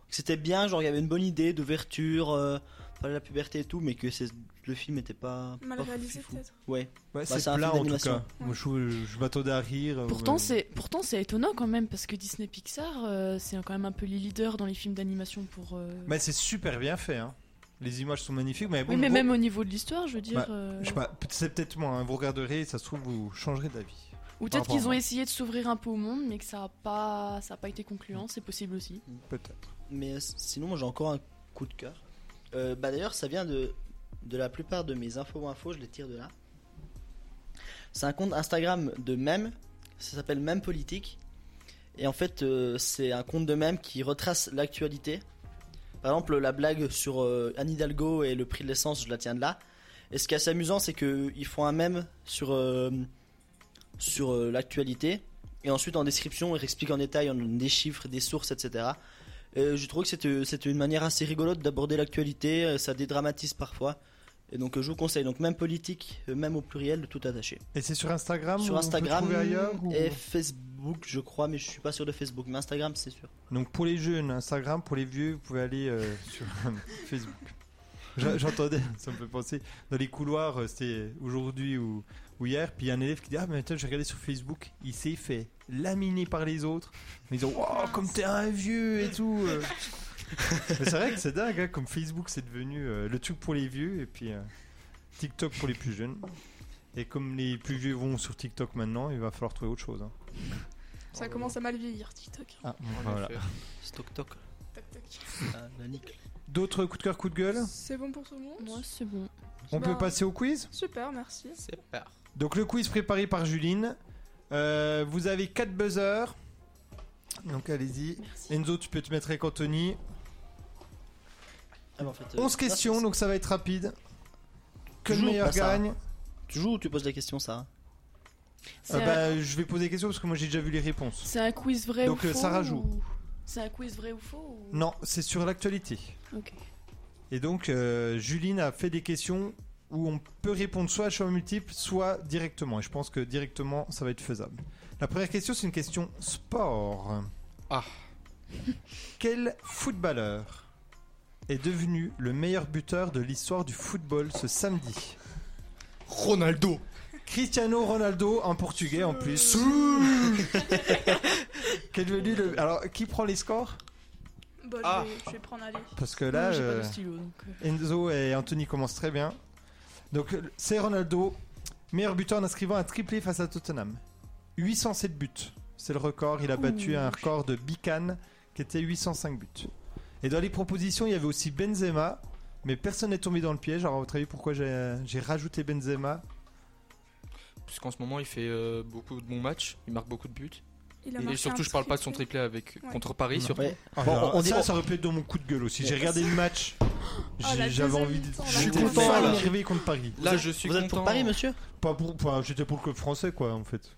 Speaker 3: que c'était bien, genre, il y avait une bonne idée d'ouverture, euh, pas la puberté et tout, mais que c'est- le film était pas.
Speaker 6: Mal
Speaker 3: pas
Speaker 6: réalisé,
Speaker 3: fifou.
Speaker 6: peut-être.
Speaker 3: Ouais.
Speaker 1: Ouais,
Speaker 3: Bah,
Speaker 1: c'est
Speaker 3: un film
Speaker 1: plat en tout
Speaker 3: d'animation.
Speaker 1: cas. Moi, je, je- je m'attendais à rire. euh,
Speaker 7: Pourtant
Speaker 1: mais-
Speaker 7: c'est pourtant c'est étonnant quand même parce que Disney Pixar euh, c'est quand même un peu les leaders dans les films d'animation pour. euh,
Speaker 1: Mais c'est super bien fait. hein. Les images sont magnifiques, mais bon.
Speaker 7: oui mais
Speaker 1: vous-
Speaker 7: même au niveau de l'histoire je veux dire.
Speaker 1: bah,
Speaker 7: euh,
Speaker 1: je sais pas, peut- c'est peut-être moi. hein, Vous regarderez, ça se trouve, vous changerez d'avis.
Speaker 7: Ou
Speaker 1: Par
Speaker 7: peut-être qu'ils
Speaker 1: rapport
Speaker 7: ont
Speaker 1: à-
Speaker 7: essayé de s'ouvrir un peu au monde mais que ça a pas ça a pas été concluant c'est possible aussi.
Speaker 1: Ah Peut-être.
Speaker 3: Mais euh, sinon, moi j'ai encore un coup de cœur. Euh, bah d'ailleurs, ça vient de, de la plupart de mes infos infos, je les tire de là. C'est un compte Instagram de mèmes, ça s'appelle Mème Politique. Et en fait, euh, c'est un compte de mèmes qui retrace l'actualité. Par exemple, la blague sur euh, Anne Hidalgo et le prix de l'essence, je la tiens de là. Et ce qui est assez amusant, c'est qu'ils font un mème sur, euh, sur euh, l'actualité. Et ensuite, en description, ils expliquent en détail en- des chiffres, des sources, etc. Et Euh, je trouve que c'était- c'était une manière assez rigolote d'aborder l'actualité. euh, Ça dédramatise parfois. Et donc, euh, je vous conseille. Donc, même politique, euh, même au pluriel, tout attaché.
Speaker 1: Et c'est sur Instagram
Speaker 3: Sur
Speaker 1: ou on peut
Speaker 3: Instagram
Speaker 1: trouver ailleurs ou-
Speaker 3: et Facebook. Facebook, je crois, mais je suis pas sûr de Facebook. Mais Instagram, c'est sûr.
Speaker 1: Donc pour les jeunes, Instagram, pour les vieux, vous pouvez aller euh, sur euh, Facebook. J'a- J'entendais, ça me fait penser, dans les couloirs, euh, c'était aujourd'hui ou, ou hier, puis il y a un élève qui dit Ah, mais attends, j'ai regardé sur Facebook, il s'est fait laminer par les autres. Mais ils ont Wow, comme t'es un vieux et tout. euh. Mais c'est vrai que c'est dingue, hein, comme Facebook, c'est devenu euh, le truc pour les vieux, et puis euh, TikTok pour les plus jeunes. Et comme les plus vieux vont sur TikTok maintenant, il va falloir trouver autre chose. hein. Oh
Speaker 6: Ça commence à mal vieillir, TikTok.
Speaker 1: Ah, voilà.
Speaker 3: Stock Ah, bah, Toc.
Speaker 6: Tac, tac.
Speaker 3: la nique.
Speaker 1: D'autres coups de cœur, coups de gueule
Speaker 6: C'est bon pour tout le monde Bah,
Speaker 8: Moi, c'est bon.
Speaker 1: On peut passer au quiz
Speaker 6: Super, merci. C'est
Speaker 1: Donc le quiz préparé par Juline. Euh, vous avez 4 buzzers. Donc allez-y. Enzo, tu peux te mettre avec Anthony.
Speaker 3: Ah, mais en fait, euh,
Speaker 1: 11
Speaker 3: ça,
Speaker 1: questions, donc ça va être rapide. Que le
Speaker 3: Toujours
Speaker 1: meilleur
Speaker 3: pas ça.
Speaker 1: gagne.
Speaker 3: Tu joues ou tu poses la question, ça
Speaker 1: Euh, bah, je vais poser des questions parce que moi j'ai déjà vu les réponses.
Speaker 7: C'est un quiz vrai
Speaker 1: Donc,
Speaker 7: ou
Speaker 1: euh,
Speaker 7: faux
Speaker 1: Sarah joue.
Speaker 7: ou- C'est un quiz vrai ou faux ou-
Speaker 1: Non, c'est sur l'actualité.
Speaker 7: Ok.
Speaker 1: Et donc euh, Juline a fait des questions où on peut répondre soit à choix multiple, soit directement. Et je pense que directement, ça va être faisable. La première question, c'est une question sport.
Speaker 4: Ah.
Speaker 1: Quel footballeur est devenu le meilleur buteur de l'histoire du football ce samedi Ronaldo. Cristiano Ronaldo, un portugais en plus. Qui est devenu le... Alors, qui prend les scores
Speaker 6: Bon,
Speaker 1: Ah.
Speaker 6: je, vais, je vais prendre aller.
Speaker 1: Parce que là,
Speaker 6: Moi, j'ai pas de
Speaker 1: euh,
Speaker 6: stylo, donc,
Speaker 1: Enzo et Anthony commencent très bien. Donc euh, c'est Ronaldo, meilleur buteur en inscrivant un triplé face à Tottenham. 807 buts, c'est le record. Il a battu
Speaker 13: Ouh.
Speaker 1: un record de Bican qui était 805 buts. Et dans les propositions, il y avait aussi Benzema, mais personne n'est tombé dans le piège. Alors à votre avis, pourquoi j'ai j'ai rajouté Benzema
Speaker 4: Parce qu'en ce moment, il fait euh, beaucoup de bons matchs, il marque beaucoup de buts.
Speaker 1: Il a
Speaker 4: Et
Speaker 1: marqué
Speaker 4: surtout,
Speaker 1: un
Speaker 4: je parle pas de son triplé avec
Speaker 1: Ouais.
Speaker 4: contre Paris, surtout. Ah,
Speaker 1: Ouais. Bon, on ça, ça aurait pu être dans mon coup de gueule aussi. J'ai
Speaker 4: Ouais.
Speaker 1: regardé le match.
Speaker 4: Oh, la
Speaker 1: j'ai- J'avais
Speaker 4: deuxième
Speaker 1: envie de.
Speaker 4: mi-temps, là.
Speaker 1: Je suis
Speaker 4: J'étais
Speaker 1: content
Speaker 4: fan.
Speaker 1: d'arriver contre Paris.
Speaker 4: Là, Vous êtes- je suis vous êtes pour content. Paris,
Speaker 3: monsieur
Speaker 1: Pas pour. enfin, J'étais pour le club français, quoi, en fait.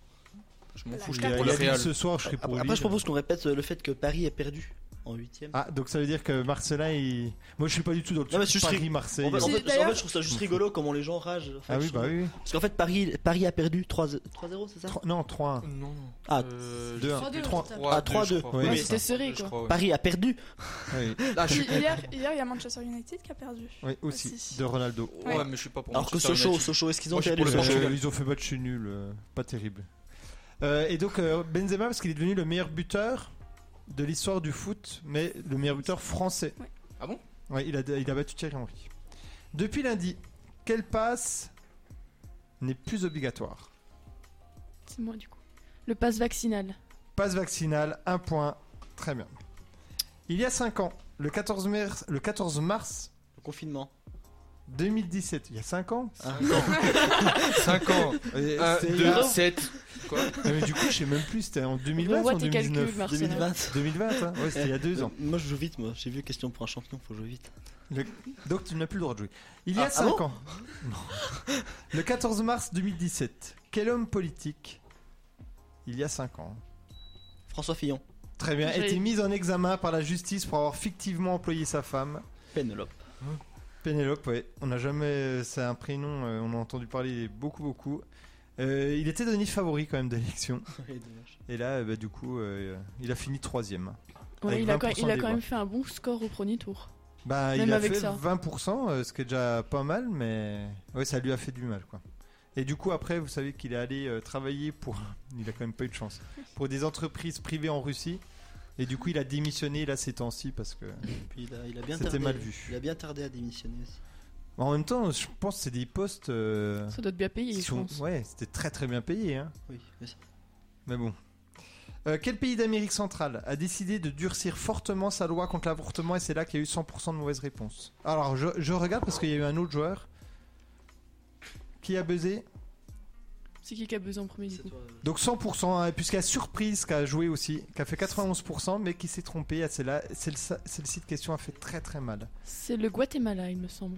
Speaker 4: Je m'en
Speaker 1: fous, je serais pour le Real. ce soir, je serais pour
Speaker 3: Après,
Speaker 1: Lille.
Speaker 3: je propose qu'on répète euh, le fait que Paris est perdu en 8
Speaker 1: Ah, donc ça veut dire que Marcelin, il. Moi, je suis pas du tout dans le
Speaker 3: Non, mais
Speaker 1: truc
Speaker 3: c'est juste ri-
Speaker 1: Paris-Marseille.
Speaker 3: En fait, en fait-
Speaker 1: euh,
Speaker 3: en fait, je trouve ça juste rigolo comment les gens ragent. en fait,
Speaker 1: Ah oui,
Speaker 3: je
Speaker 1: bah
Speaker 3: trouve.
Speaker 1: oui.
Speaker 3: Parce qu'en fait, Paris, Paris a perdu 3 3-0, c'est ça
Speaker 1: Non, 3
Speaker 4: Non.
Speaker 3: Ah,
Speaker 4: Euh,
Speaker 3: 2
Speaker 4: je sais plus.
Speaker 3: 3
Speaker 4: 3-2,
Speaker 3: Ah,
Speaker 4: je
Speaker 3: 3-2.
Speaker 4: crois.
Speaker 3: Oui,
Speaker 4: Ouais,
Speaker 3: mais
Speaker 4: c'était
Speaker 3: ça.
Speaker 4: serré, Je quoi. crois, ouais.
Speaker 3: Paris a perdu.
Speaker 6: Hier, hier, il y a Manchester United qui a perdu.
Speaker 1: Oui, aussi,
Speaker 4: Ah,
Speaker 1: de Ronaldo.
Speaker 4: Ouais, Ouais. mais je suis pas pour
Speaker 3: Alors que
Speaker 4: Manchester
Speaker 3: Sochaux,
Speaker 4: United.
Speaker 3: Sochaux, est-ce qu'ils ont
Speaker 4: Moi, je suis
Speaker 3: perdu
Speaker 4: pour le
Speaker 3: Sochaux
Speaker 4: Portugal.
Speaker 1: ils ont fait match nul, euh, pas terrible. Euh, et donc, euh, Benzema, parce qu'il est devenu le meilleur buteur de l'histoire du foot, mais le meilleur buteur français.
Speaker 4: Ah bon
Speaker 1: Ouais, il a, il a battu Thierry Henry. Depuis lundi, quelle passe n'est plus obligatoire
Speaker 7: C'est moi du coup. Le pass vaccinal.
Speaker 1: Passe vaccinale, un point. Très bien. Il y a 5 ans, le 14 mars. Le 14 mars
Speaker 3: le confinement. Ah,
Speaker 1: 2017, il y a 5 ans
Speaker 3: Cinq
Speaker 4: 5 ans.
Speaker 1: Et
Speaker 4: 1,
Speaker 1: c'est il y
Speaker 4: 2,
Speaker 1: a-
Speaker 4: 7. Quoi
Speaker 1: Ah, mais du coup, je sais même plus, c'était en 2020 ou en 2019 2020, hein. ouais, c'était il y a 2 ans.
Speaker 3: Moi, je joue vite, moi. J'ai vu question pour un champion, faut jouer vite.
Speaker 1: Le- Donc tu n'as plus le droit de jouer. Il y a
Speaker 3: Ah, ah
Speaker 1: 5
Speaker 3: bon
Speaker 1: ans, Non. le 14 mars 2017, quel homme politique, il y a 5 ans,
Speaker 3: François Fillon.
Speaker 1: très bien,
Speaker 3: J'ai-
Speaker 1: été mis en examen par la justice pour avoir fictivement employé sa femme
Speaker 3: Pénélope.
Speaker 1: Pénélope, ouais. On n'a jamais. C'est un prénom, euh, on a entendu parler beaucoup, beaucoup. Euh, il était donné favori quand même de l'élection.
Speaker 3: Ouais, dommage.
Speaker 1: Et là, euh, bah, du coup, euh, il a fini troisième.
Speaker 7: Ouais,
Speaker 1: Avec
Speaker 7: il a quand,
Speaker 1: 20%
Speaker 7: il a
Speaker 1: des
Speaker 7: quand même
Speaker 1: voix.
Speaker 7: fait un bon score au premier tour.
Speaker 1: Bah,
Speaker 7: même
Speaker 1: il a
Speaker 7: avec
Speaker 1: fait
Speaker 7: ça.
Speaker 1: 20%, euh, ce qui est déjà pas mal, mais ouais, ça lui a fait du mal, quoi. Et du coup, après, vous savez qu'il est allé euh, travailler pour. Il a quand même pas eu de chance. Pour des entreprises privées en Russie. Et du coup, il a démissionné là ces temps-ci parce que.
Speaker 3: Puis il a, il a bien
Speaker 1: C'était
Speaker 3: tardé.
Speaker 1: mal vu.
Speaker 3: Il a bien tardé à démissionner aussi.
Speaker 1: En même temps, je pense que c'est des postes. euh,
Speaker 7: Ça doit être bien payé,
Speaker 1: qui
Speaker 7: je
Speaker 1: sont-
Speaker 7: pense.
Speaker 1: Ouais, c'était très très bien payé. Hein.
Speaker 3: Oui, mais ça-
Speaker 1: Mais bon. Euh, quel pays d'Amérique centrale a décidé de durcir fortement sa loi contre l'avortement et c'est là qu'il y a eu 100% de mauvaises réponses Alors je, je regarde parce qu'il y a eu un autre joueur qui a buzzé.
Speaker 7: C'est qui qui a besoin en premier du coup
Speaker 1: Donc 100%, hein, puisqu'il y a Surprise qui a joué aussi, qui a fait 91%, mais qui s'est trompé. Ah, C'est là- c'est le sa- c'est le site question a fait très très mal.
Speaker 7: C'est le Guatemala, il me semble.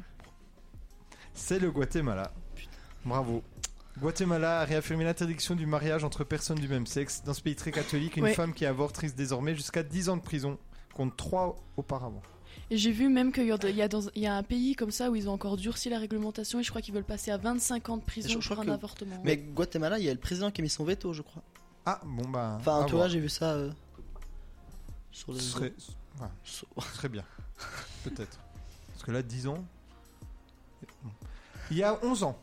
Speaker 1: C'est le Guatemala. Bravo. Guatemala a réaffirmé l'interdiction du mariage entre personnes du même sexe. Dans ce pays très catholique, une
Speaker 7: Ouais.
Speaker 1: femme qui avorte risque désormais jusqu'à 10 ans de prison, contre 3 auparavant.
Speaker 7: Et j'ai vu même qu'il y, a- il y a dans- il y a un pays comme ça où ils ont encore durci la réglementation et je crois qu'ils veulent passer à 25 ans de prison
Speaker 3: Je crois
Speaker 7: pour un
Speaker 3: que-
Speaker 7: avortement.
Speaker 3: Mais Guatemala, il y a le président qui a mis son veto, je crois.
Speaker 1: Ah, bon, bah.
Speaker 3: Enfin,
Speaker 1: à
Speaker 3: tu vois,
Speaker 1: voir.
Speaker 3: j'ai vu ça euh, sur le.
Speaker 1: Ce serait, ouais, ce serait bien. Peut-être. Parce que là, 10 ans. Bon. Il y a 11 ans,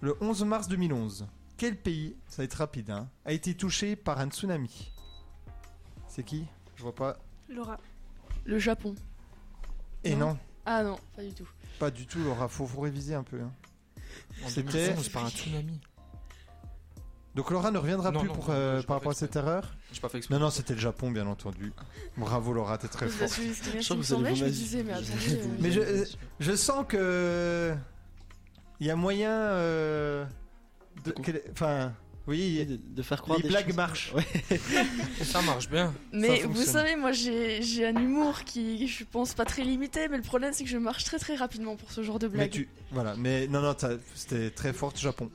Speaker 1: le 11 mars 2011, quel pays, ça va être rapide, hein, a été touché par un tsunami C'est qui Je vois pas.
Speaker 6: Laura.
Speaker 7: Le Japon.
Speaker 1: Et non,
Speaker 7: Ah non, pas du tout.
Speaker 1: pas du tout, Laura. Faut, faut réviser un peu. hein.
Speaker 4: En
Speaker 1: C'était.
Speaker 4: 2011, par un tsunami.
Speaker 1: Donc Laura ne reviendra
Speaker 4: Non,
Speaker 1: plus
Speaker 4: non,
Speaker 1: pour,
Speaker 4: non,
Speaker 1: euh,
Speaker 4: j'ai
Speaker 1: par
Speaker 4: pas
Speaker 1: rapport à
Speaker 4: fait
Speaker 1: cette erreur
Speaker 4: J'ai pas fait exprès.
Speaker 1: Non, non, c'était le Japon, bien entendu. Bravo Laura, t'es très
Speaker 7: Parce que
Speaker 1: forte.
Speaker 7: c'est- c'est- il me semblait, je me disais, mais attendez. euh,
Speaker 1: Mais je, je sens que. Il y a moyen. euh, de, quel- enfin. Oui, de,
Speaker 3: faire croire
Speaker 1: Les
Speaker 3: des
Speaker 1: blagues
Speaker 3: choses.
Speaker 1: marchent.
Speaker 4: Ça marche bien.
Speaker 7: Mais vous savez, moi j'ai j'ai un humour qui, je pense, pas très limité, mais le problème c'est que je marche très très rapidement pour ce genre de
Speaker 1: Mais
Speaker 7: blague.
Speaker 1: tu. Voilà, mais non, non, t'as- c'était très forte Japon.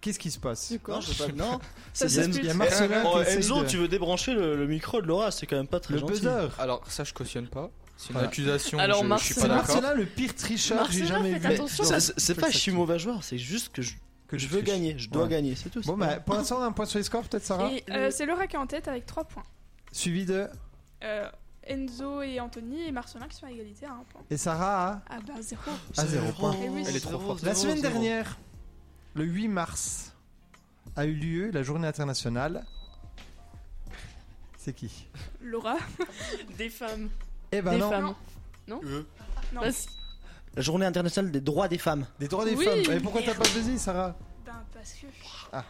Speaker 1: Qu'est-ce qui se passe
Speaker 3: Non, je sais pas. Non,
Speaker 1: Ça
Speaker 3: c'est
Speaker 1: s'explique. Il y a Marcelin
Speaker 3: Eh,
Speaker 1: qui
Speaker 3: oh,
Speaker 1: essaye
Speaker 3: Enzo,
Speaker 1: de-
Speaker 3: tu veux débrancher le, le micro de Laura, c'est quand même pas très
Speaker 1: Le
Speaker 3: gentil.
Speaker 1: buzzer.
Speaker 4: Alors, ça, je cautionne pas. C'est une
Speaker 3: Voilà.
Speaker 4: accusation.
Speaker 3: Alors,
Speaker 4: je, je suis pas
Speaker 3: Marcelin-
Speaker 4: d'accord.
Speaker 3: Marcelin,
Speaker 1: le pire tricheur que j'ai jamais vu.
Speaker 3: Mais ça, c'est- C'est pas que je suis mauvais joueur, c'est juste que je,
Speaker 1: que
Speaker 3: je veux gagner, je dois
Speaker 1: Ouais.
Speaker 3: gagner, c'est tout.
Speaker 1: Bon, bah, pour l'instant, un point sur les scores, peut-être, Sarah
Speaker 6: Et euh, c'est Laura qui est en tête avec 3 points.
Speaker 1: Suivi de.
Speaker 6: Euh, Enzo et Anthony et Marcelin qui sont à égalité à 1 point.
Speaker 1: Et Sarah a.
Speaker 6: Ah bah 0.
Speaker 1: À zéro point.
Speaker 6: Eh oui.
Speaker 1: La semaine
Speaker 6: zéro.
Speaker 1: dernière, le 8 mars, a eu lieu la journée internationale. C'est qui
Speaker 6: Laura.
Speaker 7: Des femmes.
Speaker 1: Eh ben
Speaker 7: Des
Speaker 1: non.
Speaker 7: femmes. Non Non. Vas-y.
Speaker 3: La journée internationale des droits des femmes.
Speaker 1: Des droits des
Speaker 7: Oui.
Speaker 1: femmes. Et pourquoi t'as pas choisi, Sarah
Speaker 6: Ben parce que.
Speaker 1: Ah.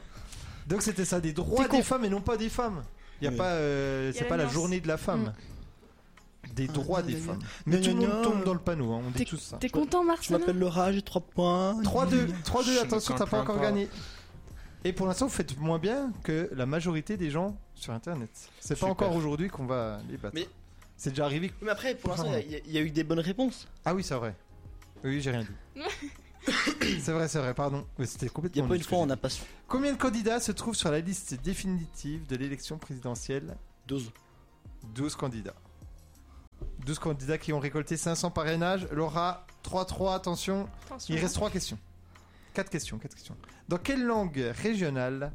Speaker 1: Donc c'était ça, des droits des femmes et non pas des femmes. Y a
Speaker 3: Oui.
Speaker 1: pas, euh,
Speaker 6: Y a
Speaker 1: c'est pas la
Speaker 6: l'alliance.
Speaker 1: journée de la femme.
Speaker 3: Mm. Ah,
Speaker 1: Des droits des femmes. Mais tout le monde tombe dans le panneau, hein, on dit tous ça.
Speaker 7: T'es content,
Speaker 3: Je
Speaker 7: Marcelin
Speaker 3: m'appelle Laura, j'ai 3 points.
Speaker 1: 3-2, 3-2,
Speaker 3: Je
Speaker 1: attention,
Speaker 3: me
Speaker 1: t'as pas
Speaker 3: plains
Speaker 1: encore
Speaker 3: pas.
Speaker 1: gagné. Et pour l'instant, vous faites moins bien que la majorité des gens sur Internet. C'est pas
Speaker 3: Super.
Speaker 1: encore aujourd'hui qu'on va les battre.
Speaker 3: Mais-
Speaker 1: C'est déjà arrivé.
Speaker 3: Mais après, pour l'instant, il y a- il y, a eu des bonnes réponses.
Speaker 1: Ah oui, c'est vrai. Oui, j'ai rien dit. c'est vrai, c'est vrai, pardon. Mais c'était
Speaker 3: Il
Speaker 1: complètement.
Speaker 3: y a pas une
Speaker 1: nul.
Speaker 3: fois, on n'a pas su.
Speaker 1: Combien de candidats se trouvent sur la liste définitive de l'élection présidentielle
Speaker 3: 12.
Speaker 1: 12 candidats. 12 candidats qui ont récolté 500 parrainages. Laura, 3-3, attention.
Speaker 6: Attention.
Speaker 1: Il reste 3 questions. 4 questions, 4 questions. Dans quelle langue régionale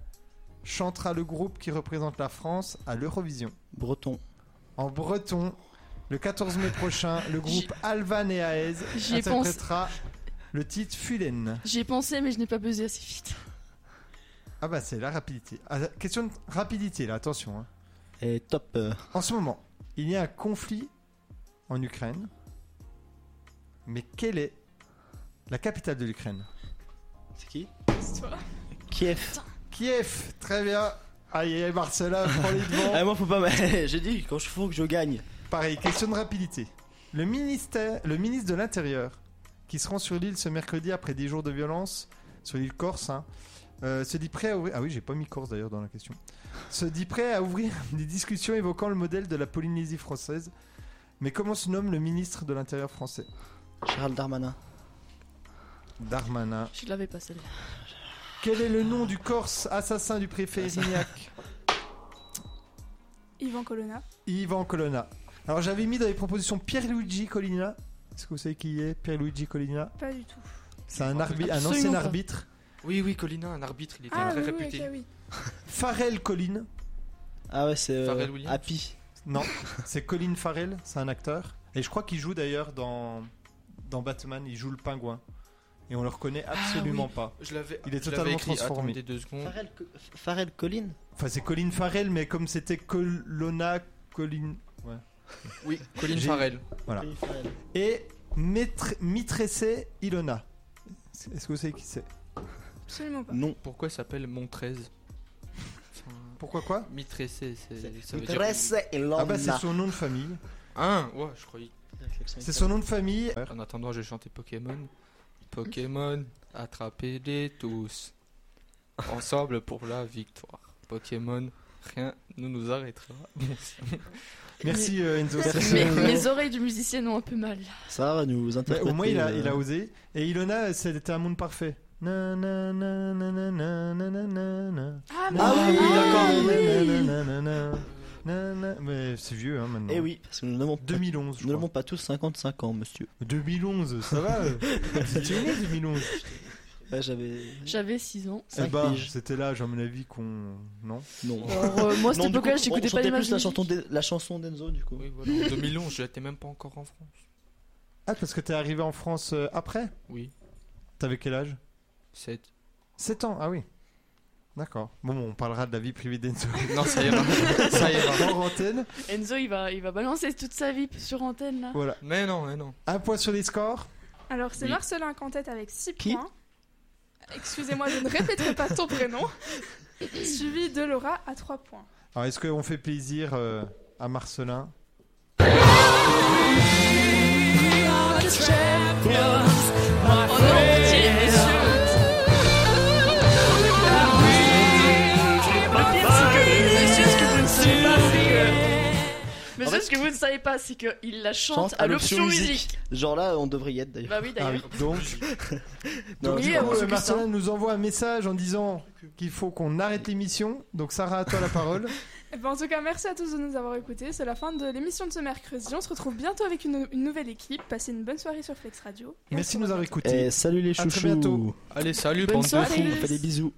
Speaker 1: chantera le groupe qui représente la France à l'Eurovision
Speaker 3: Breton.
Speaker 1: En breton, le 14 mai prochain, le groupe Alvan et Aez
Speaker 7: J'y ai pensé.
Speaker 1: interprétera le titre Fulen.
Speaker 7: J'y ai pensé, mais je n'ai pas buzzé assez vite.
Speaker 1: Ah bah c'est la rapidité. Ah, question de rapidité là, attention. hein.
Speaker 3: Et top. euh,
Speaker 1: En ce moment, il y a un conflit en Ukraine. Mais quelle est la capitale de l'Ukraine
Speaker 3: C'est qui
Speaker 6: Toi.
Speaker 3: Kiev.
Speaker 1: Kiev, très bien. Aïe, aïe, aïe, Marcella, prends les devants.
Speaker 3: Ah, moi, faut pas. m'a- j'ai dit, quand je faut que je gagne.
Speaker 1: Pareil, question de rapidité. Le, ministère, le ministre de l'Intérieur, qui se rend sur l'île ce mercredi après 10 jours de violence, sur l'île Corse, hein, euh, se dit prêt à ouvrir. Ah oui, j'ai pas mis Corse d'ailleurs dans la question. Se dit prêt à ouvrir des discussions évoquant le modèle de la Polynésie française. Mais comment se nomme le ministre de l'Intérieur français
Speaker 3: Gérald Darmanin.
Speaker 1: Darmanin.
Speaker 7: Je l'avais pas celle-là.
Speaker 1: Quel est le nom du Corse assassin du préfet Erignac
Speaker 6: Yvan Colonna.
Speaker 1: Ivan Colonna. Alors j'avais mis dans les propositions Pierluigi Colina. Est-ce que vous savez qui il est Pierluigi Colina
Speaker 6: Pas du tout.
Speaker 1: C'est un, arbi- un ancien
Speaker 4: Absolument pas.
Speaker 1: arbitre.
Speaker 4: Oui, oui, Colina, un arbitre, il était
Speaker 6: Ah
Speaker 4: très
Speaker 6: oui, oui,
Speaker 4: réputé.
Speaker 6: ok, oui.
Speaker 1: Farrell Colline.
Speaker 3: Ah ouais, c'est. euh,
Speaker 4: Pharrell Williams
Speaker 3: Happy.
Speaker 1: Non, c'est Colin Farrell, c'est un acteur. Et je crois qu'il joue d'ailleurs dans, dans Batman, il joue le pingouin. Et on le reconnaît absolument
Speaker 4: Ah oui.
Speaker 1: pas.
Speaker 4: Je l'avais-
Speaker 1: il est
Speaker 4: je l'avais
Speaker 1: totalement
Speaker 4: écrit,
Speaker 1: transformé.
Speaker 4: attendez deux secondes.
Speaker 3: Pharrell, Co- Pharrell Collin
Speaker 1: Enfin, c'est Colin Farrell, mais comme c'était Colonna, Colin. Ouais.
Speaker 4: Oui, Colin
Speaker 1: J'ai-
Speaker 4: Farrell.
Speaker 1: Voilà.
Speaker 3: Colin Farrell.
Speaker 1: Et Maître- Mitressé Ilona. Est-ce que vous savez qui c'est
Speaker 6: Absolument pas.
Speaker 3: Non.
Speaker 4: Pourquoi il s'appelle Mon 13
Speaker 1: Pourquoi quoi
Speaker 4: Mitressé, c'est. ça veut dire-
Speaker 3: Mitressé Ilona.
Speaker 1: Ah bah, c'est son nom de famille.
Speaker 4: Hein Ouais, je croyais.
Speaker 1: C'est son nom de famille.
Speaker 4: En attendant, j'ai chanté Pokémon. Pokémon, attrapez-les tous. Ensemble pour la victoire. Pokémon, rien ne nous arrêtera.
Speaker 1: Merci euh, Enzo.
Speaker 7: Mais, mes oreilles du musicien ont un peu mal.
Speaker 3: Ça va nous
Speaker 1: Mais
Speaker 3: interpréter.
Speaker 1: Bah, au moins, il a,
Speaker 3: euh,
Speaker 1: il a osé. Et Ilona, c'était un monde parfait. Na, na, na, na, na, na, na, na, na, na.
Speaker 6: Ah,
Speaker 1: Na,
Speaker 3: mais
Speaker 1: na,
Speaker 3: oui,
Speaker 1: na,
Speaker 3: d'accord.
Speaker 1: na, na,
Speaker 3: oui.
Speaker 1: na, na, na, na, na. Mais c'est vieux hein, maintenant.
Speaker 3: Eh oui, parce que nous n'avons pas-
Speaker 1: 2011, je
Speaker 3: nous n'avons
Speaker 1: crois.
Speaker 3: pas tous 55 ans, monsieur.
Speaker 1: 2011, ça va euh. Ça tient né, 2011.
Speaker 3: Ouais, Bah, J'avais.
Speaker 7: J'avais 6 ans.
Speaker 1: Eh ben, c'était l'âge, à mon avis, qu'on. Non
Speaker 3: Non.
Speaker 7: Alors, euh, moi, c'était
Speaker 3: Non, du
Speaker 7: pas
Speaker 3: coup,
Speaker 7: que j'écoutais
Speaker 3: on
Speaker 7: pas les
Speaker 3: chantait plus
Speaker 7: musiques.
Speaker 3: la chanson, d'E- la chanson d'Enzo, du coup.
Speaker 4: En 2011, je n'étais même pas encore en France.
Speaker 1: Ah, parce que t'es arrivé en France euh, après
Speaker 4: Oui.
Speaker 1: T'avais quel âge
Speaker 4: 7.
Speaker 1: 7 ans, ah oui. D'accord. Bon, on parlera de la vie privée d'Enzo.
Speaker 4: Non, ça ira. Ça ira.
Speaker 1: Hors antenne.
Speaker 7: Enzo, il va, il va balancer toute sa vie sur antenne là.
Speaker 1: Voilà.
Speaker 4: Mais non, mais non.
Speaker 1: Un point sur les scores.
Speaker 6: Alors, c'est
Speaker 1: Oui.
Speaker 6: Marcelin Cantet avec 6
Speaker 1: Qui
Speaker 6: points. Excusez-moi, je ne répéterai pas ton prénom. Suivi de Laura à 3 points.
Speaker 1: Alors, est-ce qu'on fait plaisir euh, à Marcelin
Speaker 7: euh. Mais
Speaker 3: En
Speaker 7: c'est
Speaker 3: fait-
Speaker 7: ce que vous ne savez pas, c'est qu'il la chante,
Speaker 3: Chante
Speaker 7: à l'option musique.
Speaker 3: Genre là, on devrait y être d'ailleurs.
Speaker 7: Bah oui, d'ailleurs.
Speaker 1: Ah Donc,
Speaker 3: Non,
Speaker 1: donc
Speaker 3: je
Speaker 1: du
Speaker 3: comprends.
Speaker 1: coup, euh, Marcelin nous envoie un message en disant qu'il faut qu'on arrête l'émission. Donc, Sarah, à toi la parole.
Speaker 6: Eh ben, en tout cas, merci à tous de nous avoir écoutés. C'est la fin de l'émission de ce mercredi. On se retrouve bientôt avec une, une nouvelle équipe. Passez une bonne soirée sur Flex Radio.
Speaker 1: Merci de nous avoir écoutés.
Speaker 3: Eh, salut les
Speaker 1: À très
Speaker 3: chouchous.
Speaker 1: bientôt.
Speaker 4: Allez, salut,
Speaker 6: Bonne bande de soirée. fous.
Speaker 3: Fais des bisous.